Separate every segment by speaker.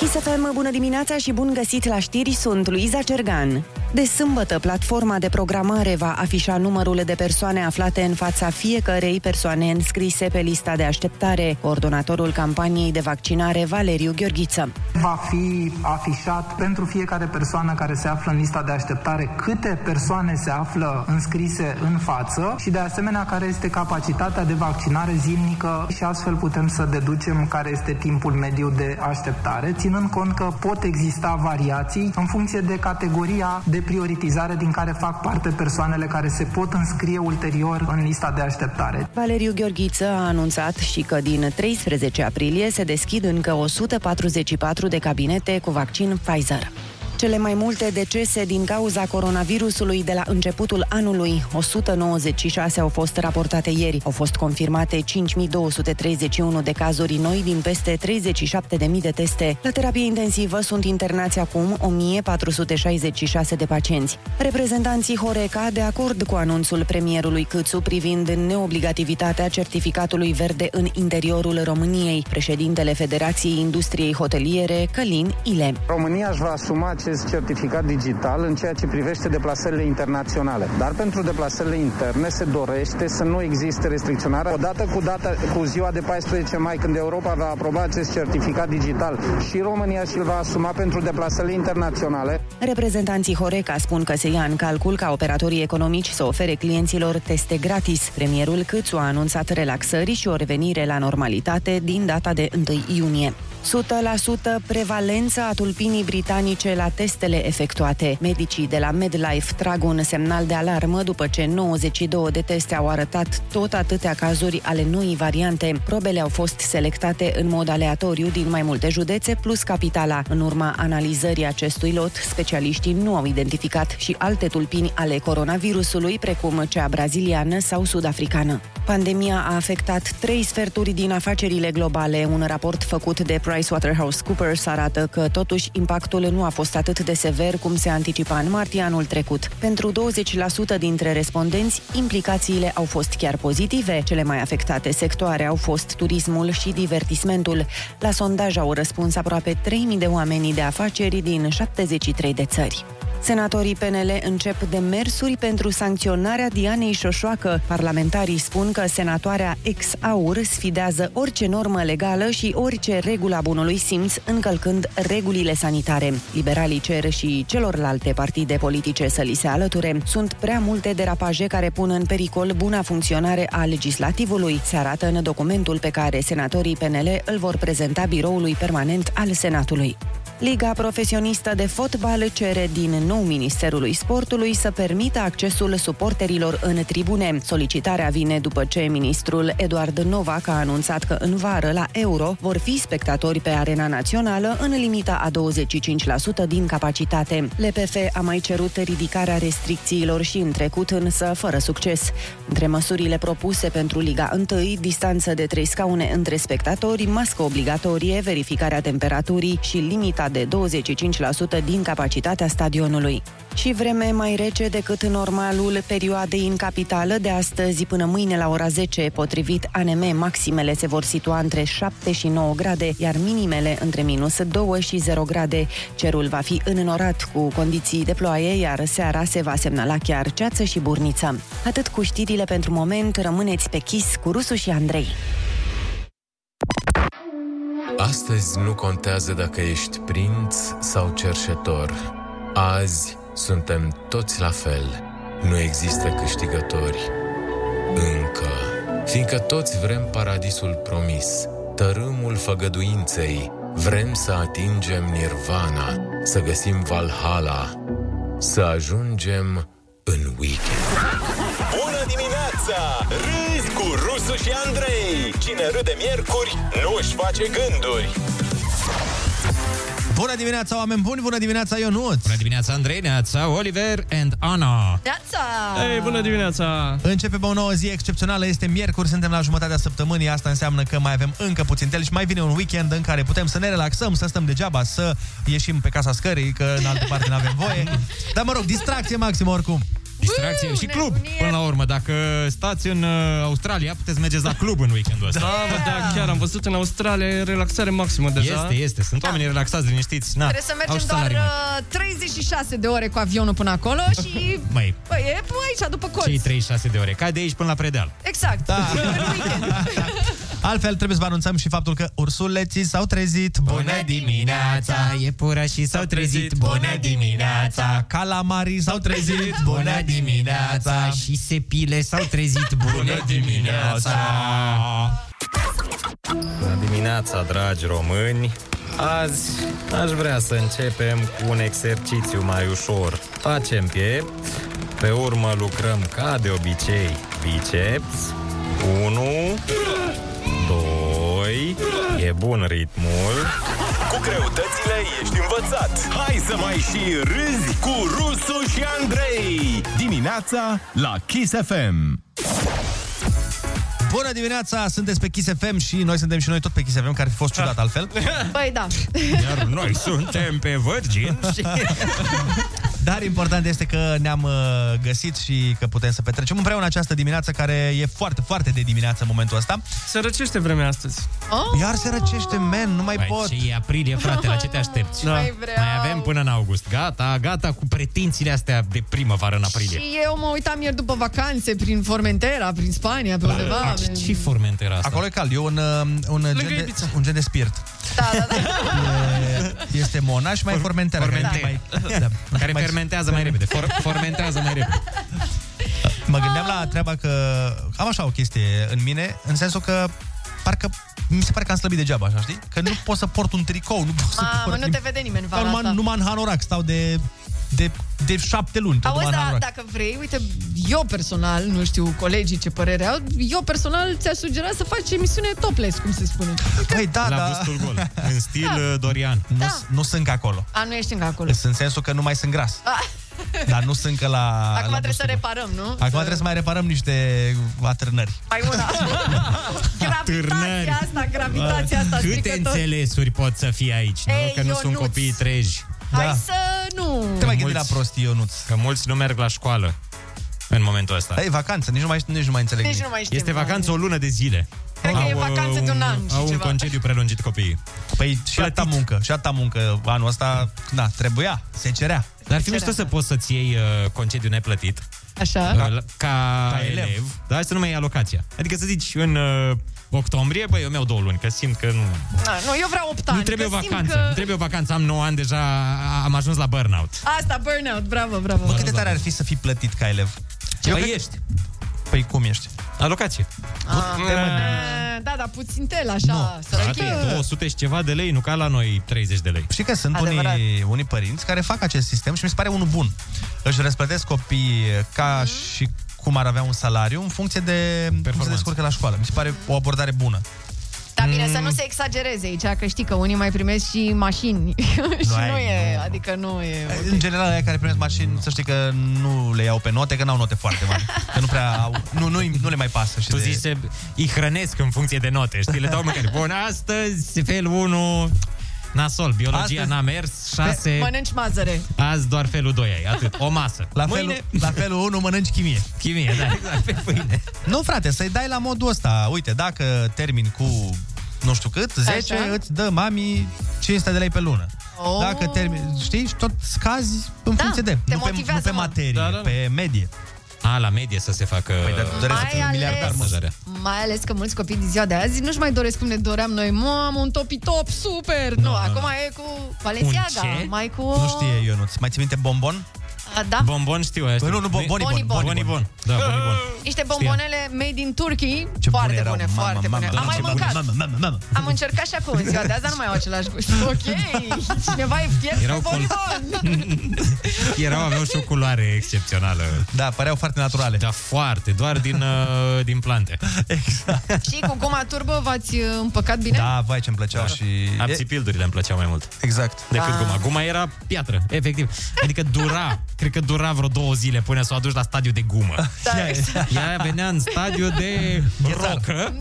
Speaker 1: SFM, bună dimineața și bun găsit la știri, sunt Luiza Cergan. De sâmbătă, platforma de programare va afișa numărul de persoane aflate în fața fiecărei persoane înscrise pe lista de așteptare, coordonatorul campaniei de vaccinare Valeriu Gheorghiță.
Speaker 2: Va fi afișat pentru fiecare persoană care se află în lista de așteptare câte persoane se află înscrise în față și de asemenea care este capacitatea de vaccinare zilnică și astfel putem să deducem care este timpul mediu de așteptare, ținând cont că pot exista variații în funcție de categoria de prioritizare din care fac parte persoanele care se pot înscrie ulterior în lista de așteptare.
Speaker 1: Valeriu Gheorghiță a anunțat și că din 13 aprilie se deschid încă 144 de cabinete cu vaccin Pfizer. Cele mai multe decese din cauza coronavirusului de la începutul anului, 196 au fost raportate ieri. Au fost confirmate 5231 de cazuri noi din peste 37.000 de teste. La terapie intensivă sunt internați acum 1466 de pacienți. Reprezentanții Horeca, de acord cu anunțul premierului Câțu privind neobligativitatea certificatului verde în interiorul României, președintele Federației Industriei Hoteliere, Călin Ile.
Speaker 3: România își va asuma acest certificat digital în ceea ce privește deplasările internaționale. Dar pentru deplasările interne se dorește să nu existe restricționare. Odată cu, data, cu ziua de 14 mai, când Europa va aproba acest certificat digital, și România și-l va asuma pentru deplasările internaționale.
Speaker 1: Reprezentanții Horeca spun că se ia în calcul ca operatorii economici să ofere clienților teste gratis. Premierul Câțu a anunțat relaxări și o revenire la normalitate din data de 1 iunie. 100% prevalență a tulpinii britanice la testele efectuate. Medicii de la MedLife trag un semnal de alarmă după ce 92 de teste au arătat tot atâtea cazuri ale noii variante. Probele au fost selectate în mod aleatoriu din mai multe județe plus capitala. În urma analizării acestui lot, specialiștii nu au identificat și alte tulpini ale coronavirusului, precum cea braziliană sau sudafricană. Pandemia a afectat trei sferturi din afacerile globale. Un raport făcut de PricewaterhouseCoopers arată că totuși impactul nu a fost atât de sever cum se anticipa în martie anul trecut. Pentru 20% dintre respondenți, implicațiile au fost chiar pozitive. Cele mai afectate sectoare au fost turismul și divertismentul. La sondaj au răspuns aproape 3.000 de oameni de afaceri din 73 de țări. Senatorii PNL încep demersuri pentru sancționarea Dianei Șoșoacă. Parlamentarii spun că senatoarea ex-aur sfidează orice normă legală și orice regula bunului simț, încălcând regulile sanitare. Liberalii cer și celorlalte partide politice să li se alăture. Sunt prea multe derapaje care pun în pericol buna funcționare a legislativului, se arată în documentul pe care senatorii PNL îl vor prezenta biroului permanent al Senatului. Liga profesionistă de fotbal cere din nou Ministerului Sportului să permită accesul suporterilor în tribune. Solicitarea vine după ce ministrul Eduard Novac a anunțat că în vară la Euro vor fi spectatori pe arena națională în limita a 25% din capacitate. LPF a mai cerut ridicarea restricțiilor și în trecut, însă fără succes. Între măsurile propuse pentru Liga 1, distanță de 3 scaune între spectatori, mască obligatorie, verificarea temperaturii și limita limita de 25% din capacitatea stadionului. Și vreme mai rece decât normalul perioadei în capitală de astăzi până mâine la ora 10, potrivit ANM, maximele se vor situa între 7 și 9 grade, iar minimele între minus 2 și 0 grade. Cerul va fi înnorat cu condiții de ploaie, iar seara se va semnala chiar ceață și burniță. Atât cu știrile pentru moment, rămâneți pe chis cu Rusu și Andrei.
Speaker 4: Astăzi nu contează dacă ești prinț sau cerșetor. Azi suntem toți la fel. Nu există câștigători. Încă. Fiindcă toți vrem paradisul promis, tărâmul făgăduinței, vrem să atingem nirvana, să găsim Valhalla, să ajungem în weekend.
Speaker 5: Bună dimineața! Râzi cu Rusu și Andrei! Cine râde miercuri, nu își face gânduri.
Speaker 6: Bună dimineața, oameni buni! Bună dimineața, Ionuț!
Speaker 7: Bună dimineața, Andrei, neața, Oliver and Ana.
Speaker 8: Neața!
Speaker 9: Ei, Da. bună dimineața!
Speaker 6: Începe o nouă zi excepțională, este miercuri, suntem la jumătatea săptămânii, asta înseamnă că mai avem încă puțin tel și mai vine un weekend în care putem să ne relaxăm, să stăm degeaba, să ieșim pe casa scării, că în altă parte nu avem voie. Dar mă rog, distracție maximă oricum.
Speaker 10: distracție și club, până la urmă. Dacă stați în uh, Australia, puteți mergeți la club în weekendul ăsta.
Speaker 11: Da, bă, da, chiar am văzut în Australia e relaxare maximă deja.
Speaker 10: Este, este. Sunt oamenii relaxați, liniștiți. Na,
Speaker 8: Da. Trebuie să
Speaker 10: au și
Speaker 8: mergem doar
Speaker 10: salarii mari.
Speaker 8: uh, 36 de ore cu avionul până acolo și...
Speaker 10: Mai,
Speaker 8: Bă, e pă, aici, după colț.
Speaker 10: cei 36 de ore. Ca de aici până la predeal.
Speaker 8: Exact. Da.
Speaker 6: Altfel, trebuie să vă anunțăm și faptul că ursuleții s-au trezit. Bună
Speaker 10: dimineața, iepurașii s-au trezit, bună dimineața
Speaker 6: Calamarii s-au trezit.
Speaker 10: Bună dimineața Și sepile s-au trezit, bună dimineața
Speaker 12: Bună dimineața, dragi români! Azi aș vrea să începem cu un exercițiu mai ușor. Facem piept, pe urmă lucrăm ca de obicei biceps. 1, 2, e bun ritmul.
Speaker 4: Cu greutățile ești învățat. Hai să mai și râzi cu Rusu și Andrei. Dimineața la Kiss FM.
Speaker 6: Bună dimineața, sunteți pe Kiss FM și noi suntem și noi tot pe Kiss FM, care ar fi fost ciudat altfel.
Speaker 8: Băi, da.
Speaker 10: Iar noi suntem pe Virgin și...
Speaker 6: Dar important este că ne-am uh, găsit și că putem să petrecem împreună această dimineață care e foarte, foarte de dimineață în momentul ăsta.
Speaker 11: Se răcește vremea astăzi.
Speaker 8: Oh,
Speaker 6: Iar se răcește, man, nu mai
Speaker 10: Mai
Speaker 6: pot.
Speaker 10: ce e aprilie, frate, la ce te aștepți?
Speaker 8: Da. Mai vreau.
Speaker 10: mai avem până în august. Gata, gata cu pretențiile astea de primăvară în aprilie.
Speaker 8: și eu mă uitam ieri după vacanțe prin Formentera, prin Spania, pe undeva.
Speaker 10: Ah, Ce formentera asta?
Speaker 6: Acolo e cald, e un, uh, un, gen, de,
Speaker 11: Ibița.
Speaker 6: un gen de spirit.
Speaker 8: Da, da, da.
Speaker 6: E, este monaș, mai formentera. care
Speaker 10: Formentera.
Speaker 6: mai, da,
Speaker 10: Care
Speaker 6: mai-
Speaker 10: fermentează mai repede. For- formentează mai repede.
Speaker 6: Mă gândeam la treaba că am așa o chestie în mine, în sensul că parcă mi se pare că am slăbit degeaba, așa, știi? Că nu pot să port un tricou, nu pot să
Speaker 8: Mamă,
Speaker 6: port
Speaker 8: nu te vede nimeni vara
Speaker 6: Normal,
Speaker 8: asta.
Speaker 6: numai în hanorac, stau de, de, de șapte luni. tot
Speaker 8: Auzi,
Speaker 6: numai în
Speaker 8: dar
Speaker 6: hanorac.
Speaker 8: dacă vrei, uite, eu personal, nu știu colegii ce părere au, eu personal ți-aș sugera să faci emisiune topless, cum se spune.
Speaker 6: Păi da,
Speaker 10: la
Speaker 6: da.
Speaker 10: bustul gol. În stil uh, Dorian.
Speaker 6: Nu,
Speaker 8: Da.
Speaker 6: nu sunt acolo.
Speaker 8: A, nu ești încă acolo.
Speaker 6: Sunt în sensul că nu mai sunt gras.
Speaker 10: Da,
Speaker 6: Dar nu sunt că la...
Speaker 8: Acum
Speaker 6: la
Speaker 8: trebuie să
Speaker 6: bustul gol.
Speaker 8: reparăm, nu?
Speaker 6: Acum trebuie să mai reparăm niște atârnări.
Speaker 8: Mai una.
Speaker 10: Târnări.
Speaker 8: gravitația asta, gravitația asta
Speaker 10: Câte
Speaker 8: strică tot.
Speaker 10: înțelesuri pot să fie aici, nu?
Speaker 8: Ei,
Speaker 10: că nu sunt
Speaker 8: Ionuț.
Speaker 10: copiii treji.
Speaker 8: Hai
Speaker 6: Da.
Speaker 8: să nu...
Speaker 6: Te mai gândi la
Speaker 10: mulți-
Speaker 6: prostii, Ionuț.
Speaker 10: Că mulți nu merg la școală în momentul ăsta.
Speaker 6: Da, e vacanță, nici nu mai, nici nu mai înțeleg
Speaker 8: Nici
Speaker 6: nimic.
Speaker 8: nu mai știm.
Speaker 10: Este vacanță o lună de zile.
Speaker 8: Cred că e
Speaker 10: uh,
Speaker 8: vacanță de un an și
Speaker 10: Au un
Speaker 8: ceva.
Speaker 10: concediu prelungit copiii.
Speaker 6: Păi și atâta muncă, și atâta muncă anul ăsta, da, trebuia, se cerea.
Speaker 10: Dar ar fi mișto să poți să-ți iei uh, concediu neplătit
Speaker 8: Așa.
Speaker 10: ca, ca,
Speaker 6: Da. Ca elev.
Speaker 10: elev, dar să nu mai iei alocația. Adică să zici în uh, octombrie, băi, eu mi-au două luni, că simt că nu...
Speaker 8: Na, nu, eu vreau 8 ani.
Speaker 10: nu trebuie o
Speaker 8: că Adică simt
Speaker 10: vacanță,
Speaker 8: că-
Speaker 10: nu trebuie o vacanță, am 9 ani deja, am ajuns la burnout.
Speaker 8: Asta, burnout, bravo, bravo.
Speaker 6: Cât de
Speaker 10: da.
Speaker 6: tare ar fi să fii plătit ca elev?
Speaker 10: Eu păi ești,
Speaker 6: Păi cum ești?
Speaker 10: alocație.
Speaker 8: Ah, Da, da, puțin tel, așa.
Speaker 10: Frate,
Speaker 8: Să
Speaker 10: 200 și ceva de lei, nu ca la noi 30 de lei.
Speaker 6: Și că sunt
Speaker 8: Adevărat.
Speaker 6: unii, unii părinți care fac acest sistem și mi se pare unul bun. Își răsplătesc copiii ca
Speaker 8: Mhm.
Speaker 6: și cum ar avea un salariu în funcție de cum se
Speaker 10: Performanță.
Speaker 6: descurcă la școală. Mi se pare o abordare bună.
Speaker 8: Dar bine, să nu se exagereze aici, că știi că unii mai primesc și mașini. și
Speaker 6: ai,
Speaker 8: nu e,
Speaker 6: nu.
Speaker 8: adică nu e...
Speaker 6: În general, aia care primesc mașini, să știi că nu le iau pe note, că n-au note foarte mari. Că nu prea au, nu, nu, nu le mai pasă. Și
Speaker 10: Tu
Speaker 6: de...
Speaker 10: zici, se, îi hrănesc în funcție de note, știi? Le dau mâncare. Bun, astăzi, felul 1, nasol, biologia
Speaker 6: Astăzi-
Speaker 10: n-a mers, 6,
Speaker 8: Mănânci mazăre.
Speaker 10: azi doar felul 2 ai, atât, o masă.
Speaker 6: la,
Speaker 10: Mâine,
Speaker 6: felul, la felul 1 mănânci chimie.
Speaker 10: chimie, da, exact, pe pâine.
Speaker 6: Nu, frate, să-i dai la modul ăsta. Uite, dacă termin cu nu știu cât, 10,
Speaker 8: Așa.
Speaker 6: Așa. îți dă mami 500 de lei pe lună.
Speaker 8: Oh.
Speaker 6: Oh. Dacă termin, știi, și tot scazi în
Speaker 8: Da,
Speaker 6: da, funcție de.
Speaker 8: te
Speaker 6: nu, pe, nu
Speaker 8: motivează,
Speaker 6: pe
Speaker 8: mă.
Speaker 6: materie,
Speaker 11: Da,
Speaker 6: da,
Speaker 11: da,
Speaker 6: da,
Speaker 11: da.
Speaker 6: pe medie.
Speaker 10: A, la medie să se facă...
Speaker 6: Păi, dar dorește să
Speaker 8: Mai
Speaker 6: fii un
Speaker 8: ales-
Speaker 6: miliardar, mă.
Speaker 10: Mazărea.
Speaker 8: Mai ales că mulți copii din ziua de azi nu-și mai doresc cum ne doream noi. Mamă, un topi top, super! Nu, acum e cu
Speaker 10: Un
Speaker 8: Balenciaga,
Speaker 10: ce?
Speaker 8: mai cu...
Speaker 6: Nu știe, Ionuț. Mai ții minte Bombon?
Speaker 8: A, da,
Speaker 10: Bombon știu aia.
Speaker 6: Păi nu, nu, bon,
Speaker 10: bonibon.
Speaker 6: bonibon.
Speaker 8: Bonibon.
Speaker 10: Bonibon. Da, bonibon.
Speaker 8: niște bombonele made in Turkey.
Speaker 6: Ce
Speaker 8: foarte
Speaker 6: bune erau.
Speaker 8: bune,
Speaker 6: Mamă,
Speaker 8: foarte
Speaker 6: mamă,
Speaker 8: bune.
Speaker 6: da,
Speaker 8: Am mai
Speaker 6: ce bune.
Speaker 8: mâncat.
Speaker 6: Mamă, mamă, mamă.
Speaker 8: Am încercat și acum în ziua de azi, dar nu mai au același gust. Ok, cineva e fier
Speaker 10: Erau
Speaker 8: pe bonbon.
Speaker 10: Erau, aveau și o culoare excepțională.
Speaker 6: Da, păreau foarte naturale.
Speaker 10: Da, foarte, doar din, uh, din plante.
Speaker 8: Și cu guma turbo v-ați uh, împăcat bine?
Speaker 6: Da, vai ce-mi plăceau și...
Speaker 10: Abțipildurile îmi plăceau mai mult.
Speaker 8: Ah.
Speaker 6: Exact.
Speaker 10: decât guma. Guma era piatră, efectiv. Adică dura. cred că dura vreo două zile până să o aduci la stadiu de gumă.
Speaker 8: Da, exact.
Speaker 10: Ea venea în stadiu de rocă.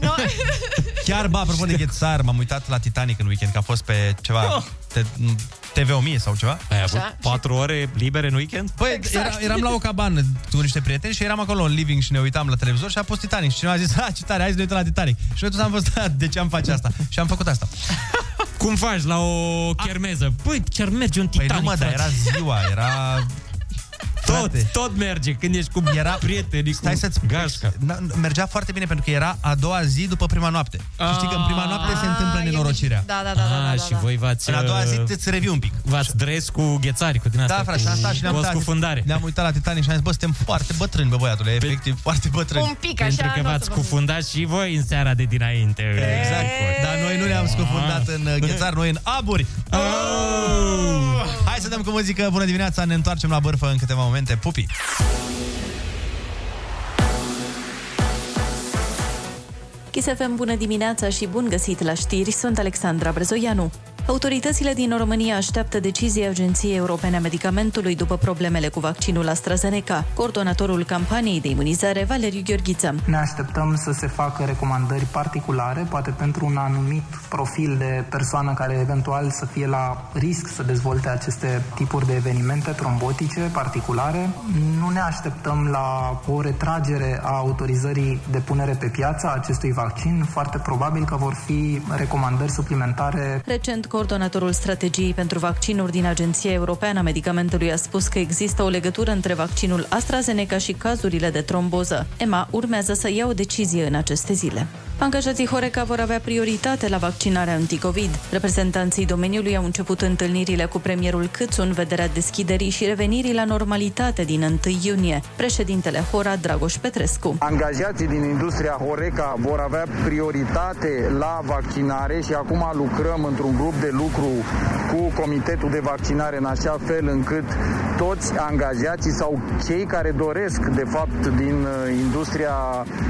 Speaker 6: Chiar, ba, apropo de ghețar, m-am uitat la Titanic în weekend, că a fost pe ceva...
Speaker 10: Oh.
Speaker 6: Te, TV 1000 sau ceva?
Speaker 10: Ai avut Așa. patru ore libere în weekend?
Speaker 6: Păi,
Speaker 10: Exact.
Speaker 6: era, eram la o cabană cu niște prieteni și eram acolo în living și ne uitam la televizor și a fost Titanic. Și cineva a zis, ha, ce tare, hai să ne uităm la Titanic. Și noi toți am fost, "Ha, de ce am face asta? Și am făcut asta.
Speaker 10: Cum faci la o chermeză? Păi, chiar merge un
Speaker 6: Păi nu
Speaker 10: Titanic,
Speaker 6: mă, dar era
Speaker 10: frate.
Speaker 6: ziua, era...
Speaker 10: Tot, tot merge când ești cu
Speaker 6: era,
Speaker 10: prietenii,
Speaker 6: Stai
Speaker 10: cu
Speaker 6: să-ți gașca. Mergea foarte bine pentru că era a doua zi după prima noapte. Și știi că în prima noapte se întâmplă nenorocirea.
Speaker 8: Da, da, da, da,
Speaker 10: Ah,
Speaker 8: da, da,
Speaker 10: și
Speaker 8: da.
Speaker 10: voi v-ați...
Speaker 6: În a doua zi
Speaker 10: uh,
Speaker 6: îți revii un pic.
Speaker 10: V-ați dres cu ghețari, cu din asta.
Speaker 6: Da, frate, și am stat și ne-am
Speaker 10: cu
Speaker 6: uitat,
Speaker 10: scufundare.
Speaker 6: ne-am uitat la Titanic și am zis, bă, suntem foarte bătrâni, bă, băiatule, efectiv, foarte bătrâni.
Speaker 8: Un pic,
Speaker 10: Pentru
Speaker 8: așa,
Speaker 10: că
Speaker 8: nu o să
Speaker 10: v-ați
Speaker 8: vă-
Speaker 10: scufundat și voi în seara de dinainte. uh. Ah.
Speaker 6: Exact. Dar noi nu ne-am scufundat în uh, ghețar, noi în aburi.
Speaker 10: Oh!
Speaker 6: Oh! Hai să dăm cu muzică. Bună dimineața, ne întoarcem la bârfă în câteva momente. Pupi!
Speaker 13: Chisefem, bună dimineața și bun găsit la știri, sunt Alexandra Brezoianu. Autoritățile din România așteaptă decizia Agenției Europene a Medicamentului după problemele cu vaccinul AstraZeneca. Coordonatorul campaniei de imunizare, Valeriu Gheorghiță.
Speaker 14: Ne așteptăm să se facă recomandări particulare, poate pentru un anumit profil de persoană care eventual să fie la risc să dezvolte aceste tipuri de evenimente trombotice particulare. Nu ne așteptăm la o retragere a autorizării de punere pe piață a acestui vaccin. Foarte probabil că vor fi recomandări suplimentare
Speaker 13: Recent, coordonatorul strategiei pentru vaccinuri din Agenția Europeană a Medicamentului a spus că există o legătură între vaccinul AstraZeneca și cazurile de tromboză. EMA urmează să ia o decizie în aceste zile. Angajații Horeca vor avea prioritate la vaccinarea anticovid. Reprezentanții domeniului au început întâlnirile cu premierul Câțu în vederea deschiderii și revenirii la normalitate din 1 iunie. Președintele Hora, Dragoș Petrescu.
Speaker 15: Angajații din industria Horeca vor avea prioritate la vaccinare și acum lucrăm într-un grup de lucru cu comitetul de vaccinare în așa fel încât toți angajații sau cei care doresc de fapt din uh, industria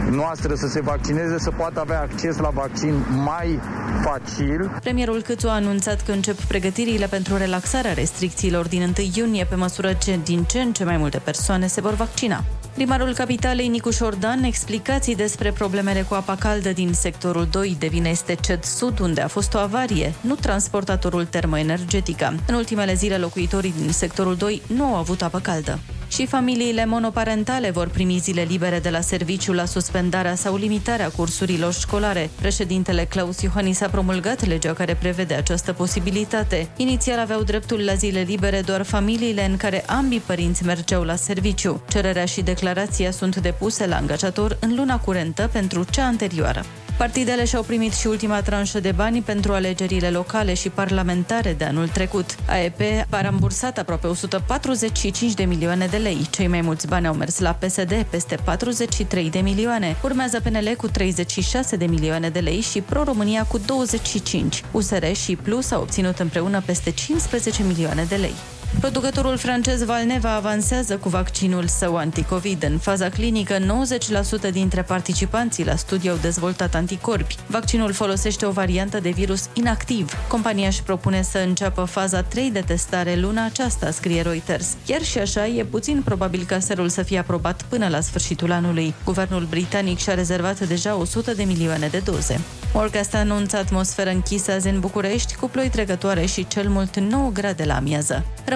Speaker 15: noastră să se vaccineze să poată avea acces la vaccin mai facil.
Speaker 13: Premierul Câțu a anunțat că încep pregătirile pentru relaxarea restricțiilor din 1 iunie pe măsură ce din ce în ce mai multe persoane se vor vaccina. Primarul Capitalei, Nicu Șordan, explicații despre problemele cu apa caldă din sectorul 2 de vine este CED Sud, unde a fost o avarie, nu transportatorul termoenergetica. În ultimele zile, locuitorii din sectorul 2 nu au avut apă caldă. Și familiile monoparentale vor primi zile libere de la serviciu la suspendarea sau limitarea cursurilor școlare. Președintele Claus Iohannis a promulgat legea care prevede această posibilitate. Inițial aveau dreptul la zile libere doar familiile în care ambii părinți mergeau la serviciu. Cererea și declarația sunt depuse la angajator în luna curentă pentru cea anterioară. Partidele și-au primit și ultima tranșă de bani pentru alegerile locale și parlamentare de anul trecut. AEP a rambursat aproape 145 de milioane de lei. Cei mai mulți bani au mers la PSD, peste 43 de milioane. Urmează PNL cu 36 de milioane de lei și Pro-România cu 25. USR și Plus au obținut împreună peste 15 milioane de lei. Producătorul francez Valneva avansează cu vaccinul său anticovid. În faza clinică, 90% dintre participanții la studiu au dezvoltat anticorpi. Vaccinul folosește o variantă de virus inactiv. Compania își propune să înceapă faza 3 de testare luna aceasta, scrie Reuters. Chiar și așa, e puțin probabil ca serul să fie aprobat până la sfârșitul anului. Guvernul britanic și-a rezervat deja 100 de milioane de doze. Orcast a anunțat atmosferă închisă azi în București, cu ploi trecătoare și cel mult 9 grade la amiază.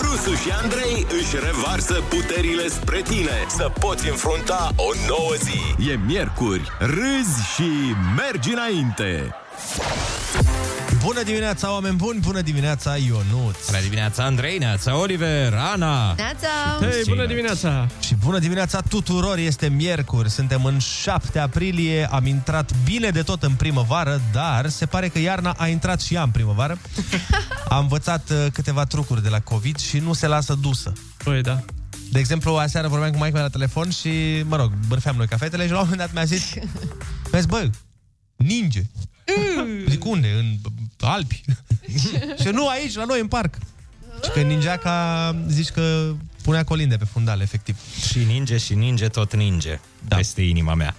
Speaker 4: Rusu și Andrei își revarsă puterile spre tine să poți înfrunta o nouă zi. E miercuri, râzi și mergi înainte!
Speaker 6: Bună dimineața, oameni buni! Bună dimineața, Ionuț!
Speaker 10: Bună dimineața, Andrei, neața, Oliver, Ana!
Speaker 8: Neața!
Speaker 6: dimineața! Și bună dimineața tuturor! Este miercuri, suntem în 7 aprilie, am intrat bine de tot în primăvară, dar se pare că iarna a intrat și ea în primăvară. Am învățat uh, câteva trucuri de la COVID și nu se lasă dusă.
Speaker 11: Păi, da.
Speaker 6: De exemplu, aseară vorbeam cu maica mea la telefon și, mă rog, bârfeam noi cafetele și la un moment dat mi-a zis Vezi, bă, ninge. Zic, unde? În Alpi. și nu aici, la noi, în parc. Și că ningea ca, zici că punea colinde pe fundal, efectiv.
Speaker 12: Și ninge, și ninge, tot ninge. Da. Peste inima mea.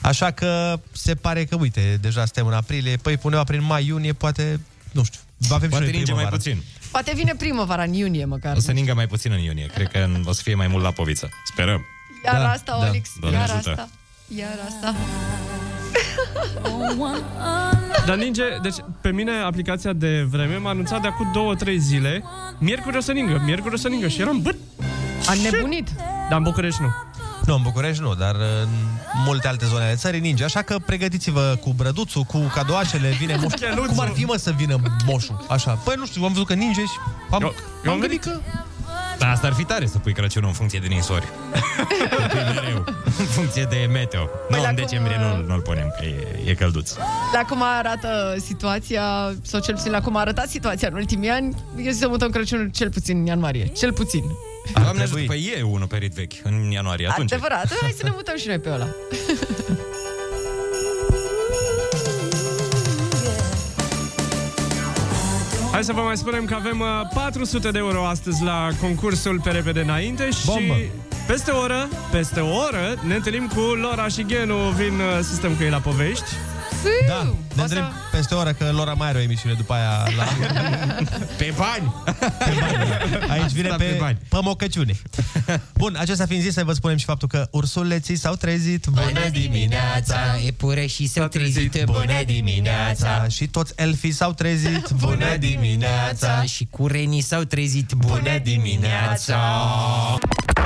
Speaker 6: Așa că se pare că, uite, deja suntem în aprilie, păi undeva prin mai-iunie, poate, nu știu, va avem
Speaker 12: Poate
Speaker 6: și noi
Speaker 12: ninge mai
Speaker 6: primăvară.
Speaker 12: puțin.
Speaker 8: Poate vine primăvara în iunie măcar.
Speaker 12: O să ningă mai puțin în iunie. Cred că o să fie mai mult la poviță. Sperăm.
Speaker 8: Iar
Speaker 6: da,
Speaker 8: asta, Olix,
Speaker 12: Doamne
Speaker 8: iar
Speaker 12: ajută.
Speaker 8: asta. Iar asta. Da.
Speaker 11: Dar ninge, deci pe mine aplicația de vreme m-a anunțat de acum 2-3 zile. Miercuri o să ningă, miercuri o să ningă și eram bă.
Speaker 8: A nebunit.
Speaker 11: Dar în București nu.
Speaker 6: Nu, în București nu, dar în multe alte zone ale țării ninge. Așa că pregătiți-vă cu brăduțul, cu cadoacele, vine moșul. Cum ar fi, mă, să vină moșul? Așa. Păi nu știu, am văzut că ninge și am, eu, eu am gândit că...
Speaker 12: Dar asta ar fi tare să pui Crăciunul în funcție de ninsori. Îl pui mereu. În funcție de meteo. nu, în decembrie nu, nu-l punem, că e, e călduț.
Speaker 8: La cum arată situația, sau cel puțin la cum a arătat situația în ultimii ani, eu zic să mutăm Crăciunul cel puțin în ianuarie. Cel puțin.
Speaker 12: Doamne ajută, păi e unul perit vechi în ianuarie. Atunci.
Speaker 8: Adevărat. Hai să ne mutăm și noi pe ăla.
Speaker 11: Hai să vă mai spunem că avem uh, 400 de euro astăzi la concursul pe repede înainte și
Speaker 6: Bombă.
Speaker 11: peste o oră, peste o oră, ne întâlnim cu Lora și Genu, vin uh, să stăm cu ei la povești.
Speaker 6: Da, ne întâlnim peste o oră că Lora mai are o emisiune după aia la...
Speaker 12: Pe bani!
Speaker 6: Aici vine
Speaker 12: Asta
Speaker 6: pe,
Speaker 12: pe bani.
Speaker 6: pămocăciune. Bun, acesta fiind zis, să vă spunem și faptul că ursuleții s-au trezit. Bună dimineața! Epure și s-au trezit. Bună dimineața! Și toți elfii s-au trezit. Bună dimineața!
Speaker 16: Și curenii s-au trezit Bună dimineața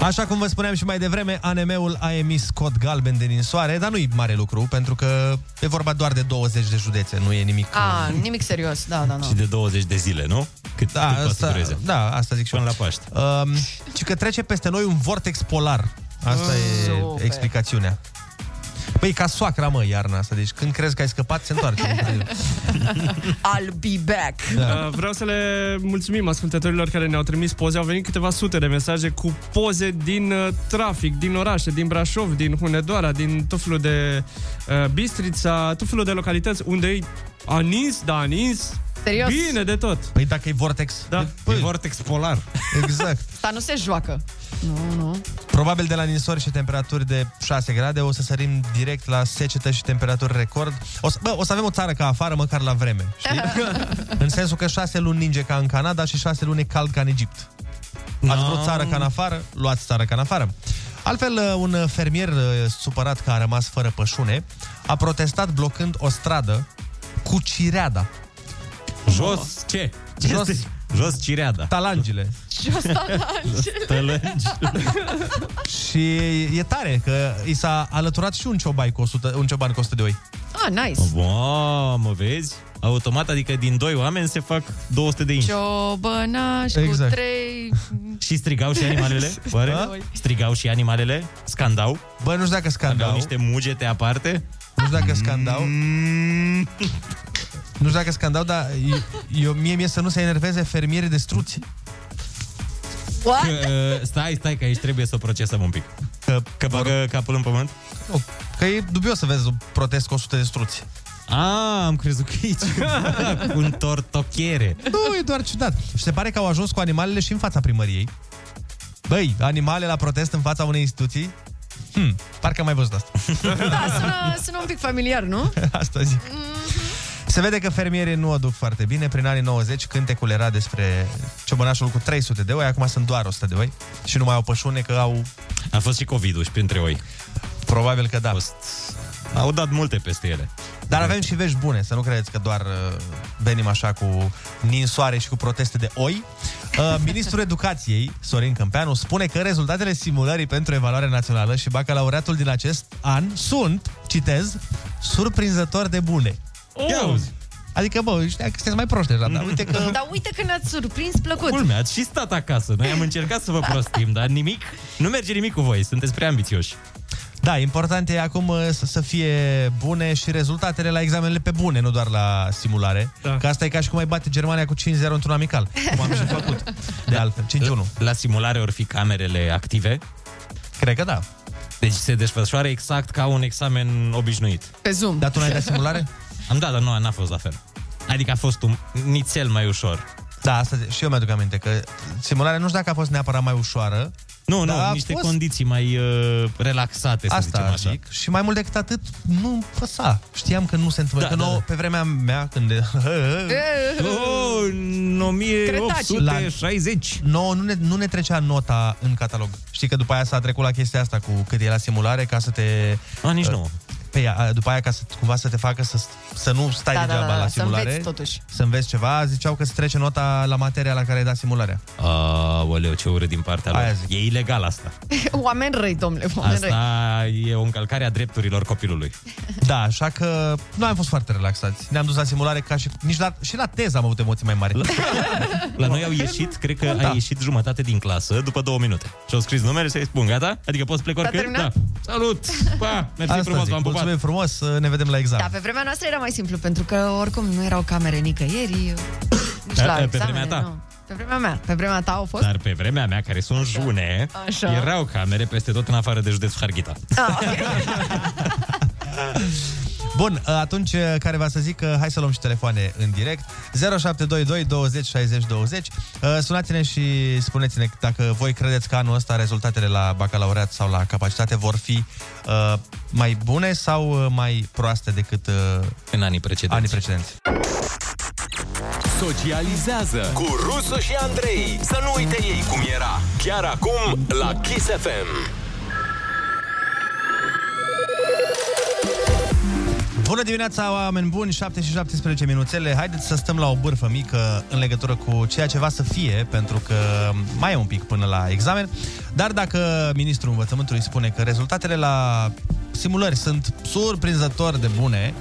Speaker 6: Așa cum vă spuneam și mai devreme, ANM-ul a emis cod galben de ninsoare, dar nu-i mare lucru, pentru că e vorba doar de 20 de județe, nu e nimic...
Speaker 8: A, nimic serios. Da, da, da.
Speaker 12: Și de 20 de zile, nu? Cât,
Speaker 6: Da,
Speaker 12: cât poate să
Speaker 6: asta,
Speaker 12: dureze.
Speaker 6: da, asta zic și Până
Speaker 12: la Paști.
Speaker 6: Um, și că trece peste noi un vortex polar. Asta e
Speaker 12: Super.
Speaker 6: explicațiunea. Păi ca soacra, mă, iarna asta. Deci când crezi că ai scăpat, se întoarce.
Speaker 8: I'll be back.
Speaker 6: Da.
Speaker 11: Uh, Vreau să le mulțumim ascultătorilor care ne-au trimis poze. Au venit câteva sute de mesaje cu poze din uh, trafic, din orașe, din Brașov, din Hunedoara, din tot felul de uh, Bistrița, tot felul de localități unde e anins, da, anins.
Speaker 8: Serios?
Speaker 11: Bine de tot.
Speaker 6: Păi dacă e vortex.
Speaker 11: Da.
Speaker 12: E vortex polar.
Speaker 6: Exact.
Speaker 8: Asta nu se joacă. Nu, nu.
Speaker 6: Probabil de la ninsori și temperaturi de 6 grade o să sărim direct la secetă și temperaturi record. O să, bă, o să avem o țară ca afară, măcar la vreme. Știi?
Speaker 9: Da.
Speaker 6: în sensul că 6 luni ninge ca în Canada și 6 luni e cald ca în Egipt. Ați vrut țară ca în afară? Luați țară ca în afară. Altfel, uh, un fermier supărat că a rămas fără pășune a protestat blocând o stradă cu cireada.
Speaker 12: Jos ce? ce
Speaker 6: Jos-
Speaker 12: jos, este? jos cireada.
Speaker 6: Talangile.
Speaker 8: Și asta la angel.
Speaker 12: Tălângi.
Speaker 6: Și e tare că i s-a alăturat și un cioban cu 100, un cioban cu 100 de oi.
Speaker 8: Ah, nice.
Speaker 12: Mamă, vezi? Automat, adică din doi oameni se fac 200 de inși.
Speaker 8: Ciobănaș
Speaker 12: Exact.
Speaker 8: cu trei...
Speaker 12: Și strigau și animalele? Oare?
Speaker 8: Da.
Speaker 12: Strigau și animalele? Scandau?
Speaker 6: Bă, nu știu dacă scandau.
Speaker 12: Aveau niște mugete aparte?
Speaker 6: Nu știu dacă scandau. Mm. Nu știu dacă scandau, dar eu, eu mie mi să nu se enerveze fermierii de struți.
Speaker 12: Că, uh, stai, stai, că aici trebuie să o procesăm un pic.
Speaker 6: Că,
Speaker 12: că bagă capul în pământ?
Speaker 6: Nu, că e dubios să vezi un protest cu 100 de struți.
Speaker 12: A, am crezut că aici cu un tortochiere.
Speaker 6: Nu, e doar ciudat. Și se pare că au ajuns cu animalele și în fața primăriei. Băi, animale la protest în fața unei instituții? Hmm, parcă am mai văzut asta.
Speaker 8: Da, sună, sună un pic familiar, nu?
Speaker 6: Asta zic. Se vede că fermierii nu o duc foarte bine. Prin anii 90 cântecul era despre ciobănașul cu 300 de oi, acum sunt doar 100 de oi și nu mai au pășune că au...
Speaker 12: A fost și COVID-ul și printre oi.
Speaker 6: Probabil că da.
Speaker 12: Fost... Au dat multe peste ele.
Speaker 6: Dar avem și vești bune, să nu credeți că doar uh, venim așa cu ninsoare și cu proteste de oi. Uh, Ministrul Educației, Sorin Câmpeanu, spune că rezultatele simulării pentru evaluarea națională și bacalaureatul din acest an sunt, citez, surprinzător de bune. Oh! Ia auzi. Adică, bă, știa că sunteți mai proști deja, dar uite că...
Speaker 8: Dar uite că ne-ați surprins plăcut.
Speaker 10: Culmea, ați și stat acasă. Noi am încercat să vă prostim, dar nimic, nu merge nimic cu voi. Sunteți prea ambițioși.
Speaker 6: Da, important e acum uh, să, să fie bune și rezultatele la examenele pe bune, nu doar la simulare. Da. Că asta e ca și cum ai bate Germania cu 5-0 într-un amical. Cum am și făcut, de altfel. 5-1.
Speaker 10: Da. La simulare or fi camerele active?
Speaker 6: Cred că da.
Speaker 10: Deci se desfășoară exact ca un examen obișnuit.
Speaker 8: Pe Zoom.
Speaker 6: Dar tu n-ai dat simulare?
Speaker 10: Am dat, dar nu, n-a fost la fel. Adică a fost un nițel mai ușor.
Speaker 6: Da, asta și eu mi-aduc aminte că simularea nu știu dacă a fost neapărat mai ușoară.
Speaker 10: Nu,
Speaker 6: dar
Speaker 10: nu,
Speaker 6: a
Speaker 10: niște
Speaker 6: fost-
Speaker 10: condiții mai uh, relaxate, să
Speaker 6: Asta
Speaker 10: zicem așa.
Speaker 6: zic. Și mai mult decât atât, nu păsa. Știam că nu se întâmplă. Da,
Speaker 10: Da,
Speaker 6: că
Speaker 10: da,
Speaker 6: da, nouă,
Speaker 10: da.
Speaker 6: pe vremea mea, când...
Speaker 10: Oh, în 1860.
Speaker 6: No, nu, ne, nu ne trecea nota în catalog. Știi că după aia s-a trecut la chestia asta cu cât e la simulare ca să te...
Speaker 10: A, nici
Speaker 6: uh,
Speaker 10: nouă.
Speaker 6: Pe ea, a, după aia ca să, cumva să te facă să, să nu stai
Speaker 8: Da, da,
Speaker 6: degeaba
Speaker 8: da, da,
Speaker 6: la
Speaker 8: să
Speaker 6: simulare.
Speaker 8: înveți totuși.
Speaker 6: Să înveți ceva, ziceau că se trece nota la materia la care ai dat simularea.
Speaker 10: Aoleu, ce urât din partea lor. E ilegal asta.
Speaker 8: Oameni răi, domnule, oameni răi.
Speaker 10: Asta e o încălcare a drepturilor copilului.
Speaker 6: Da, așa că noi am fost foarte relaxați. Ne-am dus la simulare ca și... Nici la, și la teză am avut emoții mai mari.
Speaker 10: La noi au ieșit, cred că
Speaker 6: Da.
Speaker 10: a ieșit jumătate din clasă după două minute. Și au scris numele și să-i spun, gata? Adică poți plec
Speaker 8: S-a
Speaker 10: oricând? Da.
Speaker 8: terminat?
Speaker 10: Salut! Pa! Mersi
Speaker 6: Asta
Speaker 10: frumos,
Speaker 6: zic,
Speaker 10: v-am pupat!
Speaker 6: mulțumim frumos, ne vedem la examen.
Speaker 8: Da, pe vremea noastră era mai simplu, pentru că oricum nu erau camere nicăieri, nici
Speaker 10: Da,
Speaker 8: la
Speaker 10: pe
Speaker 8: examene,
Speaker 10: vremea ta.
Speaker 8: Nu. Pe vremea mea. Pe vremea ta au fost?
Speaker 10: Dar pe vremea mea, care sunt june,
Speaker 8: Așa.
Speaker 10: erau camere peste tot în afară de județul Harghita.
Speaker 8: Da.
Speaker 6: Bun, uh, atunci care va să zic că hai să luăm și telefoane în direct. 0722 20 60 20. Uh, Sunați-ne și spuneți-ne dacă voi credeți că anul ăsta rezultatele la bacalaureat sau la capacitate vor fi uh, mai bune sau uh, mai proaste decât uh,
Speaker 10: în anii precedenți.
Speaker 6: Anii precedenți.
Speaker 4: Socializează cu Rusu și Andrei. Să nu uite ei cum era. Chiar acum la Kiss FM.
Speaker 6: Bună dimineața, oameni buni, 7 și 17 minuțele. Haideți să stăm la o bârfă mică în legătură cu ceea ce va să fie, pentru că mai e un pic până la examen. Dar dacă ministrul învățământului spune că rezultatele la simulări sunt surprinzător de bune,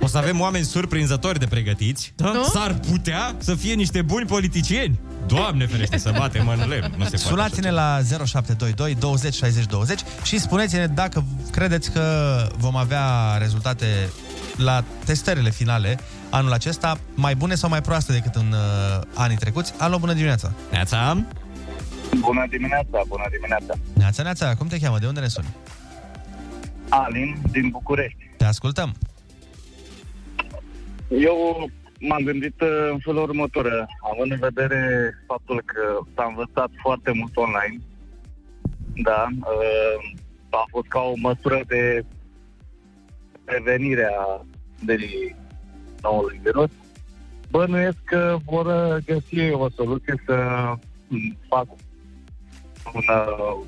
Speaker 10: O să avem oameni surprinzători de pregătiți.
Speaker 8: Da.
Speaker 6: Nu?
Speaker 10: S-ar putea să fie niște buni politicieni. Doamne ferește, să batem în lemn. Nu se poate.
Speaker 6: Sunați-ne la 0722 20 60 20 și spuneți-ne dacă credeți că vom avea rezultate la testările finale anul acesta mai bune sau mai proaste decât în uh, anii trecuți. Alo, bună dimineața!
Speaker 10: Neața!
Speaker 17: Bună dimineața, bună dimineața.
Speaker 6: Neața, Neața, cum te cheamă? De unde ne suni?
Speaker 17: Alin din București.
Speaker 6: Te ascultăm.
Speaker 17: Eu m-am gândit uh, în felul următor, uh, având în vedere faptul că s-a învățat foarte mult online, da, uh, a fost ca o măsură de prevenire a de noului virus. Bănuiesc că vor uh, găsi o soluție să mm, fac un uh,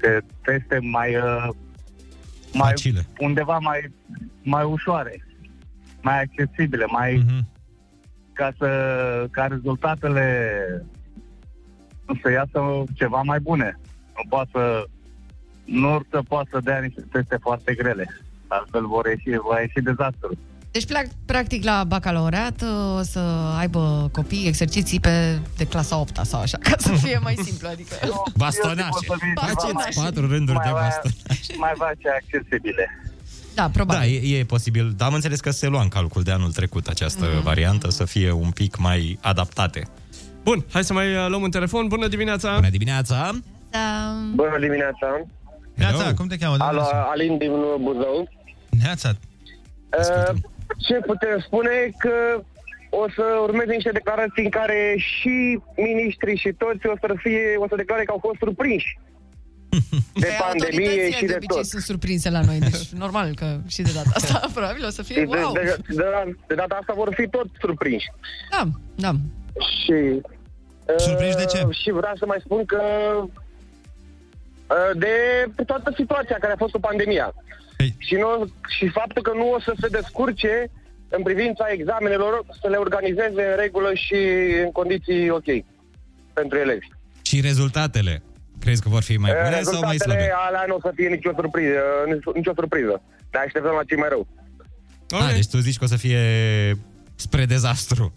Speaker 17: de teste mai, uh, mai undeva mai, mai ușoare, mai accesibile, mai
Speaker 10: Mhm.
Speaker 17: ca să ca rezultatele să iasă ceva mai bune. Nu poate să nu se poate să dea niște teste foarte grele. Altfel vor ieși, va ieși dezastru.
Speaker 8: Deci, plac- practic, la bacalaureat uh, o să aibă copii exerciții pe, de clasa 8 sau așa, ca să fie mai simplu, adică...
Speaker 10: Bastonașe. Faceți patru rânduri de bastonașe.
Speaker 17: Mai face accesibile.
Speaker 8: Da, probabil.
Speaker 10: Da, e, e posibil. Dar am înțeles că se lua în calcul de anul trecut această variantă să fie un pic mai adaptate.
Speaker 11: Bun, hai să mai uh, luăm un telefon. Bună dimineața! Bună
Speaker 10: dimineața!
Speaker 8: Da.
Speaker 18: Bună dimineața!
Speaker 6: Neața, cum te cheamă? De
Speaker 18: Alo,
Speaker 6: unde ne suni?
Speaker 18: Alin din uh, Buzău.
Speaker 6: Neața,
Speaker 18: Uh, ce putem spune că o să urmeze niște declarații în care și miniștrii și toți o să, fie, o să declare că au fost surprinși de pandemie
Speaker 8: Autoritățile
Speaker 18: și
Speaker 8: de
Speaker 18: de
Speaker 8: obicei
Speaker 18: tot.
Speaker 8: sunt surprinse la noi, deci normal că și de data asta probabil o să
Speaker 18: Și de,
Speaker 8: fie wow.
Speaker 18: de, de, de data asta vor fi tot surprinși.
Speaker 8: Da, da.
Speaker 18: Și... Surprinși de ce? Și vreau să mai spun că uh, de toată situația care a fost cu pandemia. Și, nu, și faptul că nu o să se descurce în privința examenelor să le organizeze în regulă și în condiții ok. pentru elevi. Uh,
Speaker 10: Și rezultatele? Crezi că vor fi mai bune sau mai
Speaker 18: Rezultatele
Speaker 10: slabe?
Speaker 18: alea nu o să fie nicio surpriză. nici- Nicio surpriză. Ne așteptăm la cei mai rău.
Speaker 10: Ah, deci tu zici că o să fie spre dezastru,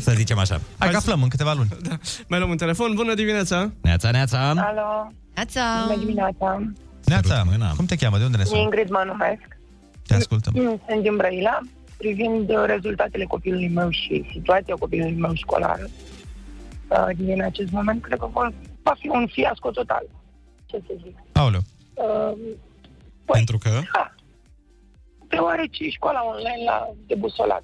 Speaker 10: să zicem așa.
Speaker 6: Hai că aflăm în câteva luni. Da.
Speaker 11: Mai luăm un telefon. Bună dimineața!
Speaker 10: Neața, neața!
Speaker 19: Alo!
Speaker 8: Neața!
Speaker 19: Bună dimineața!
Speaker 6: Neața,
Speaker 10: Da.
Speaker 6: cum te cheamă? De unde ne suni?
Speaker 19: Ingrid mă numesc.
Speaker 6: Te ascultăm.
Speaker 19: Sunt din Brăila. Privind uh, rezultatele copilului meu și situația copilului meu școlar uh, din acest moment, cred că vor- va fi un fiasco total. Ce să zic?
Speaker 6: Aoleu.
Speaker 19: Uh,
Speaker 10: Pentru că?
Speaker 19: Deoarece școala online la debusolat.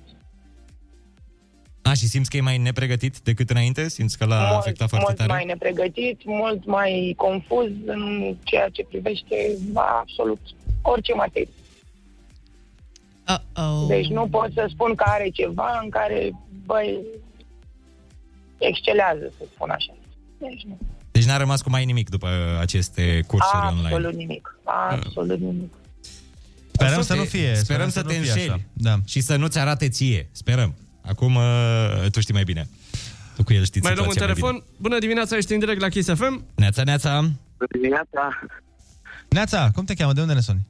Speaker 10: A, și simți că e mai nepregătit decât înainte? Simți că l-a afectat Da, foarte
Speaker 19: mult
Speaker 10: tare?
Speaker 19: mai nepregătit, mult mai confuz în ceea ce privește da, absolut orice materie.
Speaker 8: Uh-oh.
Speaker 19: Deci nu pot să spun că are ceva în care, băi, excelează, să spun așa. Deci nu.
Speaker 10: Deci n-a rămas cu mai nimic după uh, aceste cursuri
Speaker 19: absolut
Speaker 10: online.
Speaker 19: nimic. Absolut nimic.
Speaker 10: Sperăm
Speaker 6: să nu fie,
Speaker 10: Sperăm,
Speaker 6: sperăm
Speaker 10: să,
Speaker 6: să nu
Speaker 10: te
Speaker 6: fie așa.
Speaker 10: înșeli. Da. Și să nu-ți arate ție. Sperăm. Acum uh, tu știi mai bine. Tu cu el știi
Speaker 11: Mai luăm un
Speaker 10: situația
Speaker 11: telefon.
Speaker 10: Mai
Speaker 11: Bună dimineața, ești în direct la Kiss FM.
Speaker 10: bine. Neața, neața.
Speaker 20: Dimineața.
Speaker 6: Neața, cum te cheamă? De unde ne suni?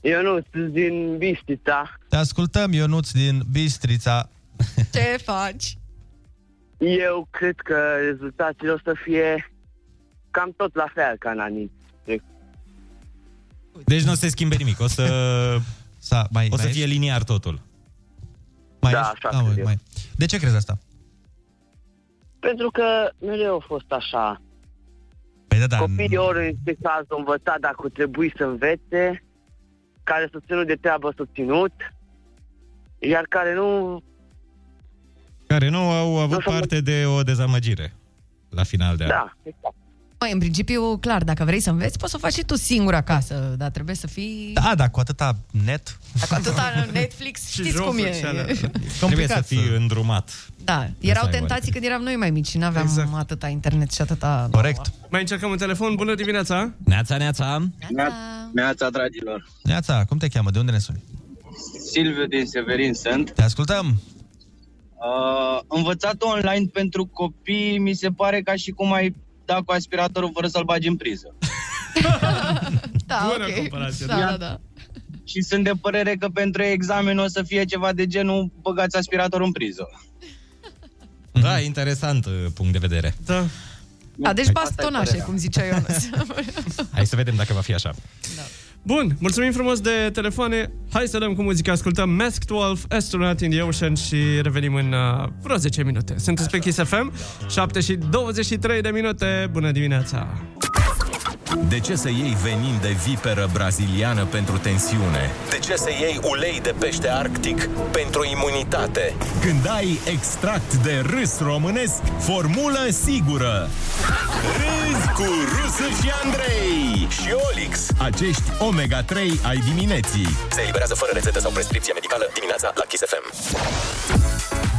Speaker 20: Eu nu, sunt din Bistița.
Speaker 6: Te ascultăm, Ionuț din Bistrița.
Speaker 8: Ce faci?
Speaker 20: Eu cred că rezultatele o să fie cam tot la fel ca în anii.
Speaker 10: Deci nu o să se schimbe nimic. O să,
Speaker 6: Sa, mai,
Speaker 10: o să
Speaker 6: mai
Speaker 10: fie liniar totul.
Speaker 6: Mai
Speaker 20: da, așa
Speaker 6: Da, mă, mai. De ce crezi asta?
Speaker 20: Pentru că mereu a fost așa.
Speaker 6: Păi da, da.
Speaker 20: Copiii ori în ce caz au învățat dacă au trebuit să învețe, care s-au ținut de treabă s-au ținut, iar care nu...
Speaker 10: Care nu au avut parte de o dezamăgire la final de an.
Speaker 20: Da.
Speaker 8: Mai, în principiu, clar, dacă vrei să înveți, poți să o faci și tu singur acasă, dar trebuie să fii...
Speaker 6: Da, da, cu atâta net.
Speaker 8: Cu atâta Netflix, știți cum e.
Speaker 10: Trebuie să fii îndrumat.
Speaker 8: Da, erau tentații când eram noi mai mici și n-aveam exact. atâta internet și atâta...
Speaker 6: Corect.
Speaker 11: Mai încercăm un telefon. Bună dimineața!
Speaker 10: Neața, neața.
Speaker 21: Neața, dragilor.
Speaker 6: Neața, cum te cheamă? De unde ne suni?
Speaker 21: Silviu din Severin sunt.
Speaker 6: Te ascultăm.
Speaker 21: Uh, învățat online pentru copii mi se pare ca și cum ai da cu aspiratorul fără să-l bagi în priză.
Speaker 8: Da,
Speaker 21: Bună
Speaker 8: ok.
Speaker 21: comparație,
Speaker 8: da,
Speaker 21: da.
Speaker 8: da, da.
Speaker 21: Și sunt de părere că pentru examen o să fie ceva de genul băgați aspiratorul în priză.
Speaker 10: Da, interesant uh, punct de vedere.
Speaker 11: Da.
Speaker 8: da deci bastonașe, cum zicea Ionuț.
Speaker 10: Hai să vedem dacă va fi așa.
Speaker 11: Bun, mulțumim frumos de telefoane. Hai să dăm cu muzica. Ascultăm Mask 12, Astronaut in the Ocean și revenim în uh, vreo 10 minute. Sunteți pe Kiss FM, 7 și 23 de minute. Bună dimineața!
Speaker 4: De ce să iei venin de viperă braziliană pentru tensiune? De ce să iei ulei de pește arctic pentru imunitate? Când ai extract de râs românesc, formulă sigură! Râzi cu Rusu și Andrei și Olix. Acești omega-3 ai dimineții. Se eliberează fără rețetă sau prescripție medicală dimineața la Kiss FM.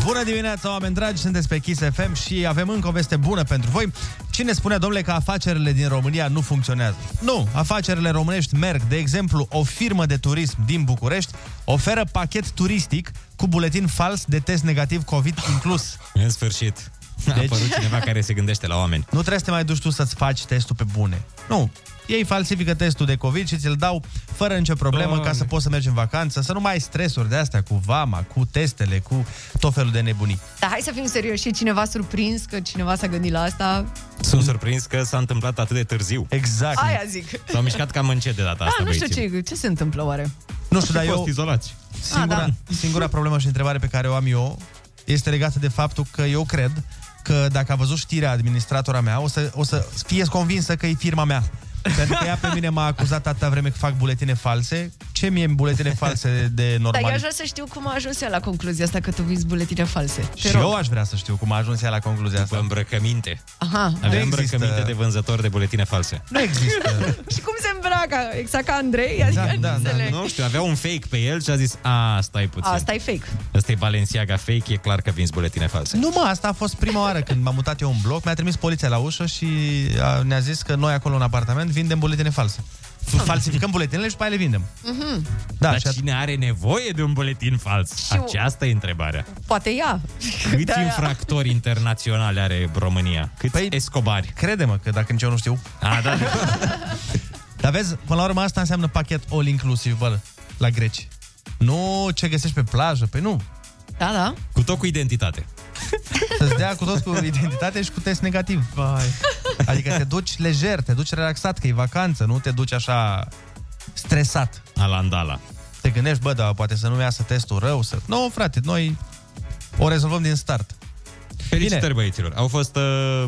Speaker 6: Bună dimineața, oameni dragi! Sunteți pe Kiss FM și avem încă o veste bună pentru voi. Cine spunea, domnule, că afacerile din România nu funcționează? Nu, afacerile românești merg. De exemplu, o firmă de turism din București oferă pachet turistic cu buletin fals de test negativ COVID inclus.
Speaker 10: În sfârșit. Deci... A apărut cineva care se gândește la oameni.
Speaker 6: Nu trebuie să te mai duci tu să-ți faci testul pe bune. Nu. Ei falsifică testul de COVID și ți-l dau fără nicio problemă
Speaker 10: Doamne.
Speaker 6: ca să poți să mergi în vacanță, să nu mai ai stresuri de astea cu vama, cu testele, cu tot felul de nebunii.
Speaker 8: Dar hai să fim serioși, e cineva surprins că cineva s-a gândit la asta?
Speaker 10: Sunt surprins că s-a întâmplat atât de târziu.
Speaker 6: Exact.
Speaker 8: Aia zic.
Speaker 10: Da, S-au mișcat cam încet de data
Speaker 8: Da,
Speaker 10: asta,
Speaker 8: nu știu
Speaker 10: băieții.
Speaker 8: ce, ce se întâmplă oare?
Speaker 6: Nu știu, dar
Speaker 10: Au
Speaker 6: eu...
Speaker 10: fost izolați.
Speaker 6: Singura,
Speaker 8: Ah,
Speaker 6: Oh. da. singura problemă și întrebare pe care o am eu este legată de faptul că eu cred că dacă a văzut știrea administratora mea, o să, o să fie convinsă că e firma mea. Pentru că ea pe mine m-a acuzat atâta vreme că fac buletine false. Ce mie buletine false de
Speaker 8: Normal. Dar eu
Speaker 6: normal?
Speaker 8: aș vrea să știu cum a ajuns ea la concluzia asta că tu vinzi buletine false. Te
Speaker 6: Și
Speaker 8: rog.
Speaker 6: eu aș vrea să știu cum a ajuns ea la concluzia asta. Ah, După
Speaker 10: îmbrăcăminte.
Speaker 8: Aha.
Speaker 10: Avem îmbrăcăminte de vânzători de buletine false.
Speaker 6: Nu există.
Speaker 8: Și cum se îmbracă? Exact ca Andrei? Adică da, da, înțeleg. Da,
Speaker 10: Nu știu, avea un fake pe el și a zis, a, stai puțin.
Speaker 8: Asta e fake.
Speaker 10: Asta e Balenciaga fake, e clar că vinzi buletine false.
Speaker 6: Nu mă, asta a fost prima oară când m-am mutat eu în bloc, mi-a trimis poliția la ușă și a, ne-a zis că noi acolo în apartament vindem buletine false. falsificăm buletinele și pe aia le vindem.
Speaker 8: Mhm.
Speaker 6: Da,
Speaker 10: Dar cine are nevoie de un buletin fals?
Speaker 8: Și-
Speaker 10: Aceasta e întrebarea.
Speaker 8: Poate ea.
Speaker 6: Da,
Speaker 8: Da,
Speaker 10: Câți
Speaker 8: De-aia.
Speaker 10: infractori internaționali are România? Câți păi, escobari?
Speaker 6: Crede-mă că dacă nici eu nu știu.
Speaker 10: A, da.
Speaker 6: Dar vezi, până la urmă asta înseamnă pachet all inclusiv, bă, la greci. Nu ce găsești pe plajă, pe nu.
Speaker 8: Da, da.
Speaker 10: Cu tot cu identitate.
Speaker 6: Să-ți dea cu tot cu identitate și cu test negativ. Vai. Adică te duci lejer, te duci relaxat, că e vacanță, nu te duci așa stresat.
Speaker 10: Alandala.
Speaker 6: Te gândești, bă, dar poate să nu iasă testul rău, să... Nu, no, frate, noi o rezolvăm din start.
Speaker 10: Felicitări Bine. băieților. Au fost uh,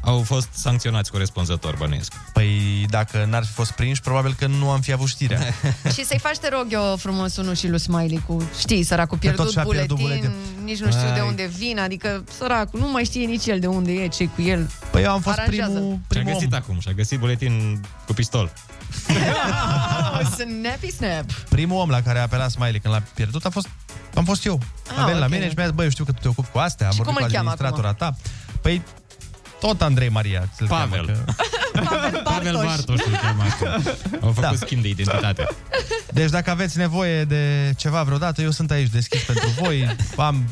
Speaker 10: au fost sancționați corespunzător, bănuiesc.
Speaker 6: Păi dacă n-ar fi fost prinși, probabil că nu am fi avut știrea.
Speaker 8: Și să-i faci, te rog eu frumos, unul și lui Smiley cu, știi, săracul
Speaker 6: Că tot
Speaker 8: pierdut
Speaker 6: și-a
Speaker 8: buletin,
Speaker 6: pierdut
Speaker 8: buletin,
Speaker 6: buletin.
Speaker 8: nici nu știu
Speaker 6: Ai.
Speaker 8: de unde vin, adică săracul, nu mai știe nici el de unde e, ce cu el.
Speaker 6: Păi eu am fost
Speaker 8: Aranjează.
Speaker 6: primul-
Speaker 10: Și-a găsit acum, și-a găsit buletin cu pistol.
Speaker 8: Oh, snappy snap.
Speaker 6: Primul om la care a apelat Smiley când l-a pierdut a fost, am fost eu.
Speaker 8: Ah,
Speaker 6: A venit la
Speaker 8: ok.
Speaker 6: mine și mi-a zis, băi, eu știu că tu te ocupi cu astea, am
Speaker 8: Și
Speaker 6: vorbit
Speaker 8: cum
Speaker 6: cu
Speaker 8: îl cheamă
Speaker 6: administratora ta. Păi tot Andrei Maria. Pavel. Cheamă, că...
Speaker 10: Pavel Bartoș îl cheamă acum. Au făcut da. schimb de identitate.
Speaker 6: Deci dacă aveți nevoie de ceva vreodată, eu sunt aici deschis pentru voi. Am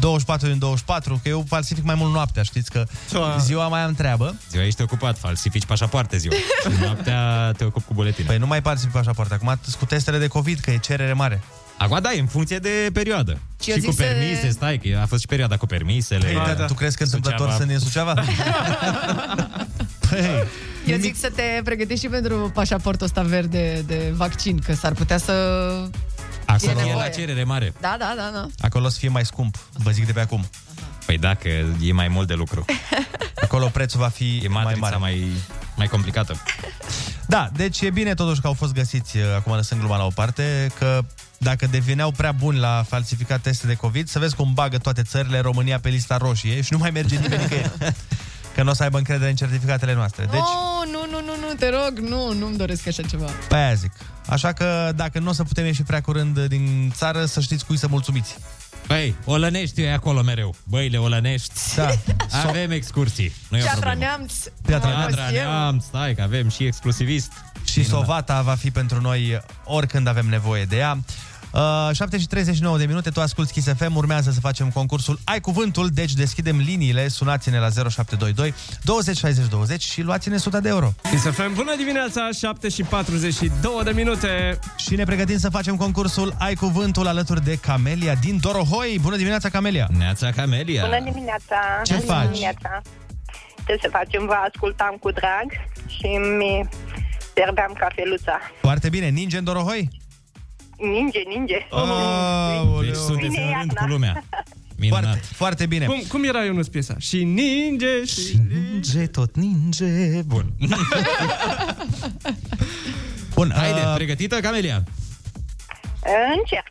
Speaker 6: 24 din 24, că eu falsific mai mult noaptea, știți că ziua mai am treabă.
Speaker 10: Ziua ești ocupat, falsifici pașapoarte ziua. Și noaptea te ocupi cu buletine.
Speaker 6: Păi nu mai falsific pașapoarte, acum sunt cu testele de COVID, că e cerere mare.
Speaker 10: Acum da, e în funcție de perioadă.
Speaker 6: Și
Speaker 10: Și,
Speaker 6: eu
Speaker 10: și cu
Speaker 6: zic să-
Speaker 10: permise, stai, că a fost și perioada cu permisele.
Speaker 6: Păi, da, da. Tu crezi că întâmplător
Speaker 10: Suceava.
Speaker 6: sunt din Suceava? păi,
Speaker 8: Eu zic să te pregătești și pentru pașaportul ăsta verde de vaccin, că s-ar putea să...
Speaker 10: acolo
Speaker 8: E
Speaker 10: e la
Speaker 8: nevoie.
Speaker 10: cerere mare.
Speaker 8: Da, da, da, da.
Speaker 6: Acolo o să fie mai scump, vă zic de pe acum.
Speaker 10: Păi da, că e mai mult de lucru.
Speaker 6: Acolo prețul va fi e mai mare.
Speaker 10: mai, mai complicată.
Speaker 6: Da, deci e bine totuși că au fost găsiți, uh, acum lăsând gluma la o parte, că dacă devineau prea buni la falsificat teste de COVID, să vezi cum bagă toate țările România pe lista roșie și nu mai merge nimeni nicăieri. Că nu o să aibă încredere în certificatele noastre. Deci,
Speaker 8: Oh, nu, nu, nu, nu, te rog, nu, nu-mi doresc așa ceva.
Speaker 6: pe aia zic. Așa că dacă nu o să putem ieși prea curând din țară, să știți cui să mulțumiți.
Speaker 10: Păi, olănești e acolo mereu. Băile olănești.
Speaker 6: Da.
Speaker 10: Avem excursii. Nu e o
Speaker 8: Piatra
Speaker 10: problemă.
Speaker 8: Neamț.
Speaker 6: Piatra
Speaker 8: am
Speaker 10: Piatra
Speaker 8: fost eu.
Speaker 10: Neam, stai că avem și exclusivist.
Speaker 6: Și Sovata va fi pentru noi oricând avem nevoie de ea. Uh, 7 și 39 de minute, tu asculti Kiss FM, urmează să facem concursul Ai Cuvântul, deci deschidem liniile, sunați-ne la 0722 20 60 20 și luați-ne 100 de euro.
Speaker 11: Kiss FM, bună dimineața, 7 și 42 de minute.
Speaker 6: Și ne pregătim să facem concursul Ai Cuvântul alături de Camelia din Dorohoi. Bună dimineața, Camelia!
Speaker 10: Neața, Camelia!
Speaker 19: Bună dimineața!
Speaker 6: Ce
Speaker 19: Bună
Speaker 6: faci?
Speaker 19: Dimineața. Ce să facem? Vă ascultam cu drag și mi serbeam cafeluța.
Speaker 6: Foarte bine, ninge în Dorohoi?
Speaker 19: Ninge, ninge!
Speaker 6: Deci
Speaker 10: sunteți
Speaker 19: Bine, în rând iarna. cu
Speaker 10: lumea.
Speaker 6: Foarte, foarte bine.
Speaker 11: Cum, cum era Ionuț piesa? Și ninge și...
Speaker 10: Ninge, tot ninge. Bun.
Speaker 6: Bun,
Speaker 10: Haide, pregătită, Camelia?
Speaker 19: Încerc!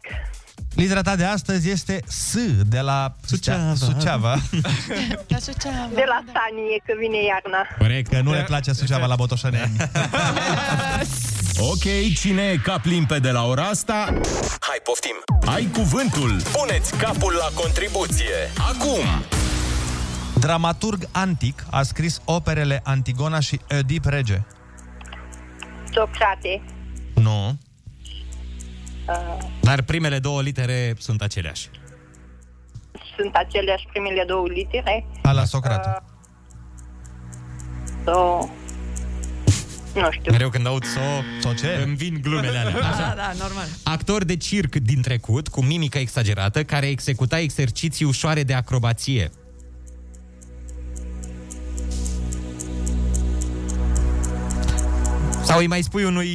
Speaker 6: Litera ta de astăzi este S de la Suceava. Suceava.
Speaker 19: La Suceava. De la Sanie, că vine iarna.
Speaker 10: Corect.
Speaker 6: Că nu le place Suceava la Botoșani.
Speaker 4: Ok, cine e cap limpede la ora asta? Hai, poftim! Ai cuvântul! Puneți capul la contribuție! Acum!
Speaker 6: Dramaturg antic a scris operele Antigona și Oedip Rege.
Speaker 19: Socrate.
Speaker 6: Nu.
Speaker 19: Uh,
Speaker 10: Dar primele două litere sunt aceleași.
Speaker 19: sunt aceleași primele două litere.
Speaker 6: A la Socrate.
Speaker 8: Uh.
Speaker 19: So... Nu știu.
Speaker 10: Mereu când aud so,
Speaker 6: so ce?
Speaker 10: îmi vin glumele alea.
Speaker 8: Da,
Speaker 10: Așa.
Speaker 8: da, normal.
Speaker 10: Actor de circ din trecut, cu mimică exagerată, care executa exerciții ușoare de acrobație. Sau îi mai spui unui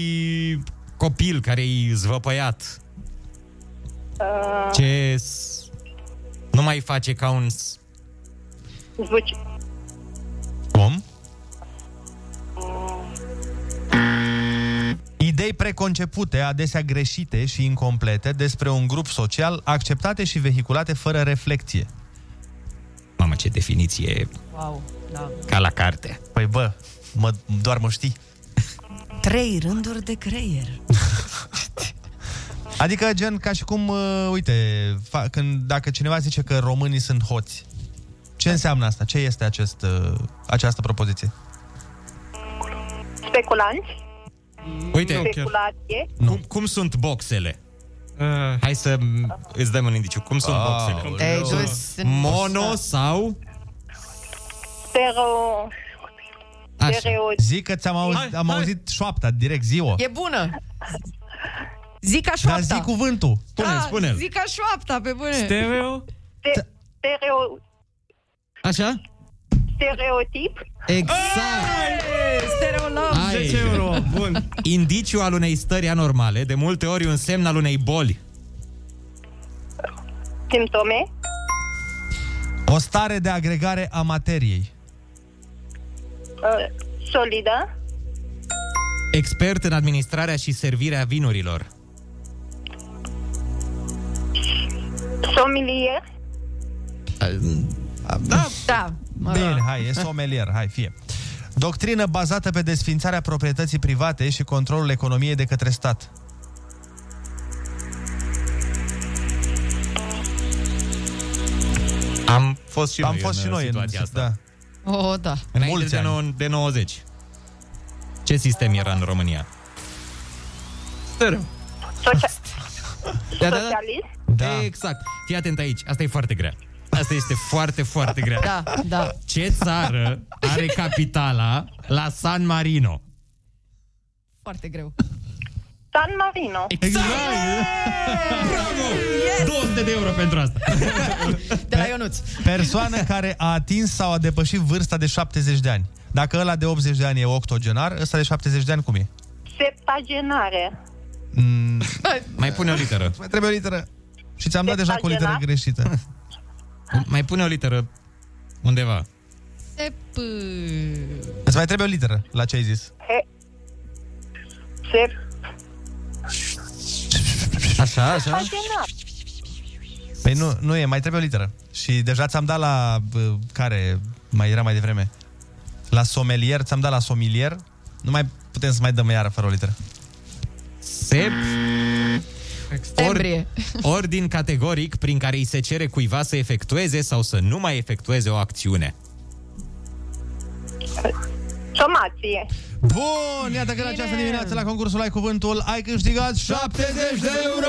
Speaker 10: copil care i zvăpăiat
Speaker 19: Uh,
Speaker 10: ce s- nu mai face ca un... s-
Speaker 19: Zbuci.
Speaker 6: Cum? Idei preconcepute, adesea greșite și incomplete, despre un grup social, acceptate și vehiculate fără reflecție.
Speaker 10: Mamă, ce definiție
Speaker 8: Wow, da.
Speaker 10: ca la carte.
Speaker 6: Păi bă, mă, doar mă știi.
Speaker 1: Trei rânduri de creier.
Speaker 6: Adică gen ca și cum, uh, uite, fa- când, dacă cineva zice că românii sunt hoți, ce înseamnă asta? Ce este acest, uh, această propoziție?
Speaker 19: Speculanți?
Speaker 10: Uite,
Speaker 19: speculație.
Speaker 10: cum, cum sunt boxele? Hai să îți dăm un indiciu. Cum sunt boxele?
Speaker 8: Ei, doi sunt-
Speaker 10: Mono sau...
Speaker 19: Stereo... Stereotip.
Speaker 6: Zic că ți-am auzit, hai, am auzit șoapta, direct ziua.
Speaker 8: E bună. Zic ca
Speaker 6: Dar
Speaker 8: șoapta.
Speaker 6: zi cuvântul.
Speaker 8: Da, Zic ca șoapta, pe bune.
Speaker 19: Ste- Stereo...
Speaker 10: Așa?
Speaker 19: Stereotip.
Speaker 10: Exact!
Speaker 8: Stereolog.
Speaker 10: Ai. Bun. Indiciu al unei stări anormale, de multe ori un semn al unei boli.
Speaker 19: Simptome.
Speaker 6: O stare de agregare a materiei.
Speaker 19: Uh, solidă.
Speaker 10: Expert în administrarea și servirea vinurilor.
Speaker 19: Somilie.
Speaker 6: Da.
Speaker 8: da.
Speaker 6: Bine, hai, e somelier, hai, fie. Doctrină bazată pe desfințarea proprietății private și controlul economiei de către stat.
Speaker 10: Am fost și
Speaker 6: Am
Speaker 10: noi
Speaker 6: fost
Speaker 10: în
Speaker 6: și noi în
Speaker 10: situația asta. Da.
Speaker 8: Oh, da.
Speaker 10: Înainte de, nou, de 90. Ce sistem era în România? Stereo. Da, da, da.
Speaker 19: Socialist.
Speaker 10: Da. Exact. Fii atent aici. Asta e foarte grea. Asta este foarte, foarte grea.
Speaker 8: Da, da.
Speaker 10: Ce țară are capitala la San Marino?
Speaker 8: Foarte greu.
Speaker 19: San Marino.
Speaker 10: Exact. Bravo! 200 de euro pentru asta.
Speaker 8: De la Ionuț.
Speaker 6: Persoană care a atins sau a depășit vârsta de 70 de ani. Dacă ăla de 80 de ani e octogenar, ăsta de 70 de ani cum e?
Speaker 19: Septagenare.
Speaker 10: Mm, Mai pune o literă.
Speaker 6: Mai trebuie o literă. Și ți-am dat deja cu o literă
Speaker 19: Septagenar?
Speaker 6: greșită.
Speaker 10: Da? Mai pune o literă undeva.
Speaker 8: Se p...
Speaker 6: Îți mai trebuie o literă la ce ai zis.
Speaker 19: Se...
Speaker 10: Așa,
Speaker 19: Septagenar.
Speaker 6: Păi nu, nu e, mai trebuie o literă. Și deja ți-am dat la... bă, care mai era mai devreme? La somelier, ți-am dat la somelier. Nu mai putem să mai dăm iară fără o literă.
Speaker 10: Sep.
Speaker 8: Septembrie.
Speaker 10: Ordin categoric prin care îi se cere cuiva să efectueze sau să nu mai efectueze o acțiune.
Speaker 19: Somație.
Speaker 6: Bun, iată că în această dimineață la concursul Ai Cuvântul ai câștigat 70 de euro!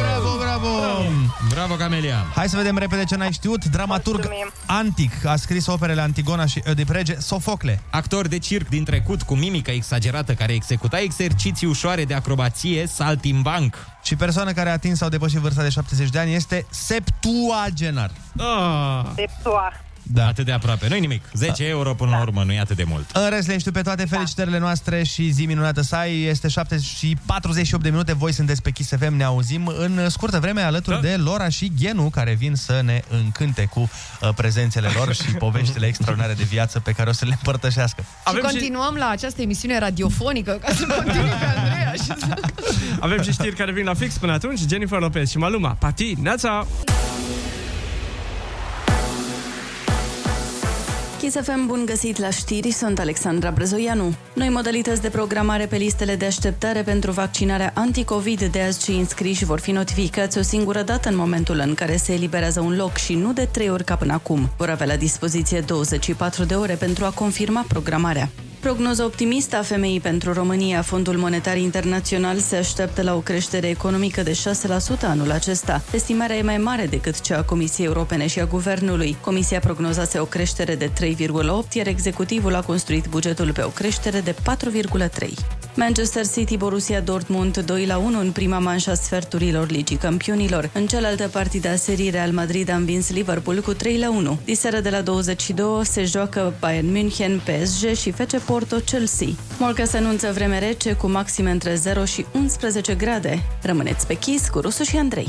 Speaker 6: Bravo, bravo!
Speaker 10: Bravo, Camelia!
Speaker 6: Hai să vedem repede ce n-ai știut. Dramaturg antic a scris operele Antigona și Oediprege, Sofocle.
Speaker 10: Actor de circ din trecut cu mimică exagerată care executa exerciții ușoare de acrobație, saltimbanc.
Speaker 6: Și persoană care a atins sau depășit vârsta de 70 de ani este septuagenar.
Speaker 10: Ah.
Speaker 19: Septua.
Speaker 6: Da.
Speaker 10: Atât de aproape, nu-i nimic. 10 euro până la urmă, nu e atât de mult.
Speaker 6: În rest, le știu pe toate felicitările noastre și zi minunată să ai. Este 7 și 48 de minute. Voi sunteți pe Kiss FM, ne auzim în scurtă vreme alături da. de Lora și Ghenu, care vin să ne încânte cu uh, prezențele lor și poveștile extraordinare de viață pe care o să le împărtășească.
Speaker 8: Avem și continuăm și... la această emisiune radiofonică ca să continui pe Andreea și să...
Speaker 11: Avem și știri care vin la fix până atunci. Jennifer Lopez și Maluma. Pati, neața!
Speaker 13: Kiss FM, bun găsit la știri, sunt Alexandra Brezoianu. Noi modalități de programare pe listele de așteptare pentru vaccinarea anticovid de azi și înscriși vor fi notificați o singură dată în momentul în care se eliberează un loc și nu de trei ori ca până acum. Vor avea la dispoziție 24 de ore pentru a confirma programarea. Prognoză optimistă a femeii pentru România. Fondul Monetar Internațional se așteaptă la o creștere economică de 6% anul acesta. Estimarea e mai mare decât cea a Comisiei Europene și a Guvernului. Comisia prognozase o creștere de 3,8, iar executivul a construit bugetul pe o creștere de 4,3. Manchester City, Borussia Dortmund 2 la 1 în prima manșă a sferturilor Ligii Campionilor. În cealaltă partidă a serii Real Madrid a învins Liverpool cu 3 la 1. Diseară de la 22 se joacă Bayern München, PSG și FC Porto Chelsea. Morca se anunță vreme rece cu maxime între 0 și 11 grade. Rămâneți pe chis cu Rusu și Andrei.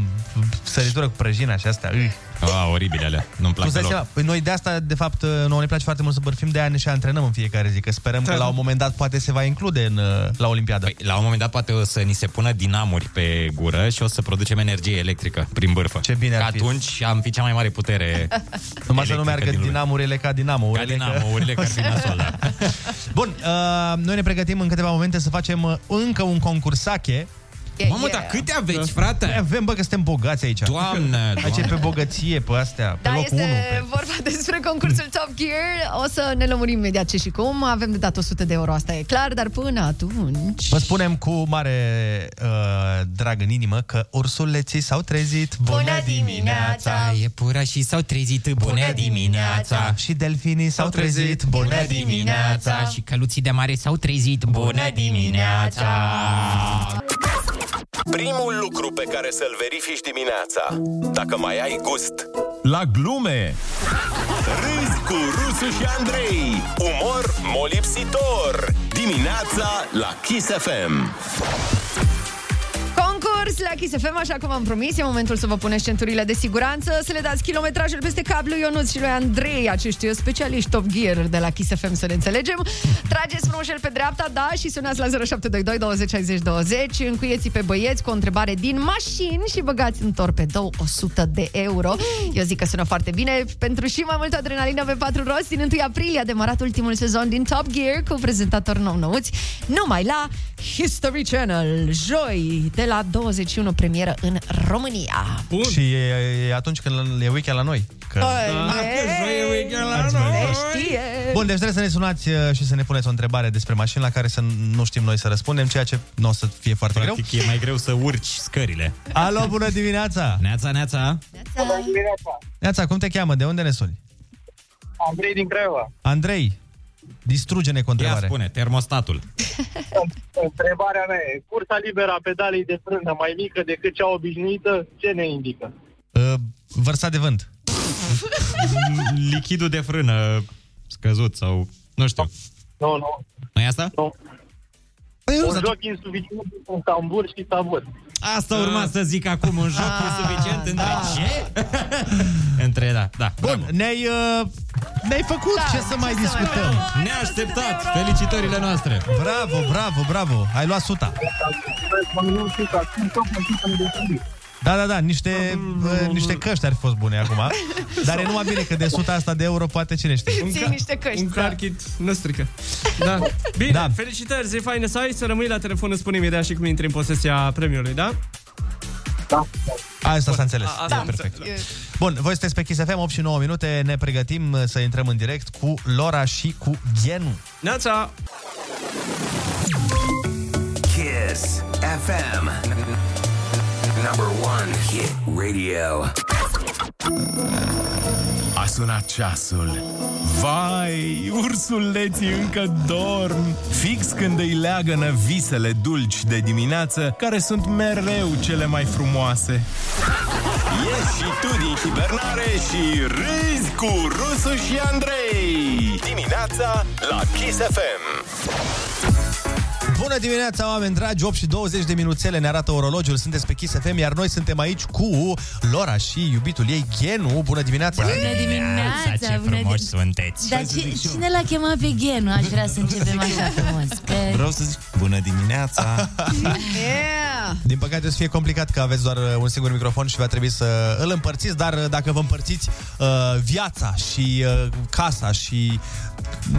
Speaker 6: săritură cu prăjina și astea. Ui.
Speaker 10: Ah, oribile alea, nu-mi plac
Speaker 6: Tu îți dai
Speaker 10: deloc.
Speaker 6: seama, păi noi de asta, de fapt, nouă ne place foarte mult să bărfim, de aia ne și antrenăm în fiecare zi, că sperăm
Speaker 10: Da.
Speaker 6: că la un moment dat poate se va include în, uh, la Olimpiadă. Păi,
Speaker 10: La un moment dat poate o să ni se pună dinamuri pe gură și o să producem energie electrică prin bârfă. Ce bine ar fi. Atunci am fi cea mai mare putere
Speaker 6: Numai să nu
Speaker 10: electrică
Speaker 6: meargă
Speaker 10: adică din lume.
Speaker 6: dinamurile ca dinamourile.
Speaker 10: Ca dinamourile, care vin nasol, da.
Speaker 6: Bun, uh, noi ne pregătim în câteva momente să facem uh, încă un concursache.
Speaker 10: Yeah, Mamă, yeah. dar câte aveți, frate?
Speaker 6: Noi avem, bă, că suntem bogați aici.
Speaker 10: Doamne,
Speaker 6: Aici e
Speaker 10: doamne.
Speaker 6: pe bogăție, pe astea, pe
Speaker 8: Da,
Speaker 6: locul
Speaker 8: este
Speaker 6: 1.
Speaker 8: vorba despre concursul Top Gear. O să ne lămurim imediat ce și cum. Avem de dat 100 de euro, asta e clar, dar până atunci...
Speaker 6: Vă spunem cu mare uh, drag în inimă că ursuleții s-au trezit.
Speaker 8: Bună
Speaker 10: Da,
Speaker 8: dimineața!
Speaker 10: Iepurașii s-au trezit, bună dimineața!
Speaker 6: Și delfinii s-au trezit, bună dimineața!
Speaker 10: Și căluții de mare s-au trezit, bună dimineața!
Speaker 4: Primul lucru pe care să-l verifici dimineața, dacă mai ai gust, la glume. Râzi cu Rusu și Andrei. Umor molipsitor. Dimineața la Kiss FM.
Speaker 8: Concurs la Kiss FM, așa cum am promis, e momentul să vă puneți centurile de siguranță, să le dați kilometrajul peste cap lui Ionuț și lui Andrei, acești specialiști Top Gear de la Kiss FM, să ne înțelegem. Trageți frumușel pe dreapta, da, și sunați la 0722 20 60 20, încuieți pe băieți cu o întrebare din mașini și băgați în torpedou 100 de euro. Eu zic că sună foarte bine. Pentru și mai multă adrenalină pe 4 roți, din 1 aprilie a demarat ultimul sezon din Top Gear cu prezentatori nou-nouți, numai la History Channel, joi, de la 21 premieră în România.
Speaker 6: Bun. Și e, e atunci când e weekend la noi. Că...
Speaker 10: Da,
Speaker 6: Bun, deci trebuie să ne sunați uh, și să ne puneți o întrebare despre mașini la care să nu știm noi să răspundem, ceea ce nu o să fie foarte
Speaker 10: Practic
Speaker 6: greu.
Speaker 10: e mai greu să urci scările.
Speaker 6: Alo, bună dimineața!
Speaker 10: Neața, neața!
Speaker 17: Bună dimineața!
Speaker 6: Neața, cum te cheamă? De unde ne suni?
Speaker 17: Andrei din Craiova.
Speaker 6: Andrei, distruge-ne cu întrebare. Ia
Speaker 10: spune, termostatul.
Speaker 17: Întrebarea mea e, cursa liberă a pedalei de frână mai mică decât cea obișnuită, ce ne indică?
Speaker 6: Uh, vărsa de vânt.
Speaker 10: Lichidul de frână scăzut sau... Nu știu.
Speaker 17: Nu, nu.
Speaker 10: nu e asta?
Speaker 17: Nu.
Speaker 6: Păi,
Speaker 17: un joc insuficient cu tambur și sabot.
Speaker 10: Asta
Speaker 16: Ah.
Speaker 10: urma să zic acum, un joc insuficient între ce? Între, da, da.
Speaker 6: Bun, ne-ai, uh, ne-ai făcut, da, ce să mai discutăm?
Speaker 10: Neașteptat, felicitările noastre!
Speaker 6: Bravo, bravo, bravo, ai luat suta. Da, da, da, niște, uh, niște căști ar fi fost bune acum, dar e numai bine că de suta asta de euro poate cine știe.
Speaker 11: ca- Un carchit năstrică. Da. Bine, da. felicitări, zi faină să ai, să rămâi la telefon, îți spune imediat și cum intri în posesia premiului, da?
Speaker 17: Da.
Speaker 6: Asta s-a înțeles.
Speaker 11: A-
Speaker 6: Da.
Speaker 11: asta
Speaker 6: E perfect.
Speaker 11: am înțeles.
Speaker 6: Bun, voi sunteți pe Kiss FM, 8 și 9 minute, ne pregătim uh, să intrăm în direct cu Lora și cu Ghenu.
Speaker 11: Neața!
Speaker 22: Kiss FM. Number one hit radio.
Speaker 4: A sunat ceasul. Vai, ursuleții încă dorm. Fix când îi leagănă visele dulci de dimineață, care sunt mereu cele mai frumoase. Ieși și tu din hibernare și râzi cu Rusu și Andrei. Dimineața la Kiss FM.
Speaker 6: Bună dimineața, oameni dragi! 8 și 20 de minuțele ne arată orologiul. Sunteți pe Kiss FM, iar noi suntem aici cu Lora și iubitul ei, Ghenu. Bună dimineața!
Speaker 9: Bună dimineața, Da,
Speaker 10: Ce
Speaker 9: bună
Speaker 10: frumoși
Speaker 9: dim-
Speaker 10: sunteți!
Speaker 9: Dar ci, cine l-a chemat pe Ghenu? Aș vrea să începem așa frumos. Că...
Speaker 23: Vreau să zic bună dimineața!
Speaker 8: Yeah! Da.
Speaker 6: Din păcate o să fie complicat că aveți doar uh, un singur microfon și va trebui să îl împărțiți, dar uh, dacă vă împărțiți uh, viața și uh, casa și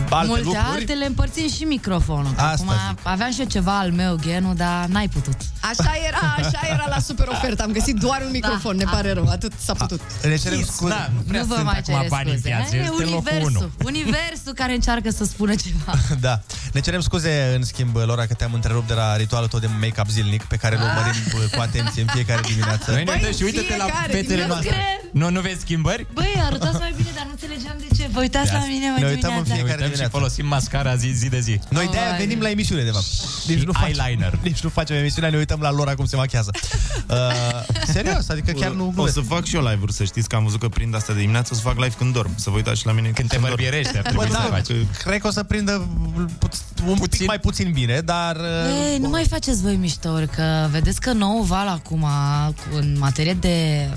Speaker 6: alte
Speaker 9: Multe
Speaker 6: lucruri...
Speaker 9: altele împărțim și microfonul. că
Speaker 6: Asta
Speaker 9: Acum aveam și eu ceva al meu, genul, dar n-ai putut.
Speaker 8: Așa era, așa era la super ofertă. Am găsit doar un microfon, ne pare rău, atât s-a putut.
Speaker 6: Ne cerem scuze.
Speaker 9: Da, nu vă mai cere scuze. Aia e universul, universul care încearcă să spună ceva.
Speaker 6: Da. Ne cerem scuze, în schimb, Laura, că te-am întrerupt de la ritualul tău de make-up zilnic, pe care îl urmărim bă, cu atenție Ah. în fiecare dimineață.
Speaker 10: Noi ne Băi, uităm și uite-te la fiecare fetele dimineață. noastre.
Speaker 6: Nu, nu vezi schimbări?
Speaker 9: Băi, arătați mai bine, dar nu înțelegeam de ce. Vă uitați la mine, mă, da. dimineața.
Speaker 10: și folosim mascara zi, zi de zi.
Speaker 6: Noi de-aia venim la emisiune, de fapt. Nici nu, facem, nici nu facem emisiunea, ne uităm la Laura cum se machează. Uh, serios, adică chiar nu...
Speaker 23: O să fac și eu live-uri, să știți că am văzut că prind asta dimineață, o să fac live când dorm. Să vă uitați și la mine când te
Speaker 10: bărbierești, ar trebui
Speaker 6: Bă, da, cred că o să prindă put- un puțin? pic mai puțin bine, dar... uh,
Speaker 10: Eh,
Speaker 9: Ei, nu mai faceți voi miștouri, că vedeți că nou val acum, cu- în materie de,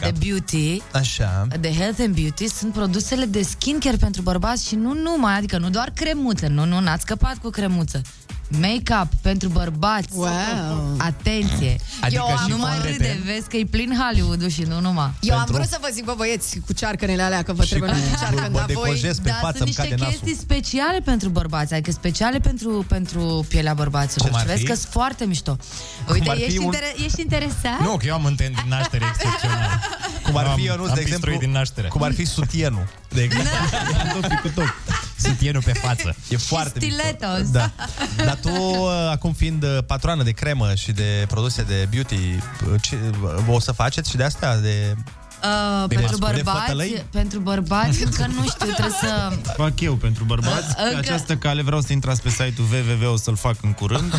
Speaker 9: de beauty,
Speaker 6: Așa.
Speaker 9: de health and beauty, sunt produsele de skincare pentru bărbați și nu numai, adică nu doar cremuță, nu, nu, n-ați scăpat cu cremuță. Make-up pentru bărbați. Wow. Atenție.
Speaker 8: Adică Eu am- și
Speaker 9: nu mai
Speaker 8: fondete?
Speaker 9: râde, vezi că e plin hollywood și nu numai.
Speaker 8: Eu am vrut să vă zic, bă băieți, cu cearcănele alea, că vă trebuie cu cearcă, dar voi...
Speaker 9: da, sunt niște chestii speciale pentru bărbați, adică speciale pentru, pentru pielea bărbaților.
Speaker 10: Cum ar
Speaker 9: Și vezi
Speaker 10: fi?
Speaker 9: că sunt foarte mișto.
Speaker 10: Cum
Speaker 9: Uite,
Speaker 10: ar fi
Speaker 9: ești,
Speaker 10: un-
Speaker 9: inter- ești interesat?
Speaker 10: Nu, că eu am un ten din naștere excepțional.
Speaker 6: Cum ar
Speaker 10: Am-
Speaker 6: fi, Ionuț,
Speaker 10: am
Speaker 6: de exemplu,
Speaker 10: pistruit din naștere.
Speaker 6: cum ar fi sutienul, de exemplu.
Speaker 9: Da.
Speaker 6: cu top. Sutienul pe față. E foarte mișto.
Speaker 9: Stiletos.
Speaker 6: Da. Dar tu, uh, acum fiind uh, patroană de cremă și de produse de beauty, uh, ce, uh, o să faceți și de astea? De...
Speaker 9: Uh,
Speaker 6: De
Speaker 9: pentru,
Speaker 6: mascule,
Speaker 9: bărbați,
Speaker 6: fotălăi?
Speaker 9: pentru bărbați, încă nu știu, trebuie să...
Speaker 23: Fac eu pentru bărbați. Pe
Speaker 9: Încă-
Speaker 23: această cale vreau să intrați pe site-ul www, o să-l fac în curând.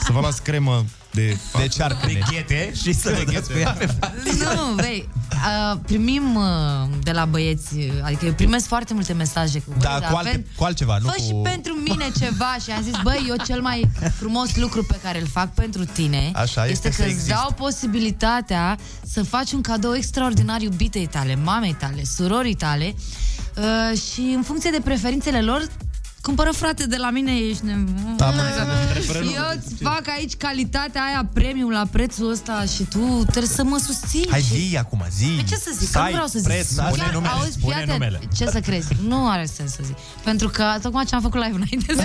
Speaker 23: să vă las cremă de... De
Speaker 6: cearcăne.
Speaker 23: De ghete și să vă gheți pe ea pe
Speaker 9: Nu, vei, uh, primim uh, de la băieți, uh, adică eu primesc foarte multe mesaje. Cu,
Speaker 6: Da,
Speaker 9: "Băi,
Speaker 6: cu, alte,
Speaker 9: avem-
Speaker 6: cu altceva, nu
Speaker 9: Păi Fă și
Speaker 6: cu...
Speaker 9: pentru mine ceva și am zis, băi, eu cel mai frumos lucru pe care îl fac pentru tine
Speaker 6: Așa
Speaker 9: este,
Speaker 6: este să
Speaker 9: că îți
Speaker 6: existe.
Speaker 9: dau posibilitatea să faci un cadou extraordinar iubitei tale, mamei tale, surorii tale uh, și în funcție de preferințele lor, Cumpără frate de la mine, ești ne... Uh,
Speaker 6: Am înțeles.
Speaker 9: Și eu îți fac aici calitatea aia, premium la prețul ăsta și tu trebuie să mă susții.
Speaker 6: Hai
Speaker 9: și...
Speaker 6: zi acum, zi.
Speaker 9: Păi ce să zic?
Speaker 6: Site,
Speaker 9: nu vreau să zic.
Speaker 6: preț, spune
Speaker 9: Chiar,
Speaker 6: numele,
Speaker 9: auzi,
Speaker 6: spune
Speaker 9: fii atent,
Speaker 6: numele.
Speaker 9: Ce să crezi? Nu are sens să zic. Pentru că tocmai ce am făcut live înainte să...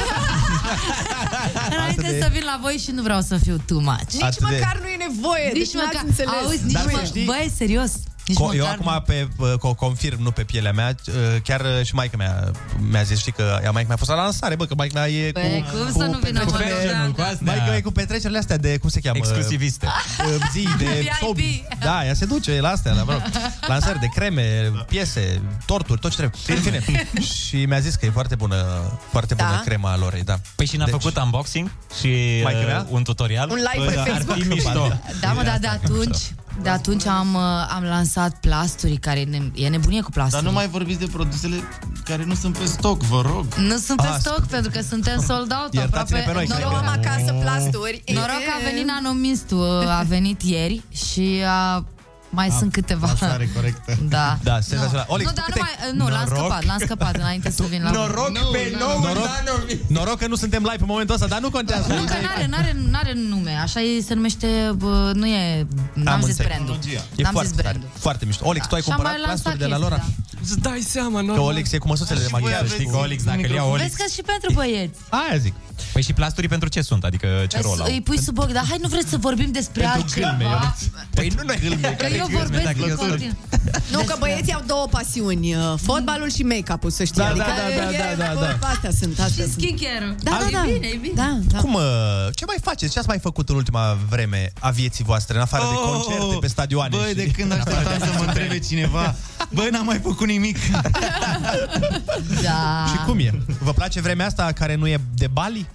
Speaker 9: înainte
Speaker 6: de-
Speaker 9: să vin la voi și nu vreau să fiu too much.
Speaker 6: Nici Atât de- măcar
Speaker 8: nu e nevoie,
Speaker 9: Nici
Speaker 8: deci n-ați
Speaker 9: măcar,
Speaker 8: înțeles.
Speaker 9: auzi, nici
Speaker 8: Dar
Speaker 9: mă,
Speaker 8: știi-
Speaker 9: băi, serios. Nici
Speaker 6: Co- eu
Speaker 9: măcar
Speaker 6: acum pe, co- confirm, nu pe pielea mea, uh, chiar uh, și maica mea mi-a zis, știi că ea maica mea a fost la lansare, bă, că maica mea e
Speaker 9: Băi,
Speaker 6: cu...
Speaker 9: cum să nu vină
Speaker 6: cu
Speaker 9: mă,
Speaker 6: petrecerile-
Speaker 9: Bogdan?
Speaker 6: cu astea. Maica mea e cu petrecerile astea de, cum se cheamă?
Speaker 10: Exclusiviste.
Speaker 6: Uh, Zi, de
Speaker 9: VIP.
Speaker 6: sobi. Da, ea se duce la astea, la vreo lansări de creme, piese, torturi, tot ce trebuie. În fine. și mi-a zis că e foarte bună, foarte bună
Speaker 10: Da?
Speaker 6: crema a lorei, da.
Speaker 10: Păi și n-a făcut unboxing și
Speaker 6: Maică
Speaker 10: uh,
Speaker 6: mea?
Speaker 10: un tutorial.
Speaker 9: Un live pe
Speaker 10: Ar fi
Speaker 9: Facebook.
Speaker 10: mișto.
Speaker 9: Da, mă, dar de atunci, de atunci am, uh, am lansat plasturi, care e ne- e nebunie cu plasturi.
Speaker 23: Dar nu mai vorbiți de produsele care nu sunt pe stoc, vă rog.
Speaker 9: Nu sunt
Speaker 6: Ah,
Speaker 9: pe stoc, pentru că suntem sold out
Speaker 23: Iertați-ne
Speaker 9: aproape.
Speaker 23: pe noi,
Speaker 9: Noroc
Speaker 23: cred că.
Speaker 9: am acasă.
Speaker 8: plasturi.
Speaker 9: Noroc că a venit nanomistul, a venit ieri și a, mai sunt câteva.
Speaker 6: Lansare corectă.
Speaker 9: Da.
Speaker 6: Da, senzațional. Olic,
Speaker 9: nu,
Speaker 6: tu
Speaker 9: dar
Speaker 6: câte-
Speaker 9: nu, mai, nu l-am
Speaker 6: Noroc.
Speaker 9: scăpat, l-am scăpat înainte să vin la voi.
Speaker 6: noroc, noroc că nu suntem live pe momentul ăsta, dar nu contează.
Speaker 9: Nu, că n-are, n-are, n-are nume, așa e, se numește, bă, nu e, n-am zis
Speaker 6: înțeles.
Speaker 9: brandul.
Speaker 6: E
Speaker 9: N-am
Speaker 6: foarte
Speaker 9: zis
Speaker 6: tare,
Speaker 9: brandul.
Speaker 6: Foarte mișto. Olex, tu ai
Speaker 9: Da. Și am
Speaker 6: cumpărat
Speaker 9: mai lansat
Speaker 6: plasturi de la Lora?
Speaker 11: Îți dai seama,
Speaker 6: Că
Speaker 11: normal.
Speaker 6: Olex e cu măsuțele de machiaj.
Speaker 10: Știi că Olix, dacă îl ia Olix...
Speaker 9: Vezi că și pentru băieți.
Speaker 6: Aia zic.
Speaker 10: Păi și plasturii pentru ce sunt? Adică ce rol au?
Speaker 9: Îi pui sub ochi, dar hai nu vreți să vorbim despre altceva.
Speaker 10: Păi nu noi
Speaker 9: Că eu vorbesc în continuu.
Speaker 8: Nu, că băieții au două pasiuni, uh, fotbalul și make-up-ul, să știi.
Speaker 6: Da,
Speaker 8: adică
Speaker 6: da, da, da,
Speaker 8: e-
Speaker 6: da, da, da.
Speaker 8: Astea sunt, astea
Speaker 9: Și
Speaker 8: sunt.
Speaker 9: skincare-ul.
Speaker 8: Da, da,
Speaker 9: E
Speaker 8: da.
Speaker 9: bine, e bine.
Speaker 8: Da, da.
Speaker 6: Cum, uh, ce mai faceți? Ce ați mai făcut în ultima vreme a vieții voastre, în afară de
Speaker 23: Oh,
Speaker 6: concerte, pe stadioane?
Speaker 23: băi,
Speaker 6: și-
Speaker 23: de când așteptam să mă întrebe cineva, băi, n-am mai făcut nimic.
Speaker 9: Da.
Speaker 6: Și cum e? Vă place vremea asta care nu e de Bali?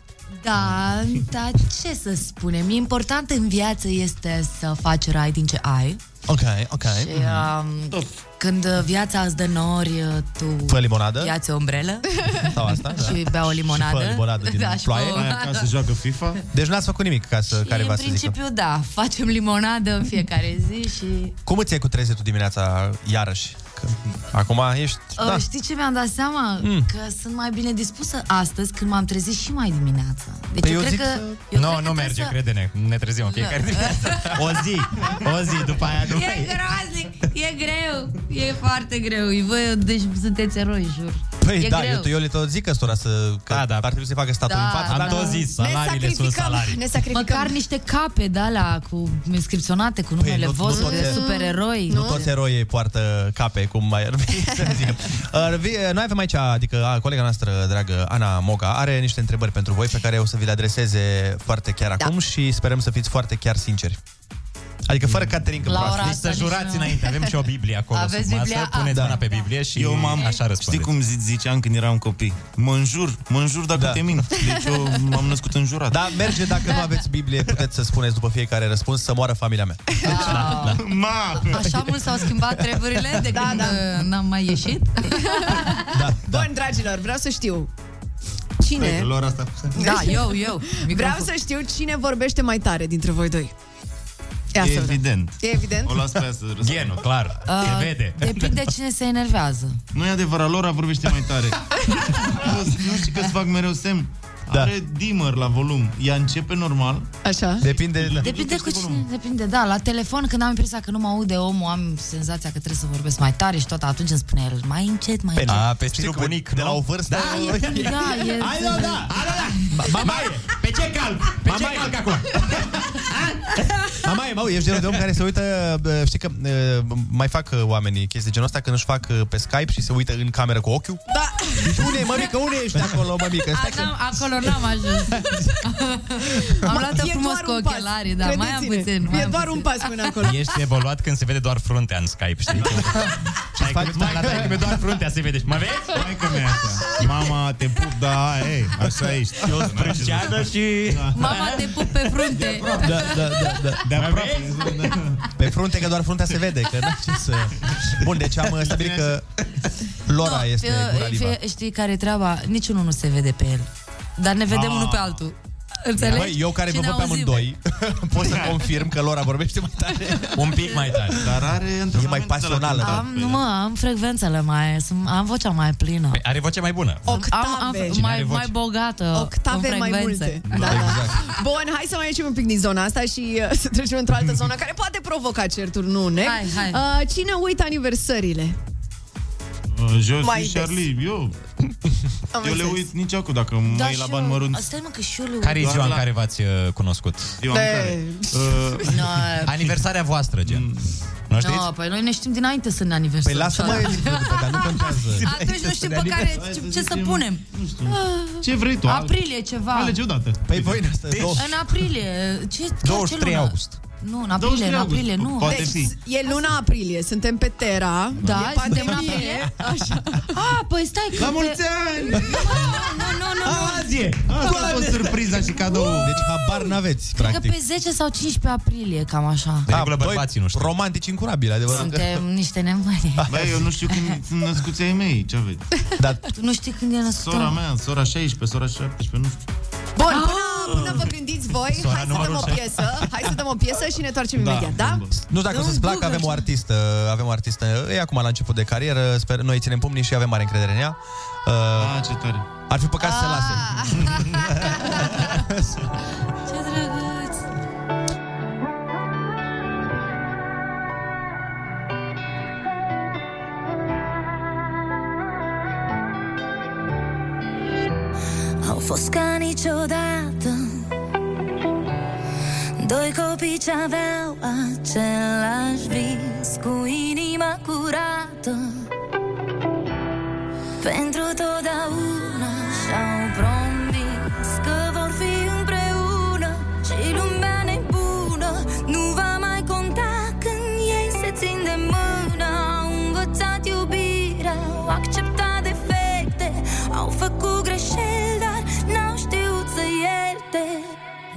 Speaker 9: Da, dar ce să spunem? Important în viață este să faci rai din ce ai.
Speaker 6: Ok, ok.
Speaker 9: Și uh,
Speaker 6: Mm-hmm.
Speaker 9: um, când uh, viața îți dă nori, uh, tu
Speaker 6: Fă limonadă?
Speaker 9: ia-ți o umbrelă
Speaker 6: Sau asta, da.
Speaker 9: și bea o limonadă.
Speaker 6: Și fă limonadă din
Speaker 9: Da, și
Speaker 6: ploaie.
Speaker 9: fă-
Speaker 6: joacă FIFA. Deci n-ați făcut nimic ca să, care
Speaker 9: Și
Speaker 6: va
Speaker 9: în
Speaker 6: să zică.
Speaker 9: principiu, da, facem limonadă în fiecare zi și...
Speaker 6: Cum îți iei cu trezitul dimineața iarăși? Că acum ești...
Speaker 9: Uh,
Speaker 6: da.
Speaker 9: Știi ce mi-am dat seama?
Speaker 6: Mm.
Speaker 9: Că sunt mai bine dispusă astăzi când m-am trezit și mai dimineață. Deci
Speaker 6: Păi
Speaker 9: eu, cred că...
Speaker 10: Nu,
Speaker 9: Eu
Speaker 10: no,
Speaker 9: cred
Speaker 10: nu
Speaker 9: că
Speaker 10: merge,
Speaker 9: trebuie să- Da.
Speaker 10: crede-ne. Ne trezim în fiecare dimineață. O zi, o zi, după aia nu
Speaker 9: E groaznic, e greu, e foarte greu. Voi, deci sunteți eroi, jur.
Speaker 6: Păi
Speaker 9: e
Speaker 6: da,
Speaker 9: greu.
Speaker 6: eu, eu le tot zic ăstora să, că da, da. ar trebui să facă statul
Speaker 9: Da,
Speaker 6: în față.
Speaker 9: Am
Speaker 6: dar-
Speaker 9: tot zis,
Speaker 10: salariile sunt salarii.
Speaker 8: Ne sacrificăm.
Speaker 9: Măcar niște cape de alea cu inscripționate cu numele
Speaker 6: Păi, nu- nu
Speaker 9: vostru
Speaker 6: toate-
Speaker 9: de supereroi.
Speaker 6: Nu toți eroii poartă cape, cum mai ar fi să zicem. Ar fi- Noi avem aici, adică a, colega noastră dragă, Ana Moca, are niște întrebări pentru voi pe care o să vi le adreseze foarte chiar acum și sperăm să fiți foarte chiar sinceri. Adică fără catering în
Speaker 10: La
Speaker 6: proaspăt.
Speaker 10: ora Deci să asta nici jurați nu- înainte. Avem și o Biblie acolo Aveți sub masă. Biblia? Puneți
Speaker 9: Ah,
Speaker 10: Da. mâna pe Biblie și
Speaker 23: Eu m-am,
Speaker 10: așa răspundeți.
Speaker 23: Știi cum zi- ziceam când eram copii? Mă înjur, mă înjur dacă
Speaker 6: Da.
Speaker 23: te mint. Deci eu m-am născut înjurat.
Speaker 6: Da, merge dacă nu aveți Biblie, puteți să spuneți după fiecare răspuns să moară familia mea.
Speaker 9: Da,
Speaker 6: da. Ma!
Speaker 9: Așa mult s-au schimbat treburile de când uh, n-am mai ieșit.
Speaker 8: Bun, dragilor, vreau să știu
Speaker 9: Păi,
Speaker 8: cine...
Speaker 23: asta.
Speaker 8: Da, eu, eu. Vreau să știu cine vorbește mai tare dintre voi doi. Ia să vedem.
Speaker 23: Evident.
Speaker 8: E evident?
Speaker 23: O las pe ea să răspundă. Genul,
Speaker 10: clar.
Speaker 9: Uh, Depinde cine se enervează.
Speaker 23: Nu e adevărat, Laura vorbește mai tare. nu, nu știi că îți fac mereu semn. Da. Are dimmer la volum. Ea începe normal.
Speaker 8: Așa.
Speaker 6: Depinde.
Speaker 9: Depinde cu cine, depinde, da, la telefon când am impresia că nu mă aude omul, am senzația că trebuie să vorbesc mai tare și tot atunci îmi spune el, mai încet, mai încet.
Speaker 10: pe stilul bunic, De
Speaker 6: la o vârstă...
Speaker 9: Da, e, da, e...
Speaker 10: Hai, da, da,
Speaker 6: da.
Speaker 10: Mamaie, pe ce calc? Pe ce calc acum?
Speaker 6: Mamaie, mă, ești genul de om care se uită, bă, știi că e, mai fac e, oamenii chestii de genul ăsta când își fac e, pe Skype și se uită în cameră cu ochiul.
Speaker 8: Da.
Speaker 6: Unde e, mămică, unde ești acolo, mămică? Stai că...
Speaker 9: N-am, acolo n-am ajuns. am luat-o
Speaker 8: E
Speaker 9: frumos
Speaker 8: doar
Speaker 9: cu
Speaker 8: un pas.
Speaker 9: ochelarii, da, mai am
Speaker 8: Credeți-ne,
Speaker 9: puțin. Mai
Speaker 8: E
Speaker 9: am
Speaker 8: doar
Speaker 9: puțin.
Speaker 8: un pas până acolo.
Speaker 10: Ești evoluat când se vede doar fruntea în Skype,
Speaker 23: Da.
Speaker 10: știi? Și ai când mai ai când doar fruntea se vede. Mă vezi?
Speaker 23: Hai că mi așa. Mama, te pup, da, ei, așa ești. Da. Eu
Speaker 10: sprânceană și...
Speaker 9: Mama te pup pe frunte. Păi,
Speaker 6: Da, da, da, da.
Speaker 23: De aproape.
Speaker 6: Pe frunte, că doar fruntea se vede, că n-am ce să... Bun, deci am e, stabilit că Lora
Speaker 9: Nu,
Speaker 6: este
Speaker 9: fie-
Speaker 6: gura liva.
Speaker 9: fie- Știi care e treaba? Niciunul nu se vede pe el. Dar ne vedem
Speaker 6: Ah.
Speaker 9: unul pe altul. Înțelegi?
Speaker 6: Băi, eu care
Speaker 9: Și
Speaker 6: vă
Speaker 9: ne
Speaker 6: văd pe
Speaker 9: auzim.
Speaker 6: amândoi, pot
Speaker 23: Da.
Speaker 6: să confirm că Lora vorbește mai tare.
Speaker 10: Un pic mai tare.
Speaker 23: Dar are
Speaker 6: E mai pasională. da.
Speaker 9: Am, nu mă, am frecvențele mai, sunt, am vocea mai plină.
Speaker 10: Păi, Are vocea mai bună.
Speaker 8: Octave.
Speaker 9: Am, am,
Speaker 8: Cine
Speaker 9: mai,
Speaker 10: are voce?
Speaker 9: mai bogată
Speaker 8: Octave
Speaker 9: în
Speaker 8: mai
Speaker 9: frecvențe.
Speaker 8: multe. Da, da. Bun, hai să mai ieșim un pic din zona asta și uh, să trecem într-o altă zonă care poate provoca certuri, nu ne?
Speaker 9: Hai, hai.
Speaker 8: Uh, cine uită aniversările?
Speaker 23: Jos
Speaker 8: Mai
Speaker 23: și
Speaker 8: des.
Speaker 23: Charlie, eu. eu le
Speaker 8: înțeles.
Speaker 23: uit nici acum, dacă mă
Speaker 9: Da,
Speaker 23: uit la
Speaker 9: și
Speaker 23: bani
Speaker 9: eu-
Speaker 23: mărunt.
Speaker 9: Stai mă că și eu le uit.
Speaker 10: Care e
Speaker 23: Doar
Speaker 10: ziua în
Speaker 23: la-
Speaker 10: care v-ați uh, cunoscut?
Speaker 23: Ziua în care? Uh, Mm.
Speaker 9: No,
Speaker 10: Aniversarea voastră, gen. Nu știți? Păi
Speaker 9: no, păi noi ne știm dinainte să ne aniversăm.
Speaker 6: dar nu contează.
Speaker 9: Atunci nu știu pe care, ce, ce să punem.
Speaker 23: Ce vrei tu?
Speaker 9: Aprilie ceva.
Speaker 23: Alege odată.
Speaker 6: Păi voi, asta
Speaker 23: Deci-
Speaker 9: În aprilie. Ce, chiar ce
Speaker 23: 23
Speaker 9: lună?
Speaker 23: august.
Speaker 9: Nu, în aprilie, în
Speaker 23: 23 august.
Speaker 9: aprilie, nu.
Speaker 23: Poate fi.
Speaker 8: Deci E luna aprilie, suntem pe Terra.
Speaker 9: Da,
Speaker 8: e pandemie.
Speaker 9: suntem în aprilie. Așa. A, păi stai că...
Speaker 23: La
Speaker 9: pe-
Speaker 23: mulți ani!
Speaker 9: Nu, nu, nu, nu.
Speaker 23: Azi e! Asta a fost surpriza și cadou.
Speaker 6: Deci habar n-aveți,
Speaker 9: Cred că
Speaker 6: practic.
Speaker 9: pe 10 sau 15 aprilie, cam așa.
Speaker 6: Da, bărbații, nu știu. Romantici incurabili, adevărat.
Speaker 9: Suntem niște nemâni.
Speaker 23: Băi, eu nu știu când sunt născuți ai mei, ce aveți?
Speaker 9: Tu nu știi când e născut.
Speaker 23: Sora mea, sora 16, sora 17, nu știu.
Speaker 8: Bun, până, până vă gândiți voi,
Speaker 23: Sora
Speaker 8: hai să dăm
Speaker 23: numărul
Speaker 8: o
Speaker 23: șase.
Speaker 8: piesă, hai să dăm o piesă și ne întoarcem imediat, da?
Speaker 6: Nu știu dacă o să-ți placă, avem o artistă, avem o artistă, e acum la început de carieră, sper, noi îi ținem pumnii și avem mare încredere în ea. Uh,
Speaker 23: A, Ah, ce tare.
Speaker 6: Ar fi păcat să se lase.
Speaker 9: Ah. Ce drăguț!
Speaker 24: Au fost ca niciodată Doi copii ce aveau același vis Cu inima curată Pentru totdeauna și-au promis Că vor fi împreună Și lumea nebună Nu va mai conta când ei se țin de mână Au învățat iubirea, au acceptat defecte Au făcut greșeli, dar n-au știut să ierte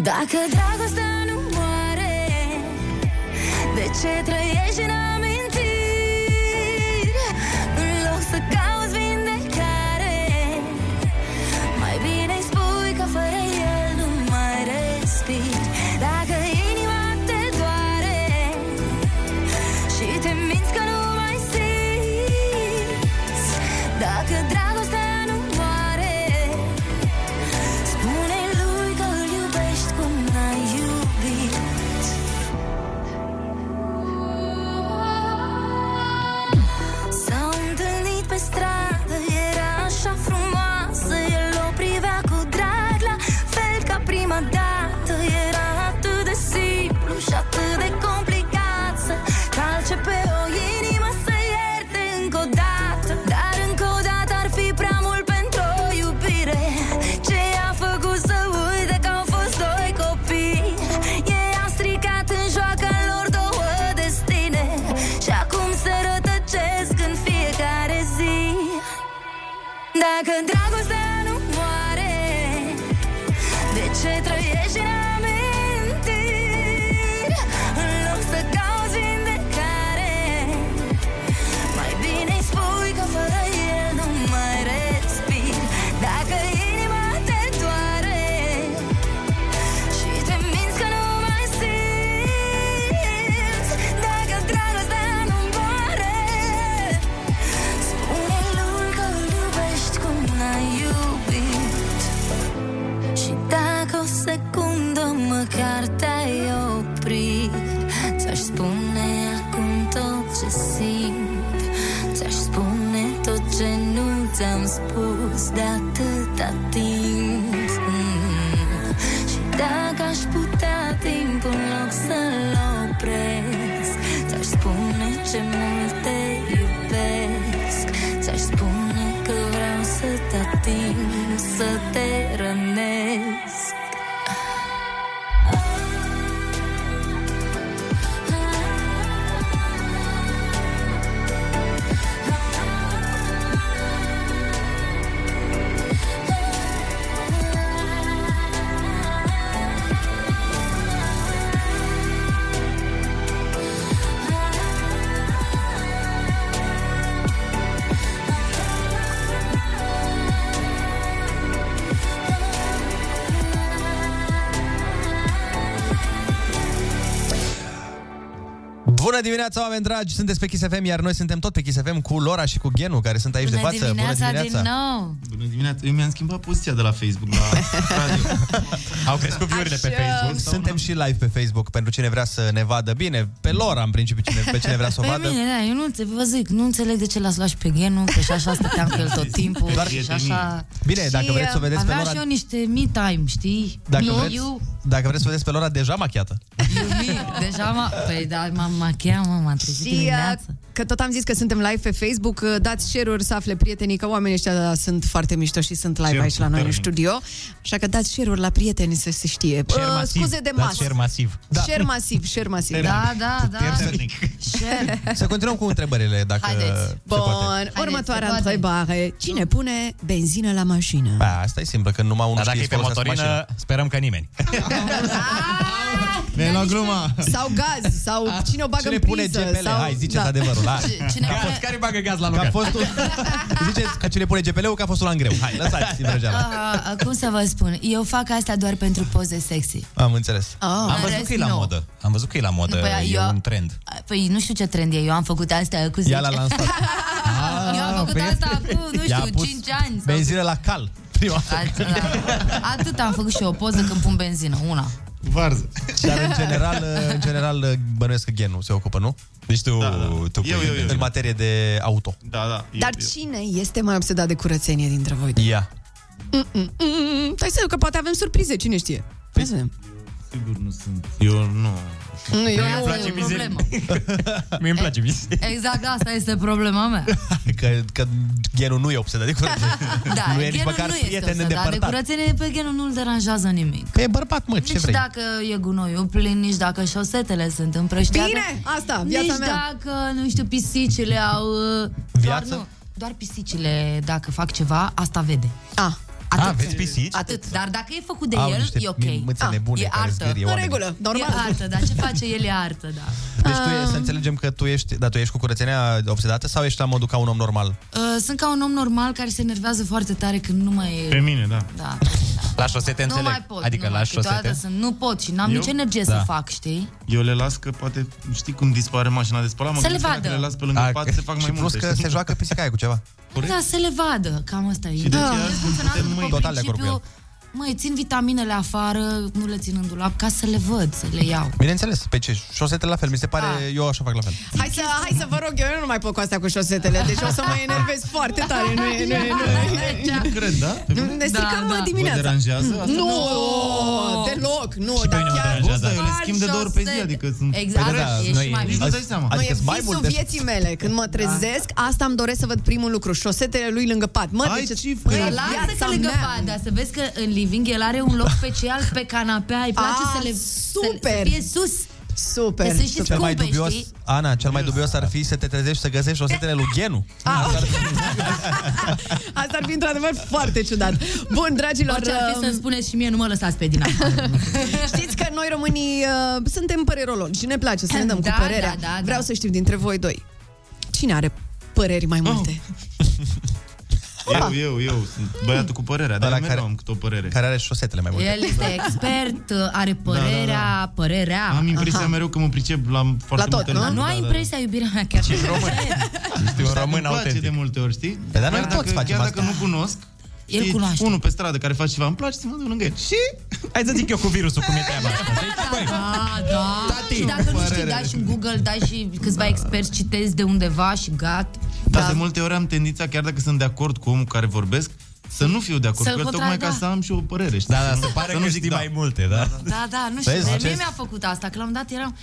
Speaker 24: Dacă dragostea nu moare De ce trăiești în amintiri? În loc să cauți vindecare Mai bine îi spui că fără el nu mai respiri Dacă inima te doare Și te minți că nu mai simți prima dată era atât de simplu și atât de complicat să calce pe o inimă să ierte încă o dată. Dar încă o dată ar fi prea mult pentru o iubire. Ce a făcut să uite că au fost doi copii? Ei a stricat în joaca lor două destine și acum se rătăcesc în fiecare zi. Dacă dragostea nu moare, de ce trăiești în amintiri? În loc să cauți vindecare, mai bine îi spui că fără el nu mai respiri. Dacă inima te doare și te minți că nu mai simți, dacă dragostea nu moare, spune lui că îl iubești cum n-ai iubit. Și dacă o secundă măcar te-ai oprit Ți-aș spune acum tot ce simt Ți-aș spune tot ce nu ți-am spus de atâta timp Mm. Și dacă aș putea timpul în loc să-l opresc Ți-aș spune ce mult te iubesc Ți-aș spune că vreau să te ating, nu să te rănesc
Speaker 6: Bună dimineața, oameni dragi! Sunteți pe Kiss FM, iar noi suntem tot pe Kiss FM cu Lora și cu Genu, care sunt aici de față.
Speaker 9: din nou!
Speaker 23: Bună dimineața! Eu mi-am schimbat poziția de la Facebook la radio.
Speaker 6: Au crescut view-urile pe Facebook. Suntem și live pe Facebook pentru cine vrea să ne vadă bine. Pe Lora, în principiu, cine, pe cine vrea să o
Speaker 9: Păi
Speaker 6: vadă.
Speaker 9: bine, da, eu nu te vă zic, nu înțeleg de ce l-ați luat și pe genul, că și așa stăteam cu el tot timpul.
Speaker 6: Doar
Speaker 9: și
Speaker 6: prietenii.
Speaker 9: așa...
Speaker 6: Bine, dacă
Speaker 9: și,
Speaker 6: vreți să o vedeți pe
Speaker 9: aveam
Speaker 6: Lora-
Speaker 9: și eu niște me time, știi?
Speaker 6: Dacă
Speaker 9: Nu,
Speaker 6: vreți,
Speaker 9: eu,
Speaker 6: dacă vreți să vedeți pe Lora deja machiată.
Speaker 9: Da, deja m-a... Păi da, m-am machiat, mă, m-am trezit
Speaker 8: Și
Speaker 9: dimineața.
Speaker 8: uh, că tot am zis că suntem live pe Facebook, uh, dați share-uri să afle prietenii că oamenii ăștia uh, sunt foarte mișto și sunt live
Speaker 10: Share
Speaker 8: aici la noi în
Speaker 10: puternic.
Speaker 8: studio. Așa că dați share-uri la prieteni să se știe.
Speaker 10: Share
Speaker 8: Uh,
Speaker 10: masiv.
Speaker 8: scuze de
Speaker 10: Dați
Speaker 8: masă.
Speaker 10: Share masiv.
Speaker 6: Da.
Speaker 8: Share masiv, share masiv.
Speaker 9: Da, da, da.
Speaker 6: Să continuăm cu întrebările, dacă
Speaker 8: Haideți.
Speaker 6: se poate.
Speaker 8: Bun, următoarea întrebare. Cine pune benzină la mașină?
Speaker 6: Ba, asta e simplu, că numai unul
Speaker 10: Dar dacă
Speaker 6: știe
Speaker 10: e pe
Speaker 6: să folosească
Speaker 10: motorină,
Speaker 6: mașina.
Speaker 10: sperăm că nimeni.
Speaker 6: Mi-ai luat gluma. Ah,
Speaker 8: Sau gaz, sau cine o bagă
Speaker 6: Cine
Speaker 8: în
Speaker 6: pune
Speaker 8: priză,
Speaker 6: GPL?
Speaker 8: sau... Da.
Speaker 6: Hai, ziceți adevărul, da. hai. Cine
Speaker 10: a fost care bagă gaz la
Speaker 6: Că a
Speaker 10: Lucan?
Speaker 6: fost un... Ziceți că cine pune GPL-ul că a fost un an greu. Hai, lăsați vrăjeala.
Speaker 9: Uh, cum să vă spun? Eu fac asta doar pentru poze sexy.
Speaker 6: Am înțeles.
Speaker 9: Oh.
Speaker 10: Am
Speaker 9: În
Speaker 10: văzut
Speaker 9: rest,
Speaker 10: că e la
Speaker 9: nu.
Speaker 10: modă. Am văzut că e la modă.
Speaker 9: Păi,
Speaker 10: e
Speaker 9: eu-
Speaker 10: un trend.
Speaker 9: Păi nu știu ce trend e, eu am făcut asta cu 10.
Speaker 10: l-a lansat.
Speaker 9: eu am făcut
Speaker 6: păi
Speaker 9: asta acum, nu
Speaker 6: I-a
Speaker 9: știu,
Speaker 6: pus
Speaker 9: 5 ani. sau-
Speaker 6: Benzină la cal. Prima
Speaker 9: Altă- Atât am făcut și eu o poză când pun benzină, una.
Speaker 6: Varză. Dar în general, în general bănuiesc că genul se ocupă, nu? Deci tu, da, da. tu eu, eu, eu, în materie de auto. Da, da.
Speaker 8: Dar cine este mai obsedat de curățenie dintre voi? Mm,
Speaker 6: Ia.
Speaker 8: Mm-mm, mm-mm. Hai să zic că poate avem surprize, cine știe?
Speaker 6: Păi-
Speaker 8: Hai să vedem.
Speaker 23: Sigur nu sunt. Eu nu.
Speaker 8: Nu, eu-
Speaker 9: Mie îmi place Eu- mizerie.
Speaker 6: Mie îmi place mizerie.
Speaker 9: Exact asta este problema mea.
Speaker 6: Că, că genul nu e obsedat de curățenie.
Speaker 9: Da,
Speaker 6: nu e nici
Speaker 9: genul
Speaker 6: măcar
Speaker 9: nu este
Speaker 6: prieten
Speaker 9: obsedat de
Speaker 6: îndepărtat.
Speaker 9: curățenie, pe genul nu-l deranjează nimic.
Speaker 6: Că e bărbat, mă, ce
Speaker 9: nici
Speaker 6: vrei?
Speaker 9: Deci dacă e gunoiul plin, nici dacă șosetele sunt împrăștiate.
Speaker 8: Bine, asta, viața
Speaker 9: nici
Speaker 8: mea.
Speaker 9: dacă, nu știu, pisicile au... uh, Doar, nu, doar pisicile, dacă fac ceva, asta vede.
Speaker 8: A.
Speaker 9: Atât.
Speaker 10: A, vezi pisici?
Speaker 9: Atât, dar dacă e făcut de
Speaker 10: Au
Speaker 9: el,
Speaker 10: niște
Speaker 9: e ok.
Speaker 10: mâțe nebune
Speaker 9: e
Speaker 10: care
Speaker 9: artă.
Speaker 10: zgârie În oamenii. regulă,
Speaker 8: normal.
Speaker 9: E artă, dar ce face el e artă, da.
Speaker 6: Deci tu e, să înțelegem că tu ești, da, tu ești cu curățenia obsedată sau ești la modul ca un om normal?
Speaker 9: Uh, Sunt ca un om normal care se enervează foarte tare când nu mai e...
Speaker 6: mine, da.
Speaker 9: Da.
Speaker 10: La șosete
Speaker 9: Nu
Speaker 10: înțeleg.
Speaker 9: mai pot.
Speaker 10: adică
Speaker 9: nu,
Speaker 10: la
Speaker 9: mai- câteodată
Speaker 10: șosete.
Speaker 9: Sunt, nu pot și n-am
Speaker 23: Eu?
Speaker 9: nici energie
Speaker 23: Da.
Speaker 9: să fac, știi?
Speaker 23: Eu le las că poate, știi cum dispare mașina de spălat? Mă
Speaker 9: Să le
Speaker 23: gândesc că
Speaker 9: vadă.
Speaker 23: Dacă le las pe lângă
Speaker 6: Da,
Speaker 23: pat,
Speaker 6: că-
Speaker 23: se fac
Speaker 6: și
Speaker 23: mai
Speaker 6: plus
Speaker 23: multe.
Speaker 6: că se joacă pisica aia cu ceva.
Speaker 9: Da, să le vadă, cam asta e.
Speaker 23: de
Speaker 9: Da.
Speaker 23: aceea
Speaker 9: Eu
Speaker 23: sunt
Speaker 9: funcționam
Speaker 23: de
Speaker 9: după
Speaker 23: mâini. Total de acord
Speaker 9: principiu, Măi, țin vitaminele afară, nu le țin în dulap, ca să le văd, să le iau.
Speaker 6: Bineînțeles, pe ce? Șosetele la fel, mi se pare,
Speaker 8: Da.
Speaker 6: eu așa fac la fel.
Speaker 8: Hai să, hai să vă rog, eu nu mai pot cu asta cu șosetele, deci o să mă enervez foarte tare. Nu e, nu e, nu e.
Speaker 23: Cred, da?
Speaker 9: Da,
Speaker 8: Nu, Ne stricăm da, dimineața.
Speaker 23: Vă deranjează?
Speaker 8: Nu,
Speaker 23: Nu!
Speaker 8: deloc, nu,
Speaker 23: Și
Speaker 8: dar
Speaker 23: pe mine mă
Speaker 8: chiar...
Speaker 23: deranjează, da, eu le schimb de două ori pe zi, adică sunt-
Speaker 8: Exact,
Speaker 23: Păi da,
Speaker 8: ești
Speaker 23: noi-
Speaker 8: mai
Speaker 23: nici nu dai seama.
Speaker 8: Adică
Speaker 23: Adică
Speaker 8: e
Speaker 23: sunt mai Da.
Speaker 8: visul
Speaker 23: multe.
Speaker 8: vieții mele. Când mă trezesc, asta îmi doresc să văd primul lucru. Șosetele lui lângă pat. Mă,
Speaker 23: Ai
Speaker 8: deci,
Speaker 23: cifre.
Speaker 8: mă,
Speaker 23: Păi,
Speaker 8: e
Speaker 9: Lasă
Speaker 8: viața
Speaker 9: că lângă
Speaker 8: mea.
Speaker 9: pada, să vezi că în living el are un loc special pe canapea, îi place
Speaker 8: A,
Speaker 9: să le
Speaker 8: super!
Speaker 9: Să, să fie sus.
Speaker 8: Super.
Speaker 9: Să și
Speaker 6: cel mai
Speaker 9: scumpe,
Speaker 6: dubios,
Speaker 9: știi?
Speaker 6: Ana, cel mai dubios ar fi să te trezești și să găsești șosetele lui Ghenu.
Speaker 9: Ah,
Speaker 8: Ah, Asta ar fi într-adevăr foarte ciudat. Bun, dragilor...
Speaker 9: Orice ar fi să-mi
Speaker 8: spuneți și mie, nu mă lăsați pe din Știți că noi românii uh, suntem părerologi și ne place să ne dăm
Speaker 9: Da,
Speaker 8: cu părerea.
Speaker 9: da, da, da.
Speaker 8: Vreau să știu dintre voi doi. Cine are păreri
Speaker 23: Oh,
Speaker 8: mai multe?
Speaker 10: Da.
Speaker 23: Eu, eu, eu sunt băiatul cu părerea, dar mereu am câte o părere. Da. Care
Speaker 6: are șosetele mai
Speaker 9: El este expert, are părerea,
Speaker 23: Da,
Speaker 9: părerea.
Speaker 23: Am impresia
Speaker 9: Aha.
Speaker 23: mereu că mă pricep la foarte multe
Speaker 9: nu?
Speaker 23: lucruri.
Speaker 9: Nu ai
Speaker 23: Da, da, da.
Speaker 9: impresia, iubirea mea, chiar și
Speaker 23: Știu, un român
Speaker 6: autentic.
Speaker 23: place de multe ori, știi?
Speaker 6: Păi, dar noi
Speaker 23: Chiar
Speaker 6: toți
Speaker 23: dacă-
Speaker 6: facem
Speaker 23: Chiar
Speaker 6: asta.
Speaker 23: dacă nu cunosc,
Speaker 9: El
Speaker 23: știi,
Speaker 9: cunoaște.
Speaker 23: Unul pe stradă care face ceva, îmi place să mă duc lângă el. Și...
Speaker 10: Hai să zic eu cu virusul cum e treaba
Speaker 9: Da, da.
Speaker 23: Tati,
Speaker 9: și dacă nu știi,
Speaker 23: părerele.
Speaker 9: dai și în Google, dai și câțiva experți, citezi de undeva și Da, gat.
Speaker 23: Dar Da, de multe ori am tendința, chiar dacă sunt de acord cu omul cu care vorbesc, să nu fiu de acord
Speaker 9: Să-l da.
Speaker 23: cu el, tocmai
Speaker 9: contrada.
Speaker 23: ca să am și o părere, știi?
Speaker 10: Da, da, se
Speaker 23: Să nu-
Speaker 10: pare
Speaker 23: să
Speaker 10: că
Speaker 23: nu zic
Speaker 10: știi
Speaker 23: da.
Speaker 10: mai multe, da?
Speaker 9: Da, da, nu știu,
Speaker 10: Vezi,
Speaker 9: de mie
Speaker 10: acest-
Speaker 9: mi-a făcut asta, că la un moment dat eram...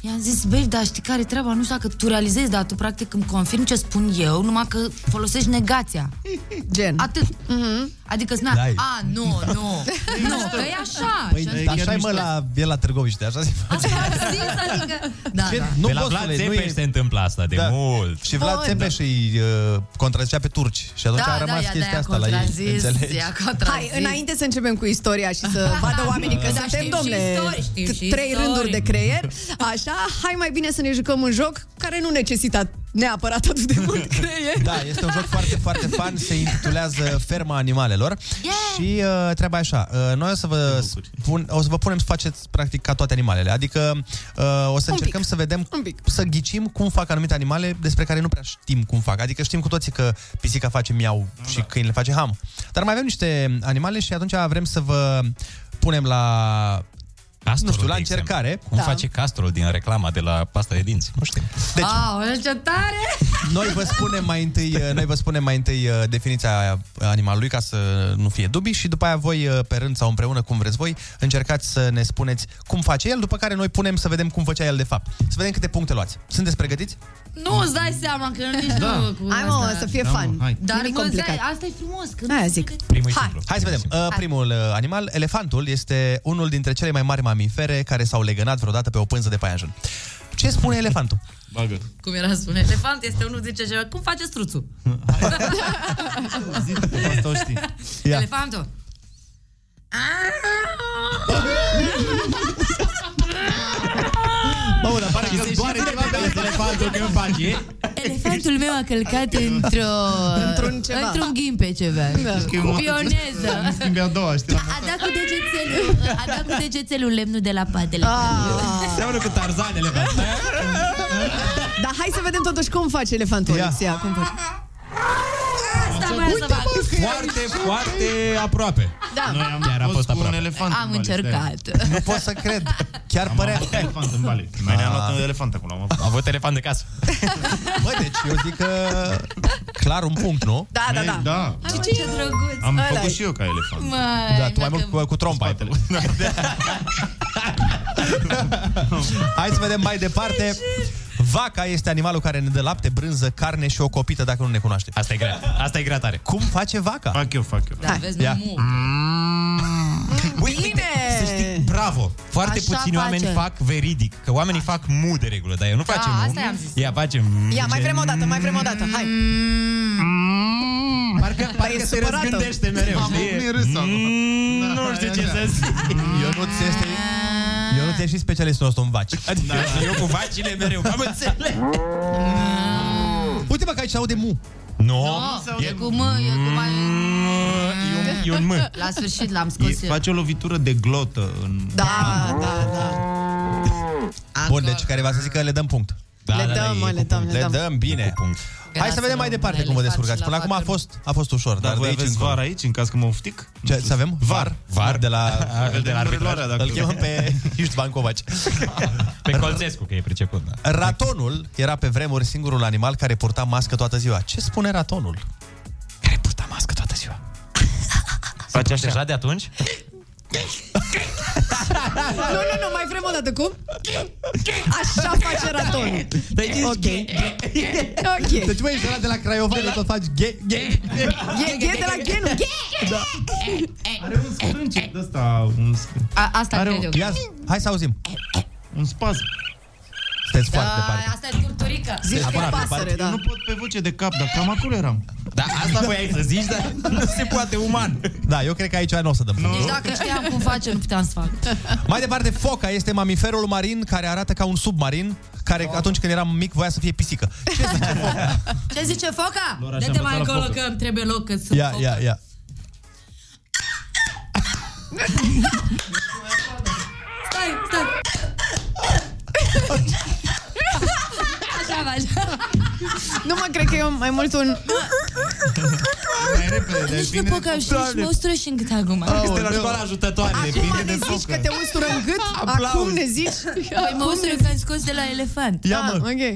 Speaker 9: I-am zis, babe, dar știi care e treaba? Nu știu dacă tu realizezi, dar tu practic îmi confirmi ce spun eu, numai că folosești negația.
Speaker 8: Gen. Mhm.
Speaker 9: Atât. Adică, na,
Speaker 6: Dai.
Speaker 9: a, nu, nu, nu, că e așa.
Speaker 6: Păi,
Speaker 9: și atunci-
Speaker 6: așa e mă la, e la Târgoviște, așa se face.
Speaker 9: Asta am zis, adică... Da,
Speaker 6: Ce-
Speaker 9: da.
Speaker 6: Nu,
Speaker 10: Pe la
Speaker 6: bostule,
Speaker 10: Vlad
Speaker 6: nu
Speaker 10: Țepeș
Speaker 6: e-
Speaker 10: se întâmplă asta de
Speaker 6: Da.
Speaker 10: mult.
Speaker 6: Și Vlad Țepeș îi uh, contrazicea pe turci și atunci
Speaker 8: Da,
Speaker 6: a
Speaker 8: da,
Speaker 6: rămas
Speaker 8: ea
Speaker 6: chestia
Speaker 8: de-aia
Speaker 6: asta la ei,
Speaker 8: contrazis,
Speaker 6: înțelegi?
Speaker 9: ea contrazis.
Speaker 8: Hai, înainte să începem cu istoria și să vadă oamenii că
Speaker 9: Da,
Speaker 8: suntem,
Speaker 9: știm și
Speaker 8: domne,
Speaker 9: istorie, știm și
Speaker 8: t- trei
Speaker 9: istorie.
Speaker 8: rânduri de creier, așa, hai mai bine să ne jucăm un joc care nu necesită neapărat atât de mult creier.
Speaker 6: Da, este un joc foarte, foarte fun, se intitulează Ferma Animalelor și uh, treaba e așa, uh, noi o să vă, spun, o să vă punem să faceți practic ca toate animalele, adică uh, o să încercăm să vedem, să ghicim cum fac anumite animale despre care nu prea știm cum fac, adică știm cu toții că pisica face miau
Speaker 10: Da.
Speaker 6: și câinele face ham, dar mai avem niște animale și atunci vrem să vă punem la...
Speaker 10: Castorul,
Speaker 6: nu știu, la
Speaker 10: de exemplu.
Speaker 6: încercare.
Speaker 9: Da.
Speaker 10: Cum face castrol din reclama de la pasta de dinți? Nu știu.
Speaker 6: Deci,
Speaker 9: Aoleu, ce tare!
Speaker 6: Noi vă spunem mai întâi, uh, noi vă spunem mai întâi uh, definiția animalului ca să nu fie dubii și după aia voi uh, pe rând sau împreună cum vreți voi încercați să ne spuneți cum face el, după care noi punem să vedem cum făcea el de fapt. Să vedem câte puncte luați. Sunteți pregătiți?
Speaker 9: Nu îți dai seama că nu ești
Speaker 6: Da.
Speaker 9: da. cu
Speaker 8: Hai, mă,
Speaker 9: asta.
Speaker 8: să fie Da, mă, fun. hai.
Speaker 9: Dar
Speaker 8: Nu-i
Speaker 9: mă, îți
Speaker 8: complicat.
Speaker 9: dai, asta e frumos. Că
Speaker 8: Aia
Speaker 9: nu
Speaker 8: zic.
Speaker 10: Primul
Speaker 8: Hai.
Speaker 6: Hai să vedem. Uh, primul uh, animal, elefantul, este unul dintre cele mai mari mamifere care s-au legănat vreodată pe o pânză de paianjen. Ce spune elefantul? Bagă.
Speaker 9: Cum era spune, elefant este unul zice ceva, cum face struțul?
Speaker 23: Asta o știi.
Speaker 6: Ia.
Speaker 9: Elefantul.
Speaker 23: Bă, dar pare că doare ceva pe elefantul când face.
Speaker 9: Elefantul meu a călcat într-o...
Speaker 23: Într-un ceva. Da.
Speaker 9: Într-un ghimpe ceva. Cu
Speaker 23: Îmi
Speaker 9: pioneză.
Speaker 23: schimbi a doua, știi?
Speaker 9: A dat cu degețelul, a dat cu degețelul lemnul de la patele.
Speaker 8: Ah,
Speaker 9: Ah.
Speaker 10: Seamănă cu Tarzan, elefant.
Speaker 8: Dar hai să vedem totuși cum face elefantul Alexia. Cum face?
Speaker 9: Asta mai să fac.
Speaker 10: Foarte, foarte aproape.
Speaker 9: Da.
Speaker 23: Noi am
Speaker 10: Chiar a fost aproape.
Speaker 23: elefant.
Speaker 9: Am încercat.
Speaker 6: Nu pot să cred. Chiar părea...
Speaker 23: Elefant
Speaker 10: Da.
Speaker 23: în Bali. Noi ne-am luat un elefant acolo. am avut.
Speaker 10: Am avut elefant de casă.
Speaker 6: Bă, deci eu zic că... Clar un punct, nu?
Speaker 8: Da, da, da.
Speaker 23: Da.
Speaker 9: Ai, mă, ce drăguț.
Speaker 23: Am
Speaker 9: Ăla-i.
Speaker 23: făcut și eu ca elefant.
Speaker 9: Măi,
Speaker 6: Da, tu mai mult cu, cu trompa ai făcut. Hai să vedem mai departe. Vaca este animalul care ne dă lapte, brânză, carne și o copită dacă nu ne cunoaște.
Speaker 10: Asta e grea. Asta e grea tare.
Speaker 6: Cum face vaca?
Speaker 23: Fac eu, fac eu.
Speaker 9: Da, vezi,
Speaker 6: Ia.
Speaker 9: nu.
Speaker 10: Uite, să știi, bravo! Foarte
Speaker 9: Așa
Speaker 10: puțini oameni
Speaker 9: face.
Speaker 10: fac veridic. Că oamenii fac mu de regulă, dar eu nu
Speaker 9: Da,
Speaker 10: facem
Speaker 9: asta i-am zis.
Speaker 10: mu. Ea face mu.
Speaker 8: Ia, mai
Speaker 10: Ce-
Speaker 8: vrem o dată, mai vrem o dată. Hai.
Speaker 6: Mm.
Speaker 8: Păi,
Speaker 10: Parcă,
Speaker 8: parcă se
Speaker 10: răzgândește mereu,
Speaker 23: Am
Speaker 10: știi?
Speaker 23: oprit
Speaker 9: Mm.
Speaker 23: râsul acum. Da,
Speaker 10: nu știu ce
Speaker 23: așa.
Speaker 10: să zic.
Speaker 6: Ionuț este...
Speaker 9: Ah.
Speaker 6: Ionuț e și specialistul nostru în vaci.
Speaker 10: Da, eu cu vacile mereu, am înțeles.
Speaker 6: Uite mă că aici se aude mu.
Speaker 10: Nu,
Speaker 9: No, Ah. Oh, e cu Da, mă, e cu mai...
Speaker 23: Mm, E un mă.
Speaker 9: La sfârșit l-am
Speaker 23: E,
Speaker 9: scos eu.
Speaker 23: face o lovitură de glotă în...
Speaker 8: Da, da, da.
Speaker 6: Bun, deci care va să zică le dăm punct.
Speaker 8: Le da, da, dăm, e mă, cu le punct. dăm, le dăm.
Speaker 6: Le dăm, bine. Hai să
Speaker 8: Lasă-l
Speaker 6: vedem mai
Speaker 8: la
Speaker 6: departe
Speaker 8: unele,
Speaker 6: cum vă
Speaker 8: faci
Speaker 6: descurcați.
Speaker 8: la
Speaker 6: Până acum a
Speaker 8: vacă.
Speaker 6: fost, a fost ușor,
Speaker 23: Dar
Speaker 6: dar de
Speaker 23: voi
Speaker 6: aici
Speaker 23: aveți
Speaker 6: încolo.
Speaker 23: var aici, în caz că mă oftic?
Speaker 6: Ce, să avem? Var. Var de la...
Speaker 23: de la arbitrarea, dacă-
Speaker 6: Îl chemăm pe Istvan Covaci.
Speaker 10: Pe Colțescu, că e priceput, da.
Speaker 6: Ratonul era pe vremuri singurul animal care purta mască toată ziua. Ce spune ratonul? Care purta mască toată ziua.
Speaker 10: Face așa. Deja de atunci?
Speaker 8: nu, nu, nu, mai vrem o dată. Cum? Așa face ratonul.
Speaker 25: Deci zici
Speaker 8: Ok.
Speaker 25: ok. Deci mă, ești ăla de la Craiova, de tot faci ghe, ghe, ghe.
Speaker 8: E, e de la genul. E!
Speaker 25: Da.
Speaker 23: Are un sprâncet de ăsta, un sprâncet.
Speaker 9: A, asta
Speaker 23: Are
Speaker 9: cred
Speaker 23: un...
Speaker 9: eu.
Speaker 23: Ia,
Speaker 6: hai să auzim.
Speaker 23: Un spasm.
Speaker 6: Sunteți
Speaker 9: Da, asta e turturică.
Speaker 23: Eu Nu pot pe voce de cap, dar cam acolo eram.
Speaker 10: Da, asta voiai să zici, dar nu se poate uman.
Speaker 6: Da, eu cred că aici nu o să dăm. Nu.
Speaker 9: Deci dacă știam cum face, nu puteam să fac.
Speaker 6: Mai departe, foca este mamiferul marin care arată ca un submarin care
Speaker 10: Da.
Speaker 6: atunci când eram mic voia să fie pisică.
Speaker 9: Ce zice foca?
Speaker 6: Lora,
Speaker 9: Dă-te
Speaker 6: și-am învățat
Speaker 9: mai
Speaker 6: la
Speaker 9: încolo
Speaker 6: focă.
Speaker 9: că îmi trebuie loc că sunt
Speaker 6: Ia,
Speaker 9: foca.
Speaker 6: ia, ia.
Speaker 9: Stai, stai.
Speaker 8: Așa face. Nu mă cred că e mai mult un...
Speaker 23: Mai
Speaker 8: Păi,
Speaker 23: repede, dar
Speaker 8: deci
Speaker 9: Nici nu
Speaker 23: bine.
Speaker 9: pot că și
Speaker 23: Doamne.
Speaker 9: mă ustură și în gât acum.
Speaker 23: Este la școala ajutătoare, depinde de
Speaker 8: Zici
Speaker 23: focă.
Speaker 8: că te ustură în gât?
Speaker 23: Aplauz.
Speaker 8: Acum ne zici?
Speaker 9: Păi mă ustură că am scos de la elefant.
Speaker 8: Ia, mă. Ah, ok.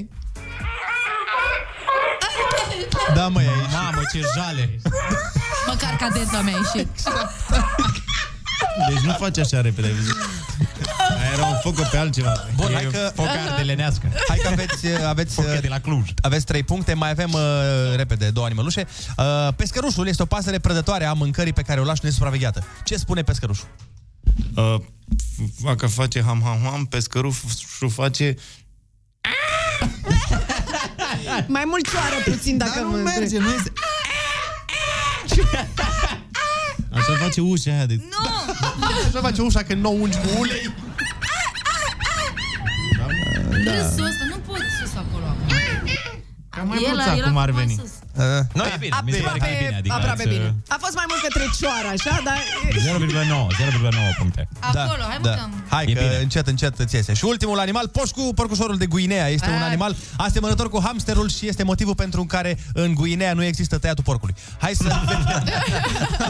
Speaker 6: Da, mă, e
Speaker 23: aici. Mamă, ce jale.
Speaker 9: Măcar cadența mea a ieșit.
Speaker 23: Da. Deci nu faci așa repede, ai văzut? Aia era un focă pe altceva.
Speaker 6: Bun, hai că...
Speaker 23: focar de lenească.
Speaker 6: Hai că aveți, uh, aveți, de la Cluj. aveți trei puncte, mai avem uh, repede două animălușe. Uh, pescărușul este o pasăre prădătoare a mâncării pe care o lași nesupravegheată. Ce spune pescărușul?
Speaker 23: Uh, Dacă face ham-ham-ham, pescărul și face...
Speaker 8: Mai mult cioară puțin dacă
Speaker 23: Dar nu
Speaker 8: mă-
Speaker 23: merge, nu este... Așa face ușa aia de...
Speaker 9: Nu!
Speaker 6: Așa face ușa când nu o ungi cu ulei.
Speaker 9: Râsul ăsta, nu pot sus acolo acum.
Speaker 23: Cam mai
Speaker 9: El
Speaker 23: mult
Speaker 9: era
Speaker 23: acum ar
Speaker 9: acum
Speaker 23: veni.
Speaker 9: sus.
Speaker 6: Uh,
Speaker 10: Nu, e bine, mi se pare că e bine. Adică
Speaker 8: aproape
Speaker 10: ați, uh,
Speaker 8: bine. A fost mai mult către cioară, așa, dar...
Speaker 10: 0,9, 0,9 puncte.
Speaker 8: Da,
Speaker 9: Acolo, hai mă că am-
Speaker 6: da. Hai că încet, încet îți iese. Și ultimul animal, poșcu, porcușorul de Guinea. Este un
Speaker 9: Ai.
Speaker 6: animal asemănător cu hamsterul și este motivul pentru care în Guinea nu există tăiatul porcului. Hai să
Speaker 8: Da.
Speaker 6: vedem.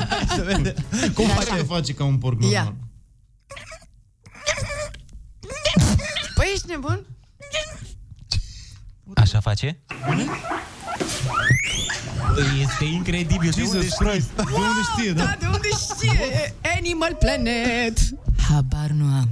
Speaker 6: Hai să vedem. Cum face?
Speaker 23: face ca un porc
Speaker 8: Ia. Păi ești nebun?
Speaker 10: Așa face? Este incredibil. De unde știi?
Speaker 23: De unde știe,
Speaker 8: Da, de unde știe? Animal Planet!
Speaker 9: Habar nu am.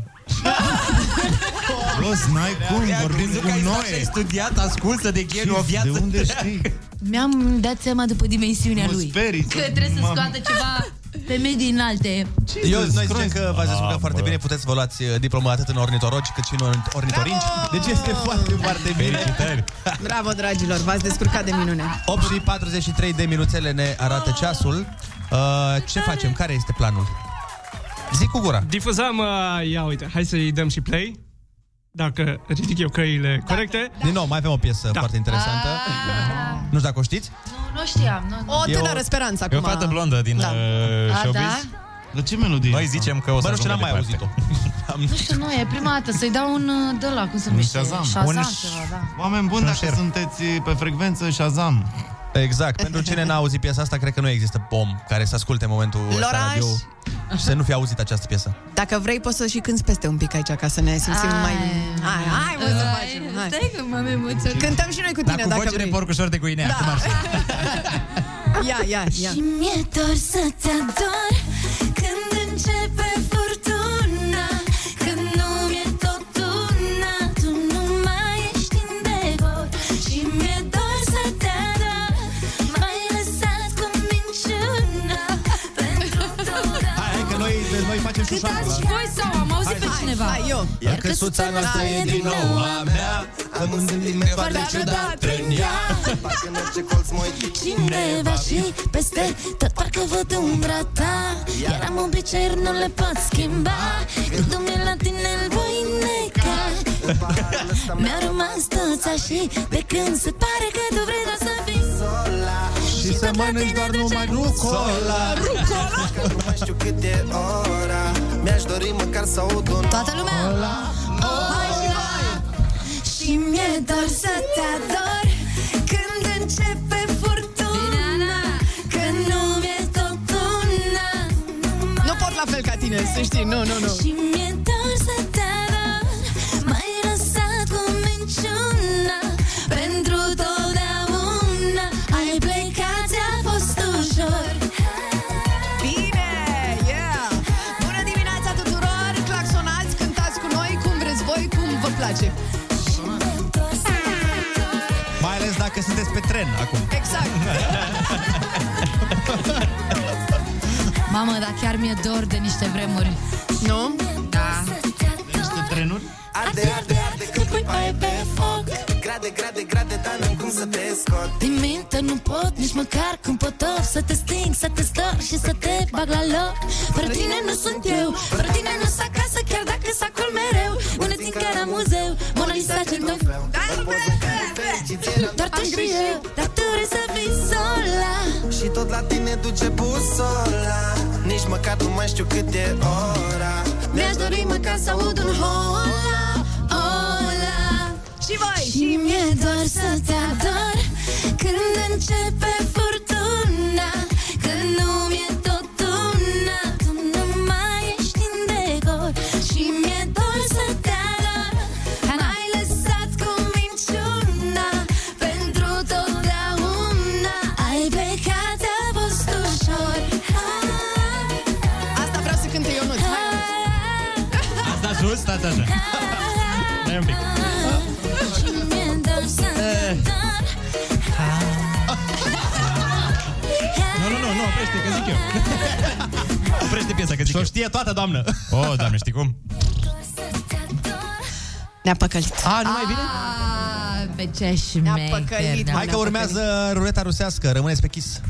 Speaker 23: Los, n-ai cum, vorbim cu noi.
Speaker 10: studiat, ascultă de
Speaker 23: Știți, De unde știi?
Speaker 9: Mi-am dat seama după dimensiunea
Speaker 23: Mă
Speaker 9: lui.
Speaker 23: sperii.
Speaker 9: Că trebuie să
Speaker 23: Mamă.
Speaker 9: scoată ceva femei din alte.
Speaker 6: Eu, noi zicem că v-ați descurcat foarte bine, puteți să vă luați uh, diploma atât în ornitorogi cât și în orn- ornitorinci. Deci este foarte, foarte bine. Felicitări!
Speaker 8: Bravo, dragilor, v-ați descurcat de minune.
Speaker 6: 8 și 43 de minuțele ne arată ceasul. Uh, ce facem? Care este planul? Zic cu gura.
Speaker 11: Difuzam, uh, ia uite, hai să-i dăm și play. Dacă ridic eu căile corecte. Da. Ah.
Speaker 6: Din nou, mai avem o piesă foarte interesantă. Nu știu dacă o știți.
Speaker 9: Nu, nu știam. Nu, nu.
Speaker 8: O
Speaker 6: E o-
Speaker 8: tânără speranță
Speaker 10: E
Speaker 8: acum.
Speaker 10: o fată blondă din da. uh,
Speaker 9: A,
Speaker 10: showbiz.
Speaker 9: da?
Speaker 23: Dar ce melodie?
Speaker 10: Noi zicem că o să
Speaker 6: Bă, nu știu,
Speaker 10: ajungă
Speaker 6: n-am mai
Speaker 10: departe.
Speaker 9: Nu știu, nu, e prima dată. Să-i dau un uh, de la, cum se numește?
Speaker 23: Shazam.
Speaker 9: Shazam,
Speaker 23: Un
Speaker 9: ceva, da.
Speaker 23: Oameni buni, dacă sunteți pe frecvență, Shazam.
Speaker 6: Exact. Pentru cine n-a auzit piesa asta, cred că nu există om care să asculte în momentul ăsta
Speaker 8: Loraș.
Speaker 6: radio și să nu fi auzit această piesă.
Speaker 8: Dacă vrei, poți să și cânti peste un pic aici, ca să ne simțim mai... Hai, hai, mă, să facem, hai.
Speaker 9: Stai că m-am emoționat.
Speaker 8: Cântăm și noi cu
Speaker 10: Dar
Speaker 8: tine,
Speaker 10: cu
Speaker 8: dacă
Speaker 10: voce de
Speaker 8: vrei.
Speaker 10: porcușor de guinea. Da. Cum ar fi?
Speaker 8: Ia, ia, ia.
Speaker 24: Și mi-e dor să te ador Când începe furtuna Când nu mi-e tot una Tu nu mai ești în devor Și mi-e dor să te ador M-ai lăsat cu minciuna Pentru totdeauna
Speaker 6: Hai că noi, deci noi facem și
Speaker 9: Dați și voi sau am auzit pe cineva?
Speaker 8: Hai, eu.
Speaker 6: Iar căsuța noastră e din nou a mea Am înzâlnit foarte ciudat în ea
Speaker 24: în orice colț mă Cineva și peste tot parcă văd umbra ta Iar am obiceiuri, nu le pot schimba Gândul la tine îl voi neca Mi-a rămas toța și de când se pare că tu vrei doar să fii sola
Speaker 6: Și să mănânci doar numai rucola
Speaker 25: Că nu mai știu cât e ora Mi-aș dori măcar să aud un
Speaker 9: Toată lumea?
Speaker 24: Hai și mai! Și mi-e dor să te ador Când începe furtuna Când nu mi-e tot una
Speaker 8: Nu pot la fel ca tine, să știi, nu, nu, nu.
Speaker 24: Și mi-e dor să te ador M-ai lăsat cu minciuna Pentru totdeauna Ai plecat, ți-a fost ușor
Speaker 8: Bine, yeah! Bună dimineața tuturor! Clar place.
Speaker 6: Mai ales dacă sunteți pe tren acum.
Speaker 8: Exact.
Speaker 9: Mamă, dar chiar mi-e dor de niște vremuri.
Speaker 8: Nu?
Speaker 9: Da.
Speaker 23: Niște trenuri?
Speaker 25: Arde, arde, arde când clipa e pe foc Grade, grade, grade, dar n-am cum să te scot
Speaker 24: Din minte nu pot nici măcar când potop Să te sting, să te stor și să te bag la loc Fără tine nu sunt eu, fără tine nu sunt acasă Chiar dacă s acolo mereu, unde țin chiar la muzeu Mona Lisa ce tot
Speaker 25: Da,
Speaker 24: Doar tu și eu, dar tu vrei să fii sola
Speaker 25: Și tot la tine duce busola Nici măcar nu mai știu cât e ora
Speaker 24: Mi-aș dori măcar să aud un hola, hola
Speaker 8: Și voi!
Speaker 24: Și mi-e dor să te ador Când începe furtuna Când nu mi-e tot una Tu nu mai ești în decor Și mi-e dor să te ador M-ai lăsat cu minciuna Pentru totdeauna Ai plecat a fost ușor
Speaker 8: Asta vreau să cânte eu nu
Speaker 23: Asta sus, stați așa. Dai un pic.
Speaker 24: Și mi-e dor să te ador
Speaker 10: Nu, nu, nu, nu, oprește, că zic eu. Oprește piesa, că zic Și-o știe toată, doamnă. O, oh, doamne, știi cum?
Speaker 8: Ne-a păcălit.
Speaker 6: A, nu mai bine?
Speaker 9: Pe ce șmecher,
Speaker 8: păcălit,
Speaker 9: da,
Speaker 6: Hai că
Speaker 9: ne-a
Speaker 6: urmează ruleta rusească. Rămâneți pe Kiss.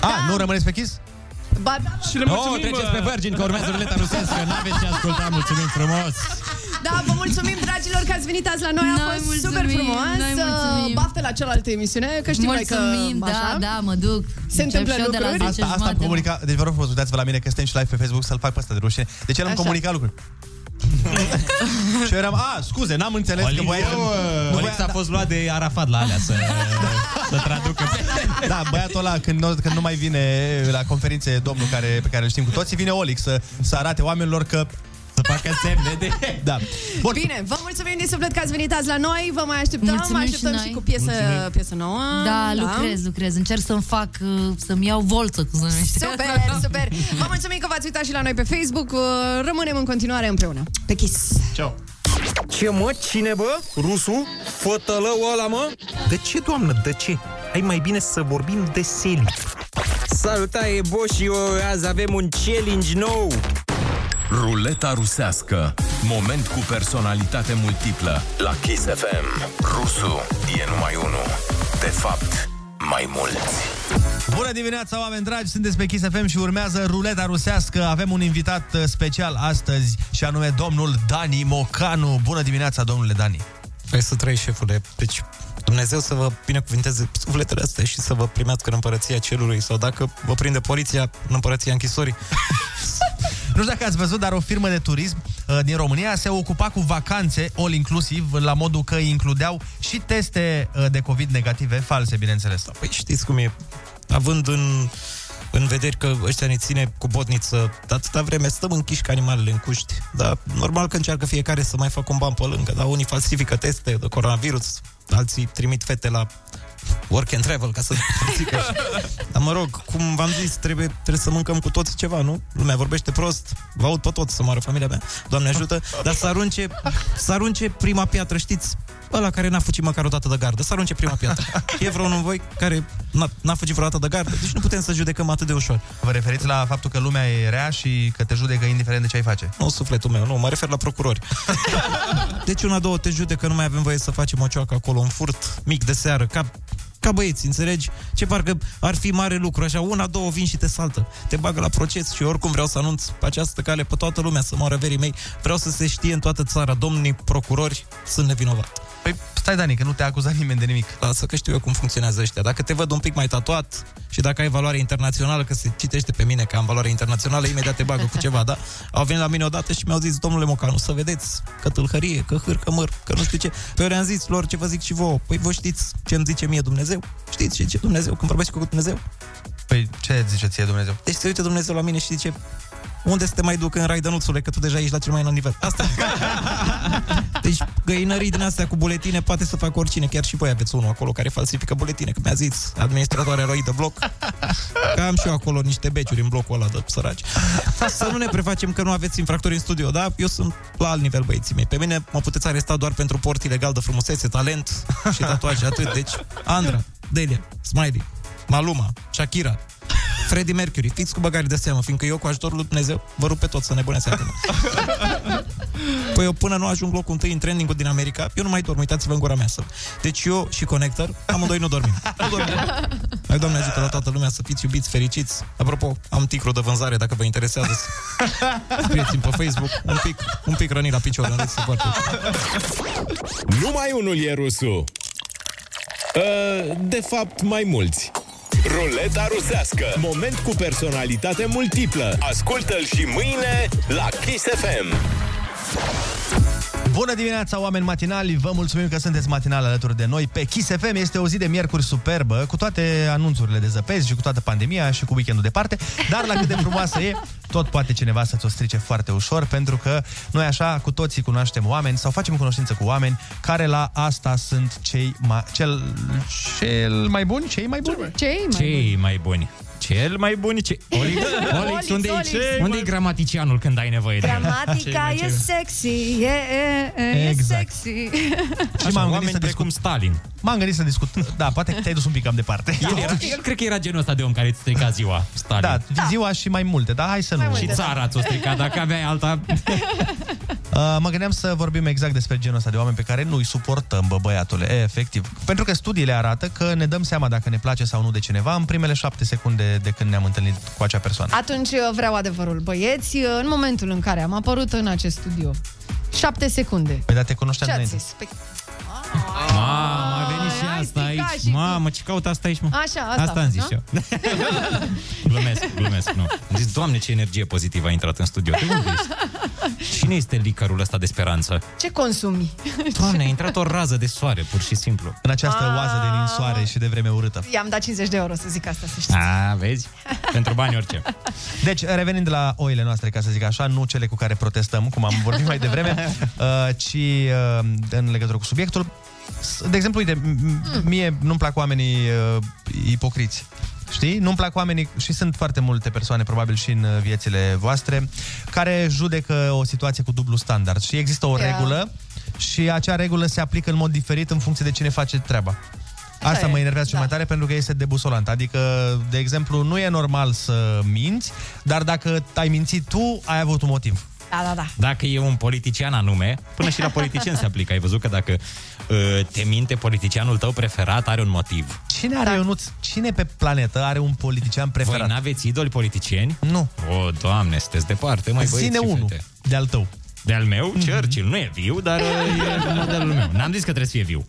Speaker 6: A, nu rămâneți pe Oh, Kiss?
Speaker 8: Ba, da,
Speaker 6: Și le
Speaker 10: Nu,
Speaker 6: mulțumim,
Speaker 10: treceți
Speaker 6: bă.
Speaker 10: pe Virgin, că urmează ruleta rusească. N-aveți ce asculta, mulțumim frumos.
Speaker 8: Da, vă mulțumim, dragilor, că ați venit azi la noi. A
Speaker 9: Noi
Speaker 8: fost
Speaker 9: mulțumim,
Speaker 8: super frumos. Uh,
Speaker 9: noi mulțumim.
Speaker 8: Baftă la cealaltă emisiune, că știm
Speaker 9: Mulțumim,
Speaker 8: noi că...
Speaker 9: da,
Speaker 8: așa.
Speaker 9: da, mă duc.
Speaker 8: Se întâmplă
Speaker 9: și eu de la
Speaker 8: lucruri.
Speaker 9: 10
Speaker 6: Asta, asta am
Speaker 9: jumate.
Speaker 6: comunicat. Deci vă rog frumos, uitați-vă la mine că suntem și live pe Facebook să-l fac pe ăsta de rușine. Deci el îmi
Speaker 9: Așa.
Speaker 6: comunica lucruri. și eu eram, a, scuze, n-am înțeles că voi...
Speaker 10: Alex a fost luat de Arafat la alea să, să traducă.
Speaker 6: Da, băiatul ăla, când nu, când nu mai vine la conferințe domnul care, pe care îl știm cu toții, vine Olic să, să arate oamenilor că... Să facă semne de... Da. Bun.
Speaker 8: Bine, vă mulțumim din suflet că ați venit azi la noi. Vă mai așteptăm,
Speaker 9: Mulțumim
Speaker 8: mai așteptăm
Speaker 9: și
Speaker 8: și,
Speaker 9: noi.
Speaker 8: cu piesă,
Speaker 9: Mulțumim.
Speaker 8: piesă nouă.
Speaker 9: Da,
Speaker 8: Ah,
Speaker 9: lucrez, lucrez. Încerc să-mi fac, uh, să-mi iau volță, cum se numește.
Speaker 8: Super, super. Vă mulțumim că v-ați uitat și la noi pe Facebook. Uh, Rămânem în continuare împreună. Pe Kiss.
Speaker 23: Ciao.
Speaker 16: Ce mă? Cine bă? Rusu? Fătălău ăla mă? De ce, doamnă, de ce? Hai mai bine să vorbim de seli.
Speaker 12: Salutare, Boșio! Azi avem un challenge nou!
Speaker 4: Ruleta rusească. Moment cu personalitate multiplă la Kiss FM. Rusu e numai unul. De fapt, mai mulți.
Speaker 6: Bună dimineața, oameni dragi! Sunteți pe Kiss FM și urmează ruleta rusească. Avem un invitat uh, special astăzi și anume domnul Dani Mocanu. Bună dimineața, domnule Dani!
Speaker 14: Hai să trăiești, șefule. Deci, Dumnezeu să vă binecuvinteze sufletele astea și să vă primească în împărăția cerului sau dacă vă prinde poliția în împărăția închisorii.
Speaker 6: Nu știu dacă ați văzut, dar o firmă de turism uh, din România se ocupa cu vacanțe all-inclusiv, la modul că includeau și teste uh, de COVID negative false, bineînțeles.
Speaker 14: Păi știți cum e. Având în, în vedere că ăștia ne ține cu botniță de atâta vreme, stăm închiși ca animalele în cuști. Dar normal că încearcă fiecare să mai facă un ban pe lângă, dar unii falsifică teste de coronavirus, alții trimit fete la work and travel ca să zică. Dar mă rog, cum v-am zis, trebuie, trebuie să mâncăm cu toți ceva, nu? Lumea vorbește prost, vă aud pe toți să moară familia mea, Doamne ajută, dar să arunce, să arunce prima piatră, știți? Ăla care n-a fugit măcar o dată de gardă, să arunce prima piatră. E vreunul în voi care n-a, n-a fugit vreodată de gardă, deci nu putem să judecăm atât de ușor.
Speaker 6: Vă referiți la faptul că lumea e rea și că te judecă indiferent de ce ai face?
Speaker 14: Nu, sufletul meu, nu, mă refer la procurori. Deci una, două, te judecă, nu mai avem voie să facem o cioacă acolo, un furt mic de seară, ca, ca băieți, înțelegi? Ce parcă ar fi mare lucru, așa, una, două vin și te saltă, te bagă la proces și eu oricum vreau să anunț pe această cale pe toată lumea să moară verii mei, vreau să se știe în toată țara, domnii procurori sunt nevinovați.
Speaker 6: Păi stai, Dani, că nu te-a acuzat nimeni de nimic.
Speaker 14: Lasă că știu eu cum funcționează ăștia. Dacă te văd un pic mai tatuat și dacă ai valoare internațională, că se citește pe mine că am valoare internațională, imediat te bagă cu ceva, da? Au venit la mine odată și mi-au zis, domnule Mocanu, să vedeți că tâlhărie, că hâr, că măr, că nu știu ce. Pe ori am zis lor ce vă zic și vouă. Păi voi știți ce îmi zice mie Dumnezeu? Știți ce zice Dumnezeu când vorbesc cu Dumnezeu?
Speaker 6: Păi ce zice ție Dumnezeu?
Speaker 14: Deci se uită Dumnezeu la mine și zice, Unde să te mai duc în rai, Dănuțule, că tu deja ești la cel mai înalt nivel. Asta Deci găinării din astea cu buletine poate să facă oricine, chiar și voi aveți unul acolo care falsifică buletine, că mi-a zis administratoarea roi de bloc. Că am și eu acolo niște beciuri în blocul ăla de săraci. Să nu ne prefacem că nu aveți infractori în studio, da? Eu sunt la alt nivel, băieții mei. Pe mine mă puteți aresta doar pentru port ilegal de frumusețe, talent și tatuaje, atât. Deci, Andra, Delia, Smiley, Maluma, Shakira, Freddie Mercury, fix cu băgare de seamă, fiindcă eu cu ajutorul lui Dumnezeu vă rup pe toți să nebuneți acum. Păi eu până nu ajung locul întâi în trending din America, eu nu mai dorm, uitați-vă în gura mea să. Deci eu și Connector, amândoi nu dormim. Nu dormim. Hai, Doamne ajută la toată lumea să fiți iubiți, fericiți. Apropo, am ticru de vânzare, dacă vă interesează. Scrieți-mi pe Facebook, un pic, un pic rănit la picior, în rest, foarte.
Speaker 4: Numai unul e rusul. Uh, De fapt, mai mulți. Ruleta rusească. Moment cu personalitate multiplă. Ascultă-l și mâine la Kiss FM.
Speaker 6: Bună dimineața, oameni matinali! Vă mulțumim că sunteți matinal alături de noi. Pe Kiss FM este o zi de miercuri superbă, cu toate anunțurile de zăpezi și cu toată pandemia și cu weekendul departe, dar la cât de frumoasă e, tot poate cineva să-ți o strice foarte ușor, pentru că noi așa cu toții cunoaștem oameni sau facem cunoștință cu oameni care la asta sunt cei ma- cel, cel mai buni, cei mai buni?
Speaker 8: Cei mai
Speaker 10: Cei mai buni. Cel mai bun ce... Olix, Olix,
Speaker 8: Olix,
Speaker 10: unde,
Speaker 8: Olix.
Speaker 10: e, unde e gramaticianul când ai nevoie de el? Cel
Speaker 8: Gramatica
Speaker 10: mai
Speaker 8: e
Speaker 10: cel-
Speaker 8: sexy, e, e,
Speaker 6: Exact.
Speaker 8: e, exact. e sexy.
Speaker 6: Și m-am gândit să discut... Stalin. M-am gândit să discut... Da, poate te-ai dus un pic cam departe.
Speaker 10: El, era, el cred că era genul ăsta de om care îți strica ziua, Stalin.
Speaker 6: Da, ziua și mai multe, dar hai să
Speaker 10: Mai
Speaker 6: nu.
Speaker 10: multe, Și da. țara ți-o strica, dacă aveai alta...
Speaker 6: Uh, mă gândeam să vorbim exact despre genul ăsta de oameni pe care nu-i suportăm, bă, băiatule, e, efectiv. Pentru că studiile arată că ne dăm seama dacă ne place sau nu de cineva în primele șapte secunde de când ne-am întâlnit cu acea persoană.
Speaker 8: Atunci eu vreau adevărul, băieți. Uh, În momentul în care am apărut în acest studio, șapte secunde.
Speaker 6: Păi da, te cunoșteam
Speaker 8: Ce ați
Speaker 6: înainte.
Speaker 8: zis? Păi,
Speaker 10: Mamă, a venit și asta
Speaker 8: stricat
Speaker 10: aici.
Speaker 8: și tu.
Speaker 10: Mamă, ce caut asta aici, mă?
Speaker 8: Așa, asta
Speaker 10: asta
Speaker 8: a
Speaker 10: am
Speaker 8: fost,
Speaker 10: zis
Speaker 8: nu?
Speaker 10: eu. glumesc, glumesc, nu. Am zis, doamne, ce energie pozitivă a intrat în studio. De unde ești? Cine este licărul ăsta de speranță?
Speaker 8: ce consumi?
Speaker 10: Doamne, a intrat o rază de soare, pur și simplu.
Speaker 6: În această
Speaker 8: Ah.
Speaker 6: oază de ninsoare și de vreme urâtă.
Speaker 8: I-am dat 50 de euro să zic asta, să știi.
Speaker 10: A, vezi? Pentru bani orice.
Speaker 6: Deci, revenind la oile noastre, ca să zic așa, nu cele cu care protestăm, cum am vorbit mai devreme, uh, ci uh, în legătură cu subiectul. S- De exemplu, uite, m- m- mie nu-mi plac oamenii uh, ipocriți. Știi? Nu-mi plac oamenii și sunt foarte multe persoane, probabil și în uh, viețile voastre, care judecă o situație cu dublu standard. Și există o
Speaker 16: Ia.
Speaker 6: regulă și acea regulă se aplică în mod diferit în funcție de cine face treaba. Asta
Speaker 16: e,
Speaker 6: mă enervează cel mai tare pentru că este debusolant. Adică, de exemplu, nu e normal să minți, dar dacă ai mințit tu, ai avut un motiv.
Speaker 8: Da, da, da.
Speaker 10: Dacă e un politician anume, până și la politician se aplică. Ai văzut că dacă uh, te minte politicianul tău preferat, are un motiv.
Speaker 6: Cine are, da. Ionuț, cine pe planetă are un politician preferat?
Speaker 10: Voi n-aveți idoli politicieni?
Speaker 6: Nu.
Speaker 10: O, doamne, sunteți departe, păi mai băieți
Speaker 6: Zine
Speaker 10: și
Speaker 6: unul Mhm.
Speaker 10: fete.
Speaker 6: de-al tău.
Speaker 10: De-al meu, Churchill, nu e viu, dar uh, e modelul meu. N-am zis că trebuie să fie viu.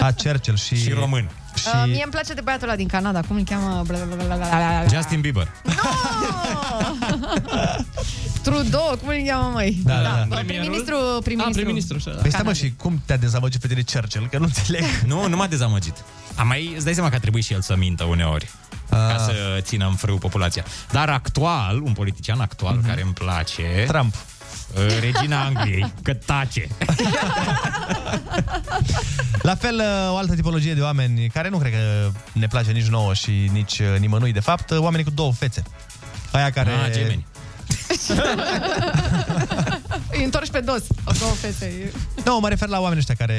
Speaker 6: A, Churchill și...
Speaker 10: Și român.
Speaker 8: Și... Uh, mie îmi place de băiatul ăla din Canada, cum îl cheamă? Bla, bla, bla,
Speaker 6: Da,
Speaker 8: bla, bla, bla.
Speaker 10: Justin Bieber.
Speaker 8: Trudeau, cum îl cheamă, măi?
Speaker 6: Oh. Da, da, da.
Speaker 8: Prim-ministru, prim-ministru.
Speaker 10: Ah,
Speaker 6: Păi stai mă, și cum te-a dezamăgit pe tine Churchill? Că nu înțeleg.
Speaker 10: Nu, nu m-a dezamăgit. Ah. A mai, îți dai seama că a trebuit și el să mintă uneori. Ca să țină în frâu populația. Dar actual, un politician actual care îmi place... uh,
Speaker 6: Trump.
Speaker 10: Regina Angliei, că tace.
Speaker 6: La fel, o altă tipologie de oameni care nu cred că ne place nici nouă și nici uh, nimănui, de fapt, oamenii cu două fețe. Aia care...
Speaker 10: Ah, gemeni.
Speaker 8: Îi întorci pe dos, o două fete.
Speaker 6: Nu, Da, mă refer la oamenii ăștia care,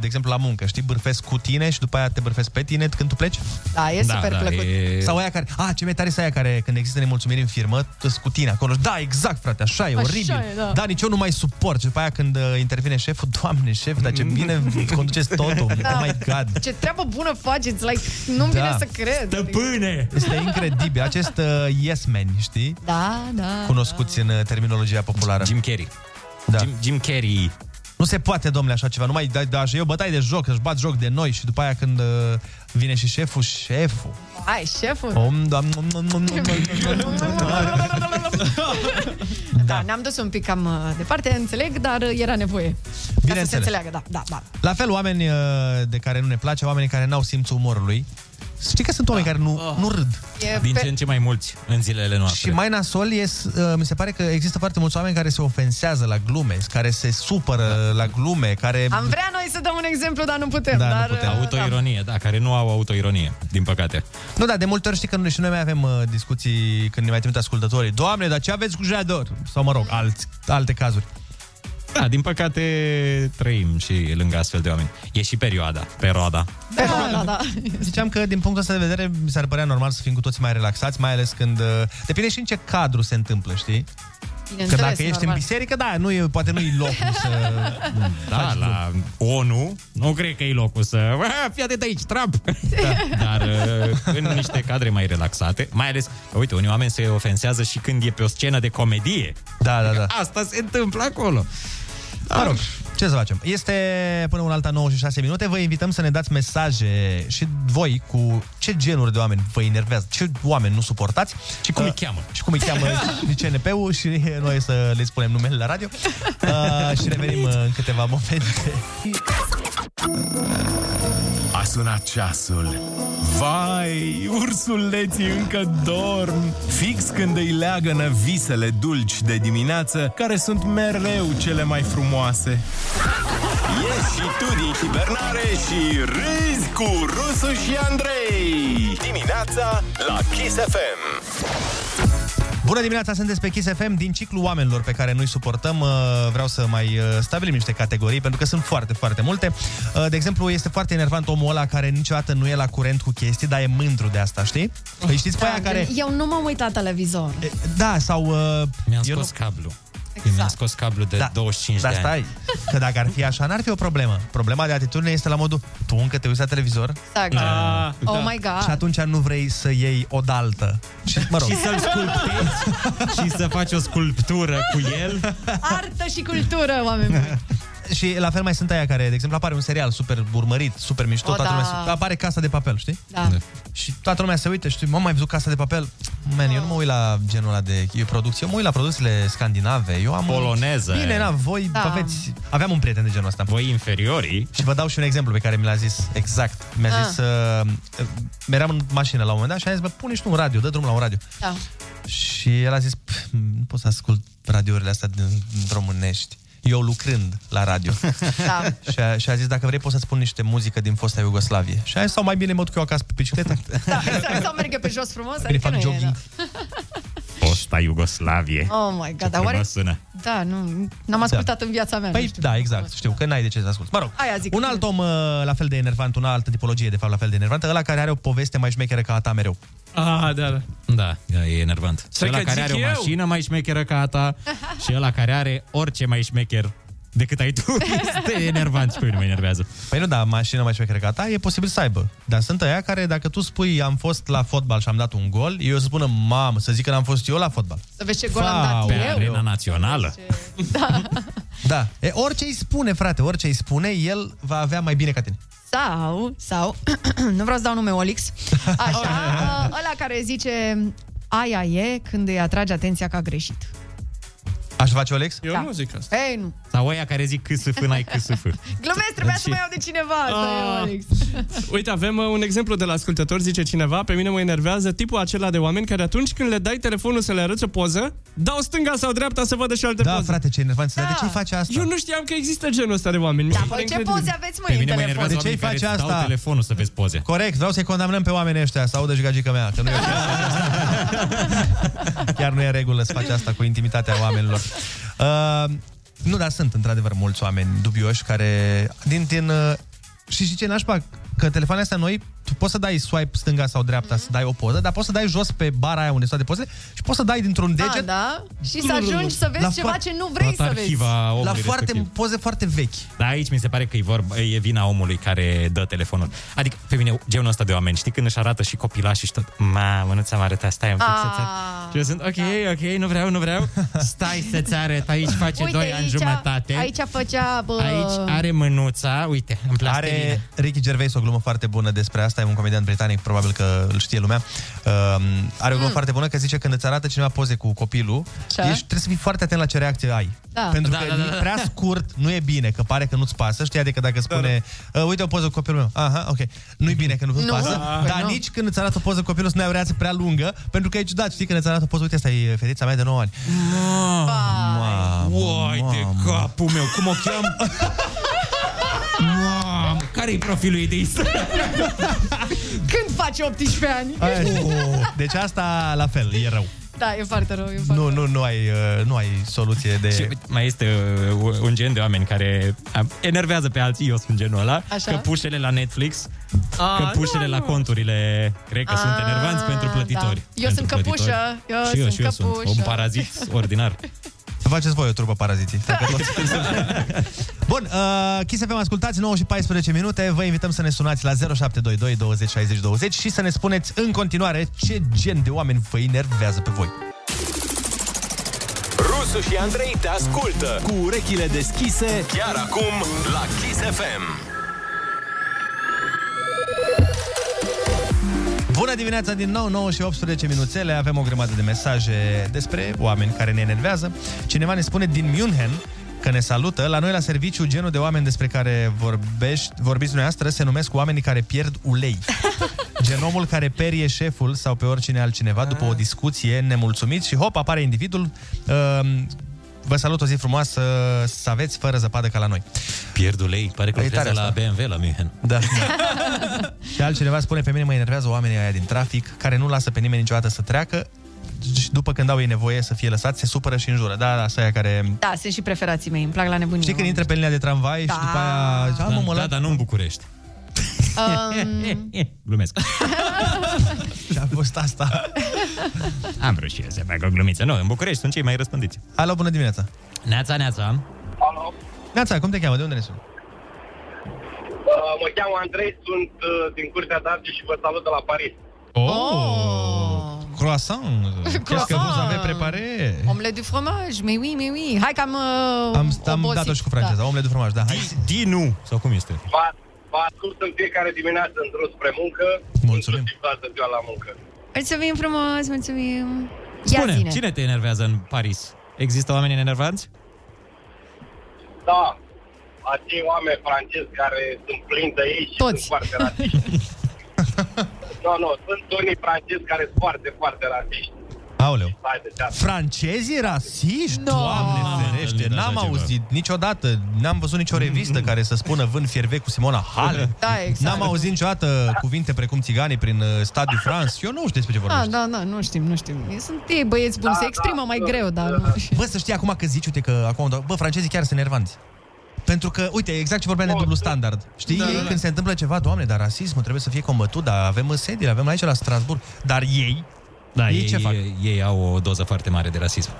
Speaker 6: de exemplu, la muncă, știi, bârfesc cu tine și după aia te bârfesc pe tine când tu pleci?
Speaker 8: Da, e Da, super da, plăcut. e-
Speaker 6: Sau aia care, a, ce mai tare să aia care când există nemulțumiri în firmă, tu cu tine acolo. Da, exact, frate, așa e,
Speaker 8: Așa
Speaker 6: oribil.
Speaker 8: e, da.
Speaker 6: da. nici eu nu mai suport. Și după aia când uh, intervine șeful, doamne, șef, dar ce
Speaker 8: Mm.
Speaker 6: bine conduceți totul. Oh my god.
Speaker 8: Da. Ce treabă bună faceți, like, nu-mi
Speaker 6: Da.
Speaker 8: vine să cred. adică.
Speaker 10: Stăpâne!
Speaker 6: Este incredibil. Acest uh, yes man, știi?
Speaker 8: Da, da.
Speaker 6: Cunoscuți în uh, terminologia populară.
Speaker 10: Jim Carrey.
Speaker 6: Da.
Speaker 10: Jim, Jim Carrey.
Speaker 6: Nu se poate, domnule, așa ceva. Nu mai dai da, eu bătai de joc, își bat joc de noi și după aia când uh, vine și șeful, șeful.
Speaker 8: Ai, șeful.
Speaker 6: Om, doamne, om, om, om, om, om, om.
Speaker 8: Da, ne-am dus un pic cam uh, departe, înțeleg, dar uh, era nevoie. Ca să
Speaker 6: Bineînțeles.
Speaker 8: se înțeleagă, da, da, da.
Speaker 6: La fel, oameni uh, de care nu ne place, oamenii care n-au simțul umorului Știi că sunt oameni care nu, nu râd.
Speaker 8: E
Speaker 10: Da. Oh. Din ce în ce mai mulți în zilele noastre.
Speaker 6: Și mai nasol e, s- uh, mi se pare că există foarte mulți oameni care se ofensează la glume, care se supără la glume, care...
Speaker 8: Am vrea noi să dăm un exemplu, dar nu putem.
Speaker 6: Da, nu
Speaker 8: dar,
Speaker 6: putem.
Speaker 8: uh,
Speaker 10: Autoironie, da, care nu au autoironie, din păcate.
Speaker 6: Nu, da, de multe ori știi că noi și noi mai avem uh, discuții când ne mai trimit ascultătorii. Doamne, dar ce aveți cu jador? Sau, mă rog, alți, alte cazuri.
Speaker 10: Da, din păcate trăim și lângă astfel de oameni. E și perioada, perioada.
Speaker 8: Da, da, da.
Speaker 6: Ziceam că, din punctul ăsta de vedere, mi s-ar părea normal să fim cu toți mai relaxați, mai ales când... uh, Depinde și în ce cadru se întâmplă, știi? Că dacă ești în biserică, da, nu e, poate nu e locul să...
Speaker 10: Da, la ONU, nu cred că e locul să... "Ah, Fii atent aici, Trump! Da, dar uh, în niște cadre mai relaxate, mai ales, uite, unii oameni se ofensează și când e pe o scenă de comedie. Adică
Speaker 6: Da, da, da.
Speaker 10: Asta se întâmplă acolo.
Speaker 6: Mă rog, ce să facem? Este până un alta 9 și 6 minute. Vă invităm să ne dați mesaje și voi cu ce genuri de oameni vă enervează, ce oameni nu suportați. Și cum uh, îi
Speaker 10: cheamă.
Speaker 6: Și cum îi cheamă ICNP-ul și noi să le spunem numele la radio. Uh, și revenim uh, în câteva momente.
Speaker 4: A sunat ceasul. Vai, ursuleții încă dorm. Fix când îi leagănă visele dulci de dimineață, care sunt mereu cele mai frumoase. Ieși și tu din hibernare și râzi cu Rusu și Andrei. Dimineața la Kiss FM.
Speaker 6: Bună dimineața, sunteți pe Kiss FM din ciclu oamenilor pe care noi suportăm. uh, Vreau să mai uh, stabilim niște categorii, pentru că sunt foarte, foarte multe. Uh, De exemplu, este foarte enervant omul ăla care niciodată nu e la curent cu chestii, dar e mândru de asta, știi? Păi știți pe aia care...
Speaker 8: Da, Eu nu m-am uitat televizor.
Speaker 6: Da, sau... Uh,
Speaker 10: Mi-am scos cablu. Exact. Mi-am scos cablu de da. 25
Speaker 6: Dar
Speaker 10: de ani.
Speaker 6: stai, că dacă ar fi așa, n-ar fi o problemă. Problema de atitudine este la modul, tu încă te uiți la televizor?
Speaker 8: Exact. Ah, Oh da. my God.
Speaker 6: Și atunci nu vrei să iei o daltă. Și, mă rog.
Speaker 10: Și să-l sculptezi și să faci o sculptură cu el.
Speaker 8: Artă și cultură, oameni buni.
Speaker 6: Și la fel mai sunt aia care, de exemplu, apare un serial super urmărit, super mișto,
Speaker 8: O,
Speaker 6: toată
Speaker 8: da.
Speaker 6: lumea se- apare Casa de Papel, știi?
Speaker 8: Da. Da.
Speaker 6: Și toată lumea se uită, știi, mă, mai văzut Casa de Papel? Man, eu nu mă uit la genul ăla de eu producție, eu mă uit la produsele scandinave, eu am...
Speaker 10: Poloneze.
Speaker 6: Bine, na, voi
Speaker 10: Da.
Speaker 6: da. aveți... Aveam un prieten de genul ăsta.
Speaker 10: Voi inferiorii.
Speaker 6: Și vă dau și un exemplu pe care mi l-a zis exact. Mi-a
Speaker 8: Ah.
Speaker 6: zis... Uh, eram în mașină la un moment dat și am zis, bă, pune și tu un radio, dă drumul la un radio.
Speaker 8: Da.
Speaker 6: Și el a zis, "Pf, nu pot să ascult radiourile astea din din românești. Eu lucrând la radio.
Speaker 8: Da.
Speaker 6: și, a, și a zis, dacă vrei, pot să spun niște muzică din fosta Iugoslavie. Și a zis, sau mai bine mă duc eu acasă pe bicicletă.
Speaker 8: Da, exact, sau merge pe jos frumos,
Speaker 6: Bine,
Speaker 8: adică
Speaker 6: fac
Speaker 8: nu e,
Speaker 6: jogging.
Speaker 10: Posta Iugoslavie.
Speaker 8: da. Oh my
Speaker 10: Ce
Speaker 8: god, dar oare...
Speaker 10: frumos sună.
Speaker 8: Da, nu, n-am ascultat în viața mea. nu
Speaker 6: Păi,
Speaker 8: știu.
Speaker 6: da, exact. Știu că n-ai de ce să asculti. Mă rog,
Speaker 8: Aia zic.
Speaker 6: un alt om uh, la fel de enervant, una altă tipologie, de fapt, la fel de enervantă, ăla care are o poveste mai șmecheră ca a ta mereu.
Speaker 10: Ah, da, da. Da, e enervant. Și
Speaker 6: Stai
Speaker 10: ăla
Speaker 6: că
Speaker 10: care
Speaker 6: zic
Speaker 10: are o
Speaker 6: eu.
Speaker 10: mașină mai șmecheră ca a ta și ăla care are orice mai șmecher decât ai tu, este enervant și pe mine mă enervează.
Speaker 6: Păi nu, da, mașina mai șmecheră ca ta, e posibil să aibă. Dar sunt aia care, dacă tu spui am fost la fotbal și am dat un gol, eu o să spună, mamă, să zic că n-am fost eu la fotbal.
Speaker 8: Să vezi ce gol am
Speaker 10: Pe
Speaker 8: dat eu. Păi
Speaker 10: arena națională.
Speaker 6: Da. E, orice îi spune, frate, orice îi spune, el va avea mai bine ca tine.
Speaker 8: Sau, sau, nu vreau să dau nume Olix, așa, ă, ăla care zice aia e când îi atrage atenția că a greșit.
Speaker 6: Aș face Olex?
Speaker 8: Da.
Speaker 11: Eu nu zic asta.
Speaker 8: Ei, nu.
Speaker 10: Sau aia care zic câsâf n-ai câsâf.
Speaker 8: Glumesc, trebuia să mă iau de cineva. Asta e
Speaker 11: Ah.
Speaker 8: Olix.
Speaker 11: Uite, avem uh, un exemplu de la ascultător, zice cineva, pe mine mă enervează tipul acela de oameni care atunci când le dai telefonul să le arăți o poză, dau stânga sau dreapta să vadă și alte
Speaker 6: Da,
Speaker 11: poze.
Speaker 6: frate, ce enervant. Da. Dar de ce îi face asta?
Speaker 11: Eu nu știam că există genul ăsta de oameni.
Speaker 8: Da, păi ce poze aveți mâini în telefon?
Speaker 6: De ce îi face asta?
Speaker 10: telefonul să vezi poze.
Speaker 6: Corect, vreau să-i condamnăm pe oamenii ăștia, să audă jigagica mea, că nu e ok. Chiar nu e în regulă să faci asta cu intimitatea oamenilor. Uh, nu, dar sunt într-adevăr mulți oameni dubioși care... Din, din, uh, și și ce nașpa? Că telefoanele astea noi, tu poți să dai swipe stânga sau dreapta, mm-hmm. să dai o poză, dar poți să dai jos pe bara aia unde sunt toate pozele și poți să dai dintr-un
Speaker 8: A,
Speaker 6: deget
Speaker 8: da? Și să ajungi să vezi ceva
Speaker 6: foar-
Speaker 8: ce nu vrei să vezi.
Speaker 6: La foarte poze foarte vechi.
Speaker 10: Da, aici mi se pare că e, vorba, e vina omului care dă telefonul. Adică, pe mine, genul ăsta de oameni, știi, când își arată și copilașii și tot, mamă, nu ți-am arătat, stai un pic
Speaker 8: Ah,
Speaker 10: să-ți arăt. Și eu sunt, ok,
Speaker 8: Da.
Speaker 10: ok, nu vreau, nu vreau, stai să-ți arăt, aici face
Speaker 8: Uite,
Speaker 10: 2 ani
Speaker 8: aici-
Speaker 10: jumătate.
Speaker 8: Aici făcea... Bă...
Speaker 10: Aici are mânuța, uite, în plastilină.
Speaker 6: Are Ricky Gervais o glumă foarte bună despre asta asta e un comedian britanic, probabil că îl știe lumea. Uh, are o glumă
Speaker 8: Mm.
Speaker 6: mm. foarte bună că zice când îți arată cineva poze cu copilul,
Speaker 8: Așa.
Speaker 6: ești, trebuie să fii foarte atent la ce reacție ai.
Speaker 8: Da.
Speaker 6: Pentru
Speaker 8: Da,
Speaker 6: că
Speaker 8: da, da, da.
Speaker 6: prea scurt nu e bine, că pare că nu-ți pasă, știi? Adică dacă spune, "Uh, uite o poză cu copilul meu, aha, ok, nu-i bine că nu-ți
Speaker 8: Nu.
Speaker 6: pasă,
Speaker 8: Da.
Speaker 6: dar
Speaker 8: Nu.
Speaker 6: nici când îți arată o poză cu copilul să nu ai o reacție prea lungă, pentru că e ciudat, știi, când îți arată o poză, uite, asta e fetița mea de 9 ani. Mamă,
Speaker 10: Uai de capul meu, cum o cheam? Mamă, care-i profilul ei de Instagram?
Speaker 8: Când faci 18 ani?
Speaker 6: Aia e. Deci asta la fel, e rău.
Speaker 8: Da, e foarte rău. E foarte...
Speaker 6: Nu, nu, nu ai, uh, nu ai soluție de...
Speaker 10: Și mai este uh, un gen de oameni care uh, enervează pe alții, eu sunt genul ăla,
Speaker 8: Așa.
Speaker 10: că pușele la Netflix,
Speaker 8: A,
Speaker 10: că pușele la conturile, cred că
Speaker 8: A,
Speaker 10: sunt enervanți pentru plătitori.
Speaker 8: da. Eu sunt
Speaker 10: Pentru plătitori.
Speaker 8: căpușă, eu
Speaker 10: și eu,
Speaker 8: sunt
Speaker 10: și eu sunt
Speaker 8: căpușă.
Speaker 10: un parazit ordinar.
Speaker 6: Să faceți voi o trupă paraziții. Bun, uh, Kiss FM, ascultați 9 și 14 minute. Vă invităm să ne sunați la 0722 20 60 20 și să ne spuneți în continuare ce gen de oameni vă enervează pe voi.
Speaker 4: Rusu și Andrei te ascultă cu urechile deschise chiar acum la Kiss FM.
Speaker 6: Bună dimineața din nou, 9 și 18 minuțele. Avem o grămadă de mesaje despre oameni care ne enervează. Cineva ne spune din München că ne salută. La noi la serviciu, genul de oameni despre care vorbești, vorbiți dumneavoastră se numesc oamenii care pierd ulei. Genomul care perie șeful sau pe oricine altcineva după o discuție nemulțumit și hop, apare individul. Um, Vă salut o zi frumoasă, să aveți fără zăpadă ca la noi.
Speaker 10: Pierd ulei, pare că
Speaker 6: E
Speaker 10: lucrează
Speaker 6: tare
Speaker 10: la
Speaker 6: asta.
Speaker 10: BMW la München.
Speaker 6: Da. și altcineva spune, pe mine mă enervează oamenii aia din trafic, care nu lasă pe nimeni niciodată să treacă, și după când au ei nevoie să fie lăsați, se supără și înjură. Da, da, să aia care...
Speaker 8: Da, sunt și preferații mei, îmi plac la nebunie.
Speaker 6: Știi când intră pe linia de tramvai da.
Speaker 8: Da.
Speaker 6: și după aia... Da, mă, mă, da, dar nu în București.
Speaker 8: Um,
Speaker 10: Glumesc.
Speaker 6: Și a fost asta.
Speaker 10: Am vrut și eu să fac o glumiță. Nu, în București sunt cei mai răspândiți.
Speaker 6: Alo, bună dimineața.
Speaker 10: Neața, neața.
Speaker 6: Neața, cum te cheamă? De unde ne suni?
Speaker 15: Uh, mă cheamă Andrei, sunt uh, din Curtea Darge și vă salut de la Paris.
Speaker 6: Oh! Croissant. Croissant. că vous avez préparé?
Speaker 8: Omelette du fromage, mais oui, mais oui. Hai că am uh,
Speaker 6: Am, am
Speaker 8: obosit.
Speaker 6: dat-o și cu franceza. Da. Omlet de fromaj, da. Hai. Dinu. Sau cum este?
Speaker 15: Vă, vă ascult în fiecare dimineață în drum spre muncă.
Speaker 6: Mulțumim.
Speaker 15: Inclusiv toată ziua la muncă.
Speaker 8: Da. Mulțumim frumos, mulțumim. Ia
Speaker 10: Spune,
Speaker 8: zine. Ah,
Speaker 10: cine te enervează în Paris? Există oameni enervanți?
Speaker 15: Da, acei oameni francezi care sunt plini de ei și Toți. sunt foarte rasiști. nu, nu, sunt unii francezi care sunt foarte, foarte rasiști.
Speaker 6: Aoleu.
Speaker 15: Hai deci de ceas.
Speaker 6: Francezii rasiști? No. Doamne ferește,
Speaker 10: întâlnit
Speaker 6: n-am
Speaker 10: așa ceva.
Speaker 6: auzit niciodată, n-am văzut nicio revistă care să spună vând fierve cu Simona Hale.
Speaker 8: Da, exact.
Speaker 6: N-am auzit niciodată cuvinte precum țiganii prin uh, Stade de France. Eu nu știu despre ce vorbești.
Speaker 8: Ah, da, da, nu știm, nu știm. Sunt ei băieți buni,
Speaker 6: Da,
Speaker 8: se
Speaker 6: da,
Speaker 8: exprimă mai
Speaker 6: da.
Speaker 8: greu, dar... nu.
Speaker 6: Bă, să știi acum că zici, uite că acum, am dat- bă, francezii chiar sunt nervanți. Pentru că, uite, exact ce vorbeam de dublu standard. Știi,
Speaker 10: Da,
Speaker 6: ei,
Speaker 10: da, da.
Speaker 6: când se întâmplă ceva, doamne, dar rasismul trebuie să fie combătut, dar avem sediile, avem aici la Strasburg. Dar ei,
Speaker 10: Da,
Speaker 6: ei,
Speaker 10: ei,
Speaker 6: ce fac?
Speaker 10: ei au o doză foarte mare de rasism.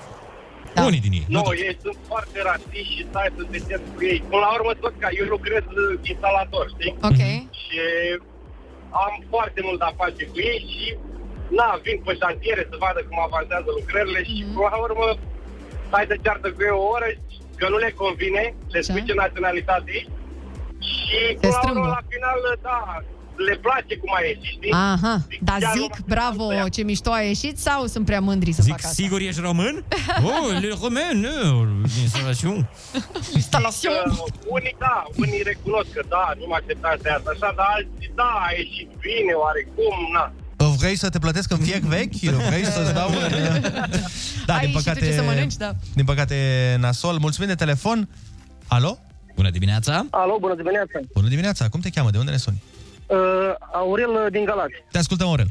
Speaker 10: Da. Unii din ei.
Speaker 15: Nu, ei sunt foarte rasiști și stai să te cerți cu ei. Până la urmă, tot ca eu lucrez uh, instalator, știi?
Speaker 8: Ok.
Speaker 15: Și am foarte mult de-a face cu ei și, na, vin pe șantiere să vadă cum avansează lucrările și,
Speaker 8: Mhm.
Speaker 15: până la urmă, stai de ceartă cu ei o oră, că nu le convine, le spui ce naționalitate ești și, până la urmă, la final, da, le place cum ai ieșit, știi?
Speaker 8: Aha,
Speaker 15: Zic,
Speaker 8: dar
Speaker 15: chiar
Speaker 8: zic, bravo, ce mișto a ieșit sau sunt prea mândri să fac asta?
Speaker 10: Sigur ești român? Oh, le romain, nu, instalațion.
Speaker 8: Instalațion.
Speaker 15: Unii da, unii recunosc că da, nu mă așteptam să iasă așa, dar alții da, a ieșit bine, oarecum, na.
Speaker 6: Vrei să te plătesc în fiec vechi? Vrei să-ți dau... un- Da,
Speaker 15: Ai
Speaker 6: din
Speaker 15: și tu ce
Speaker 6: păcate,
Speaker 15: să mănânci, da.
Speaker 6: Din păcate, nasol. Mulțumim de telefon. Alo?
Speaker 10: Bună dimineața!
Speaker 26: Alo, bună dimineața!
Speaker 6: Bună dimineața! Cum te cheamă? De unde ne suni?
Speaker 26: Uh, Aurel uh, din Galați.
Speaker 6: Te ascultăm, Aurel.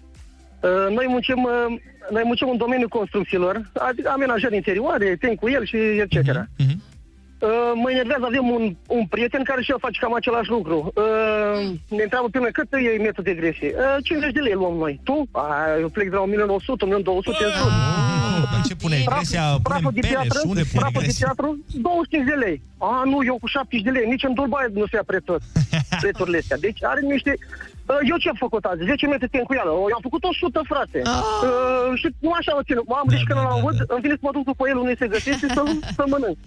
Speaker 26: Uh, noi muncim, uh, noi muncim în domeniul construcțiilor, adică amenajări interioare, tem cu el și etc. Uh-huh, uh-huh. Uh, mă enervează, avem un, un prieten care și eu face cam același lucru. Uh, ne întreabă pe noi cât e metru de gresie. Uh, 50 de lei luăm noi. Tu? A, eu plec de la 1100, 1200 în jur.
Speaker 6: Dar ce pune
Speaker 26: Praful,
Speaker 6: egresia?
Speaker 26: praful
Speaker 6: Punem
Speaker 26: de
Speaker 6: pene
Speaker 26: piatră,
Speaker 6: și unde pune
Speaker 26: praful de
Speaker 6: egresia?
Speaker 26: piatră, 25 de lei. A, nu, eu cu 70 de lei, nici în Dubai nu se ia prețul, prețurile astea. Deci are niște... uh, Eu ce am făcut azi? 10 metri tencuială. Eu am făcut 100, frate.
Speaker 6: Ah!
Speaker 26: Uh,
Speaker 6: da.
Speaker 26: și nu așa o țin. M-am da, când da, am aud, da. îmi vine să mă duc după el unde se găsește să-l să mănânc.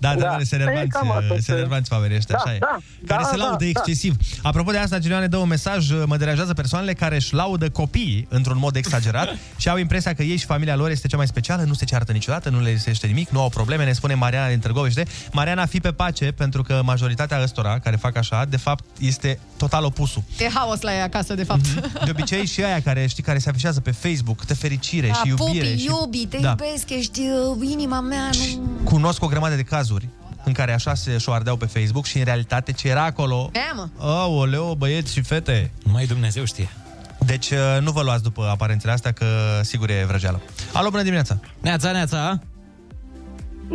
Speaker 6: Da, da, Da. da, se E, enervanți, cam asta se este. enervanți oamenii ăștia, Da, așa e. da, Care da, se da, laudă da. excesiv. Apropo de asta, Giuliane dă un mesaj, eh, mă deranjează persoanele care își laudă copiii într-un mod exagerat și au impresia că ei și familia lor este cea mai specială, nu se ceartă niciodată, nu le este nimic, nu au probleme, ne spune Mariana din Târgoviște. Mariana, fi pe pace, pentru că majoritatea ăstora care fac așa, de fapt, este total opusul.
Speaker 8: E haos la ei acasă, de fapt.
Speaker 6: Mhm. De obicei și aia care, știi, care se afișează pe Facebook, câtă fericire
Speaker 9: Da,
Speaker 6: și iubire.
Speaker 9: pupi,
Speaker 6: și...
Speaker 9: iubi, te
Speaker 6: da.
Speaker 9: iubesc, ești uh, inima mea, nu...
Speaker 6: Cunosc o grămadă de cazuri în care așa se șoardeau pe Facebook și în realitate ce era acolo...
Speaker 9: E, mă.
Speaker 6: Aoleo, băieți și fete!
Speaker 10: Mai Dumnezeu știe.
Speaker 6: Deci uh, nu vă luați după aparențele astea că sigur e vrăjeală. Alo, bună dimineața!
Speaker 10: Neața, neața!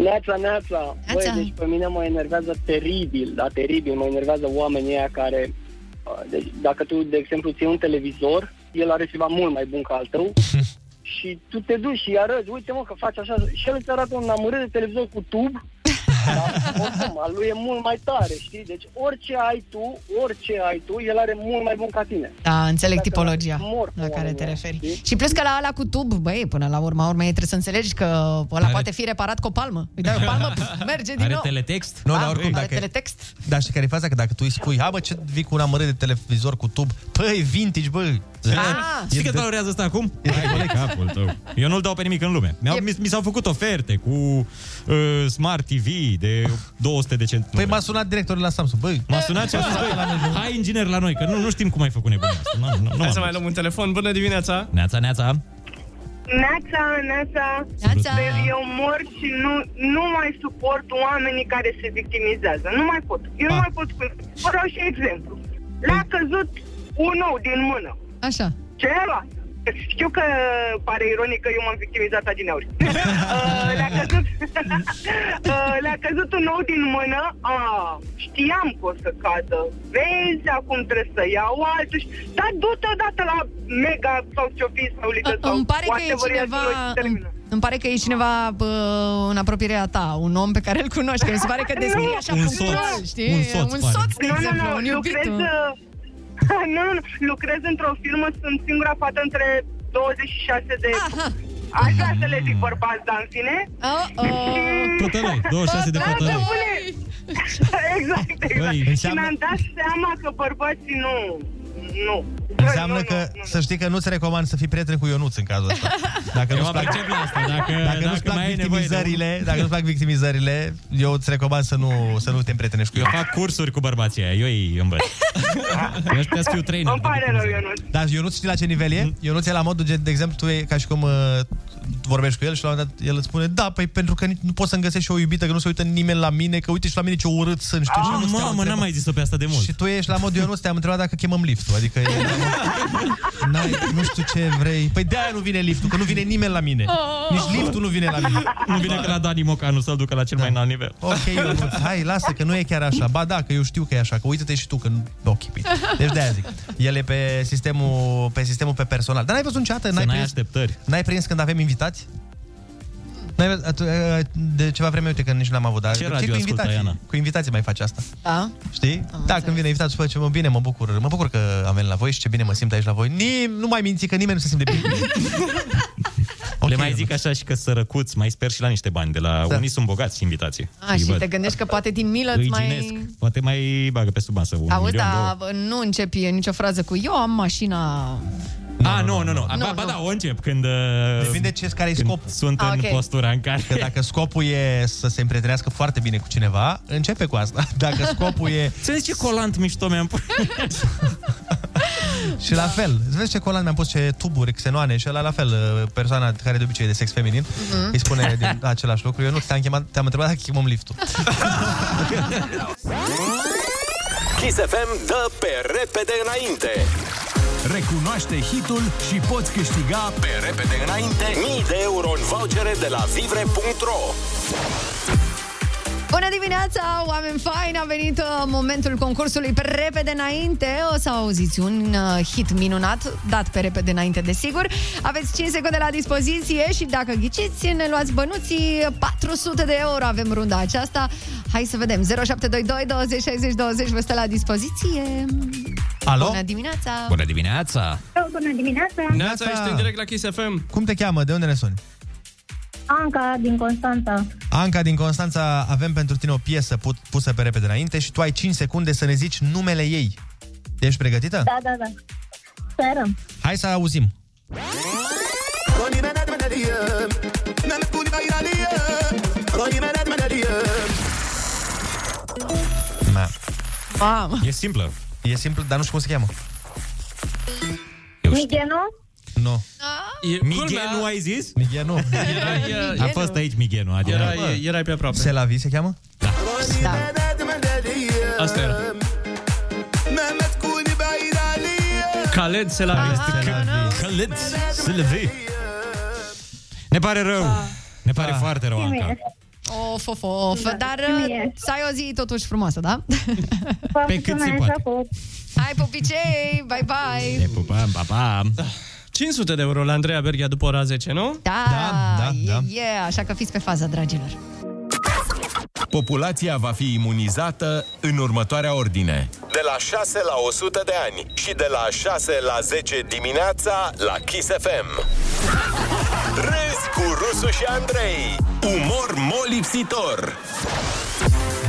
Speaker 18: Neața, neața. Băi,
Speaker 9: Neața.
Speaker 18: deci pe mine mă enervează teribil, da, teribil, mă enervează oamenii aia care... uh, Deci, dacă tu, de exemplu, ții un televizor, el are ceva mult mai bun ca al tău și tu te duci și îi arăți, uite mă că faci așa și el îți arată un amărât de televizor cu tub, dar oricum, al lui e mult mai tare, știi? Deci orice ai tu, orice ai tu, el are mult mai bun ca tine.
Speaker 8: Da, înțeleg
Speaker 18: Dacă
Speaker 8: tipologia
Speaker 18: mor cu
Speaker 8: la care te
Speaker 18: oamenii,
Speaker 8: referi.
Speaker 18: știi?
Speaker 8: Și plus că la ăla cu tub, băi, până la urma urmei trebuie să înțelegi că ăla
Speaker 6: Are-
Speaker 8: poate fi reparat cu o palmă. Îi dai o palmă, pf, merge din nou.
Speaker 10: teletext?
Speaker 6: Nu,
Speaker 8: Da,
Speaker 6: dar oricum,
Speaker 8: are
Speaker 6: dacă...
Speaker 8: teletext.
Speaker 6: Dar știi care e faza? Că dacă tu îi spui, ha, bă, ce vii cu un amărât de televizor cu tub? Păi, vintage, bă!
Speaker 10: Ah, știi cât valorează asta acum? E de capul tău. Eu nu-l dau pe nimic în lume. Mi-au, mi, mi s-au făcut oferte cu uh, Smart TV de 200 de cent.
Speaker 6: Păi m-a sunat directorul la Samsung, băi.
Speaker 10: M-a sunat și a spus, băi, hai inginer la noi, că nu, nu știm cum ai făcut nebunia asta. Nu, nu, nu
Speaker 11: Hai să
Speaker 10: am
Speaker 11: mai luăm un telefon. Bună dimineața!
Speaker 10: Neața, neața.
Speaker 20: Neața, neața.
Speaker 10: Neața.
Speaker 20: Eu mor și nu, nu mai suport oamenii care se victimizează. Nu mai pot. Eu
Speaker 6: Ah.
Speaker 20: nu mai pot spune. Vă dau și exemplu.
Speaker 6: Păi-
Speaker 20: Le-a căzut un ou din mână.
Speaker 8: Așa.
Speaker 20: Celălalt. Știu că pare ironic că eu m-am victimizat adineauri. Uh, le-a căzut, Uh, le-a căzut un ou din mână. A, știam că o să cadă. Vezi, acum trebuie să iau altul. și- Dar du-te odată la Mega sau ce-o fi sau Lidl Adică sau
Speaker 8: Uh, Îmi pare că e
Speaker 20: whatever
Speaker 8: cineva...
Speaker 20: acolo și termin.
Speaker 8: Îmi, îmi pare că e cineva bă, în apropierea ta, un om pe care îl cunoști, că mi se pare că descrie așa
Speaker 20: Nu.
Speaker 8: cu troll, știi? de
Speaker 20: nu,
Speaker 8: exemplu,
Speaker 20: nu, nu,
Speaker 8: un iubit.
Speaker 20: lucrez,
Speaker 8: un-
Speaker 20: uh, nu, nu, nu, lucrez într-o firmă, sunt singura fată între 26 de... Așa să le zic bărbați, dar în fine.
Speaker 8: Oh,
Speaker 10: Pătălăi, 26 de
Speaker 20: Da,
Speaker 10: pătălăi.
Speaker 20: domnule. exact, exact.
Speaker 6: Băi,
Speaker 20: Și
Speaker 6: înseamnă-
Speaker 20: mi-am dat seama că bărbații nu... Nu.
Speaker 6: Înseamnă că, să știi că nu-ți recomand să fii prieten cu Ionuț în cazul ăsta. Dacă
Speaker 10: Eu
Speaker 6: nu-ți
Speaker 10: mă
Speaker 6: plac,
Speaker 10: pricep la asta, dacă-
Speaker 6: dacă
Speaker 10: dacă
Speaker 6: nu-ți plac
Speaker 10: mai ai nevoie de
Speaker 6: victimizările,
Speaker 10: unul.
Speaker 6: dacă nu-ți plac victimizările, eu îți recomand să nu, să nu te împrietenești cu
Speaker 10: Eu
Speaker 6: Ionuț.
Speaker 10: fac cursuri cu bărbații aia, eu îi învăț. Eu aș putea să fiu trainer. adică Hmm?
Speaker 20: Îmi pare rău, Ionuț.
Speaker 6: Dar Da, Ionuț știi la ce nivel e? Ionuț e la modul, gen, de exemplu, tu e ca și cum uh, vorbești cu el și la un moment dat el îți spune Da, păi pentru că nici nu pot să-mi găsesc și o iubită, că nu se uită nimeni la mine, că uite și la mine ce urât sunt, știi?
Speaker 10: Ah,
Speaker 6: și Ionuț te-a
Speaker 10: mamă, n-am
Speaker 6: întrebat.
Speaker 10: mai zis-o pe asta de mult.
Speaker 6: Și tu ești la mod Ionuț, te-am întrebat dacă chemăm liftul, adică e, n-ai, nu știu ce vrei. Păi de-aia nu vine liftul, că nu vine nimeni la mine. Nici liftul nu vine la mine.
Speaker 10: Nu vine că la Dani Mocanu să-l ducă la cel mai înalt nivel.
Speaker 6: Ok, Ionuț, hai, lasă că nu e chiar așa. Ba da, că eu știu că e așa, că uite-te și tu că nu... Ok, bine. Deci de-aia zic. El e pe sistemul pe, sistemul pe personal. Dar n-ai văzut niciodată?
Speaker 10: Să
Speaker 6: N-ai
Speaker 10: n-ai
Speaker 6: prins,
Speaker 10: așteptări.
Speaker 6: N-ai prins când avem invitați? N-ai văzut, atu- de ceva vreme, uite că nici n-am avut, dar
Speaker 10: Ce
Speaker 6: de
Speaker 10: radio
Speaker 6: cu
Speaker 10: ascultă, Iana?
Speaker 6: invitații, cu invitații mai faci asta.
Speaker 8: Da?
Speaker 6: Știi? da, când vine invitatul, spune ce mă bine, mă bucur, mă bucur că am venit la voi și ce bine mă simt aici la voi. Nim, nu mai minți că nimeni nu se simte bine.
Speaker 10: Le mai zic așa și că sărăcuți, mai sper și la niște bani de la...
Speaker 6: Da.
Speaker 10: Unii sunt bogați invitații.
Speaker 8: A, Ah, și te gândești că poate din milă îți
Speaker 10: Îi
Speaker 8: mai...
Speaker 10: ginesc. Poate mai bagă pe sub masă un
Speaker 8: Auzi,
Speaker 10: milion, două.
Speaker 8: dar nu începi nicio frază cu eu am mașina...
Speaker 10: A, Ah, nu, nu, nu. A, Ba, ba da, o încep când...
Speaker 6: Depinde ce care e
Speaker 10: Uh, când
Speaker 6: scopul.
Speaker 10: Sunt în postura în care...
Speaker 6: Că dacă scopul e să se împrietenească foarte bine cu cineva, începe cu asta. Dacă scopul e...
Speaker 10: Să vezi ce colant mișto mi-am pus.
Speaker 6: Și
Speaker 10: Da.
Speaker 6: la fel, îți vezi ce colan mi-am pus, ce tuburi, xenoane și ăla la fel, persoana care de obicei e de sex feminin,
Speaker 22: Mhm.
Speaker 6: îi spune din același lucru. Eu nu te-am, chemat, te-am întrebat dacă chemăm liftul.
Speaker 4: Kiss FM dă pe repede înainte. Recunoaște hitul și poți câștiga pe repede înainte mii de euro în vouchere de la vivre.ro.
Speaker 8: Bună dimineața, oameni faini! A venit uh, momentul concursului pe repede înainte. O să auziți un uh, hit minunat, dat pe repede înainte, desigur. Aveți 5 secunde la dispoziție și dacă ghiciți, ne luați bănuții 400 de euro. Avem runda aceasta. Hai să vedem. 0722 20 60 20 vă stă la dispoziție.
Speaker 6: Alo?
Speaker 8: Bună dimineața!
Speaker 10: Bună dimineața!
Speaker 20: Bună dimineața!
Speaker 11: Neața, ești în direct la Kiss FM.
Speaker 6: Cum te cheamă? De unde ne suni?
Speaker 1: Anca din Constanța.
Speaker 6: Anca din Constanța, avem pentru tine o piesă put, pusă pe repede înainte și tu ai 5 secunde să ne zici numele ei. Ești pregătită?
Speaker 1: Da, da, da. Sperăm.
Speaker 6: Hai să auzim. Na.
Speaker 8: Mamă.
Speaker 6: E simplă. E simplă, dar nu știu cum se cheamă.
Speaker 1: Migenu?
Speaker 6: Nu.
Speaker 10: Miguel nu ai zis?
Speaker 6: Miguel nu.
Speaker 10: Erai, A fost aici Miguel nu, adică.
Speaker 11: Erai- erai pe aproape.
Speaker 6: Selavi se cheamă?
Speaker 4: Da.
Speaker 11: Da. Asta era. Khaled Selavi.
Speaker 10: Khaled Selavi. Ne pare rău. Ne pare foarte rău, Anca.
Speaker 8: Of, of, of.
Speaker 1: Da,
Speaker 8: Dar uh,
Speaker 1: și mie.
Speaker 8: să ai o zi totuși frumoasă, da?
Speaker 10: Pe cât se poate.
Speaker 8: Hai, pupicei! Bye, bye!
Speaker 10: Pupăm, pa, pa.
Speaker 11: 500 Ah, de euro la Andreea Berghia după ora 10, nu?
Speaker 8: Da,
Speaker 11: da, da.
Speaker 8: yeah, yeah, așa că fiți pe fază, dragilor.
Speaker 4: Populația va fi imunizată în următoarea ordine. De la 6 la 100 de ani și de la 6 la 10 dimineața la Kiss FM. Râzi cu Rusu și Andrei. Umor molipsitor.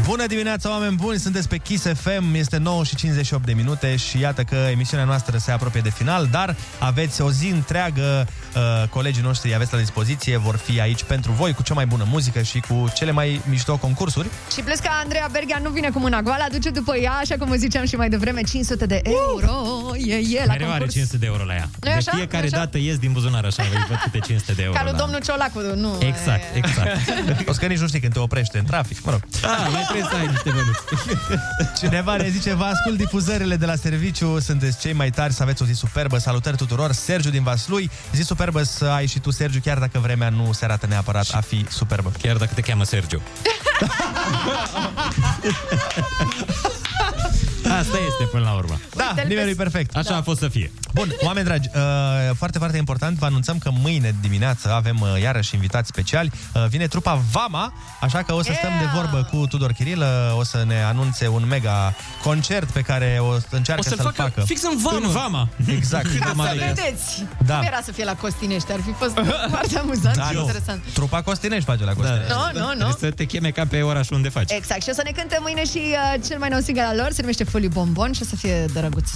Speaker 6: Bună dimineața, oameni buni! Sunteți pe Kiss FM, este 9 și 58 de minute și iată că emisiunea noastră se apropie de final, dar aveți o zi întreagă, uh, colegii noștri aveți la dispoziție, vor fi aici pentru voi cu cea mai bună muzică și cu cele mai mișto concursuri.
Speaker 8: Și plus că Andreea Berghia nu vine cu mâna goală, aduce după ea, așa cum vă ziceam și mai devreme, 500 de euro. E, e, la
Speaker 10: Mereu are
Speaker 8: concurs.
Speaker 10: 500 de euro la ea. de
Speaker 8: Nu-i așa?
Speaker 10: fiecare
Speaker 8: Nu-i așa?
Speaker 10: dată ies din buzunar așa, îi văd câte 500 de euro. da.
Speaker 8: Ca lui
Speaker 10: la-
Speaker 8: domnul Ciolacu, nu.
Speaker 10: Exact, exact.
Speaker 6: O să că nici nu știi când te oprește în trafic, mă rog.
Speaker 10: Da, mai trebuie să ai niște bănuți.
Speaker 6: Cineva ne zice, vă ascult difuzările de la serviciu, sunteți cei mai tari, să aveți o zi superbă, salutări tuturor, Sergiu din Vaslui, zi superbă să ai și tu, Sergiu, chiar dacă vremea nu se arată neapărat a fi superbă.
Speaker 10: Chiar dacă te cheamă Sergiu.
Speaker 24: Ah,
Speaker 10: Asta este până la urmă.
Speaker 6: Da, nivelul e perfect.
Speaker 10: Așa a fost să fie.
Speaker 6: Bun, oameni dragi, uh, foarte, foarte important, vă anunțăm că mâine dimineață avem uh, iarăși invitați speciali. Uh, vine trupa Vama, așa că o să stăm de vorbă cu Tudor Chirilă, o să ne anunțe un mega concert pe care o să încearcă
Speaker 11: O să-l
Speaker 6: să-l facă.
Speaker 11: facă fix în Vama.
Speaker 10: În Vama.
Speaker 6: Exact.
Speaker 8: Ca
Speaker 6: Vama
Speaker 8: să
Speaker 6: de-
Speaker 8: vedeți.
Speaker 6: Da.
Speaker 8: Da. Nu era să fie la Costinești, ar fi fost foarte amuzant
Speaker 6: Da,
Speaker 8: și
Speaker 6: nu.
Speaker 8: interesant.
Speaker 6: Trupa Costinești face la Costinești.
Speaker 8: Da. Nu, nu, nu.
Speaker 10: Trebuie să te cheme ca pe orașul unde faci.
Speaker 8: Exact, și o să ne cânte mâine și uh, cel mai nou single al lor, se numește Fully Bombon și o să fie drăguț.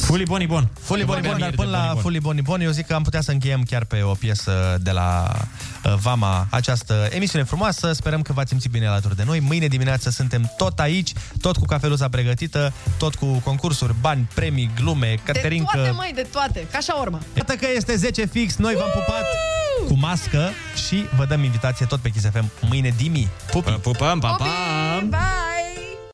Speaker 10: Fully Boni Bon.
Speaker 6: Fully Boni Boni, dar
Speaker 10: Premier
Speaker 6: până
Speaker 10: de
Speaker 6: la
Speaker 10: Boni Boni.
Speaker 6: Fully Boni Boni, eu zic că am putea să încheiem chiar pe o piesă de la uh, Vama această emisiune frumoasă. Sperăm că v-ați simțit bine alături de noi. Mâine dimineață suntem tot aici, tot cu cafeluța pregătită, tot cu concursuri, bani, premii, glume,
Speaker 8: De toate,
Speaker 6: Caterinca.
Speaker 8: măi, de toate. Ca așa urmă.
Speaker 6: Iată că este 10 fix, noi v-am pupat cu mască și vă dăm invitație tot pe Kiss FM mâine dimi. Pupi!
Speaker 10: Pupăm, pa, pa!
Speaker 8: Bye!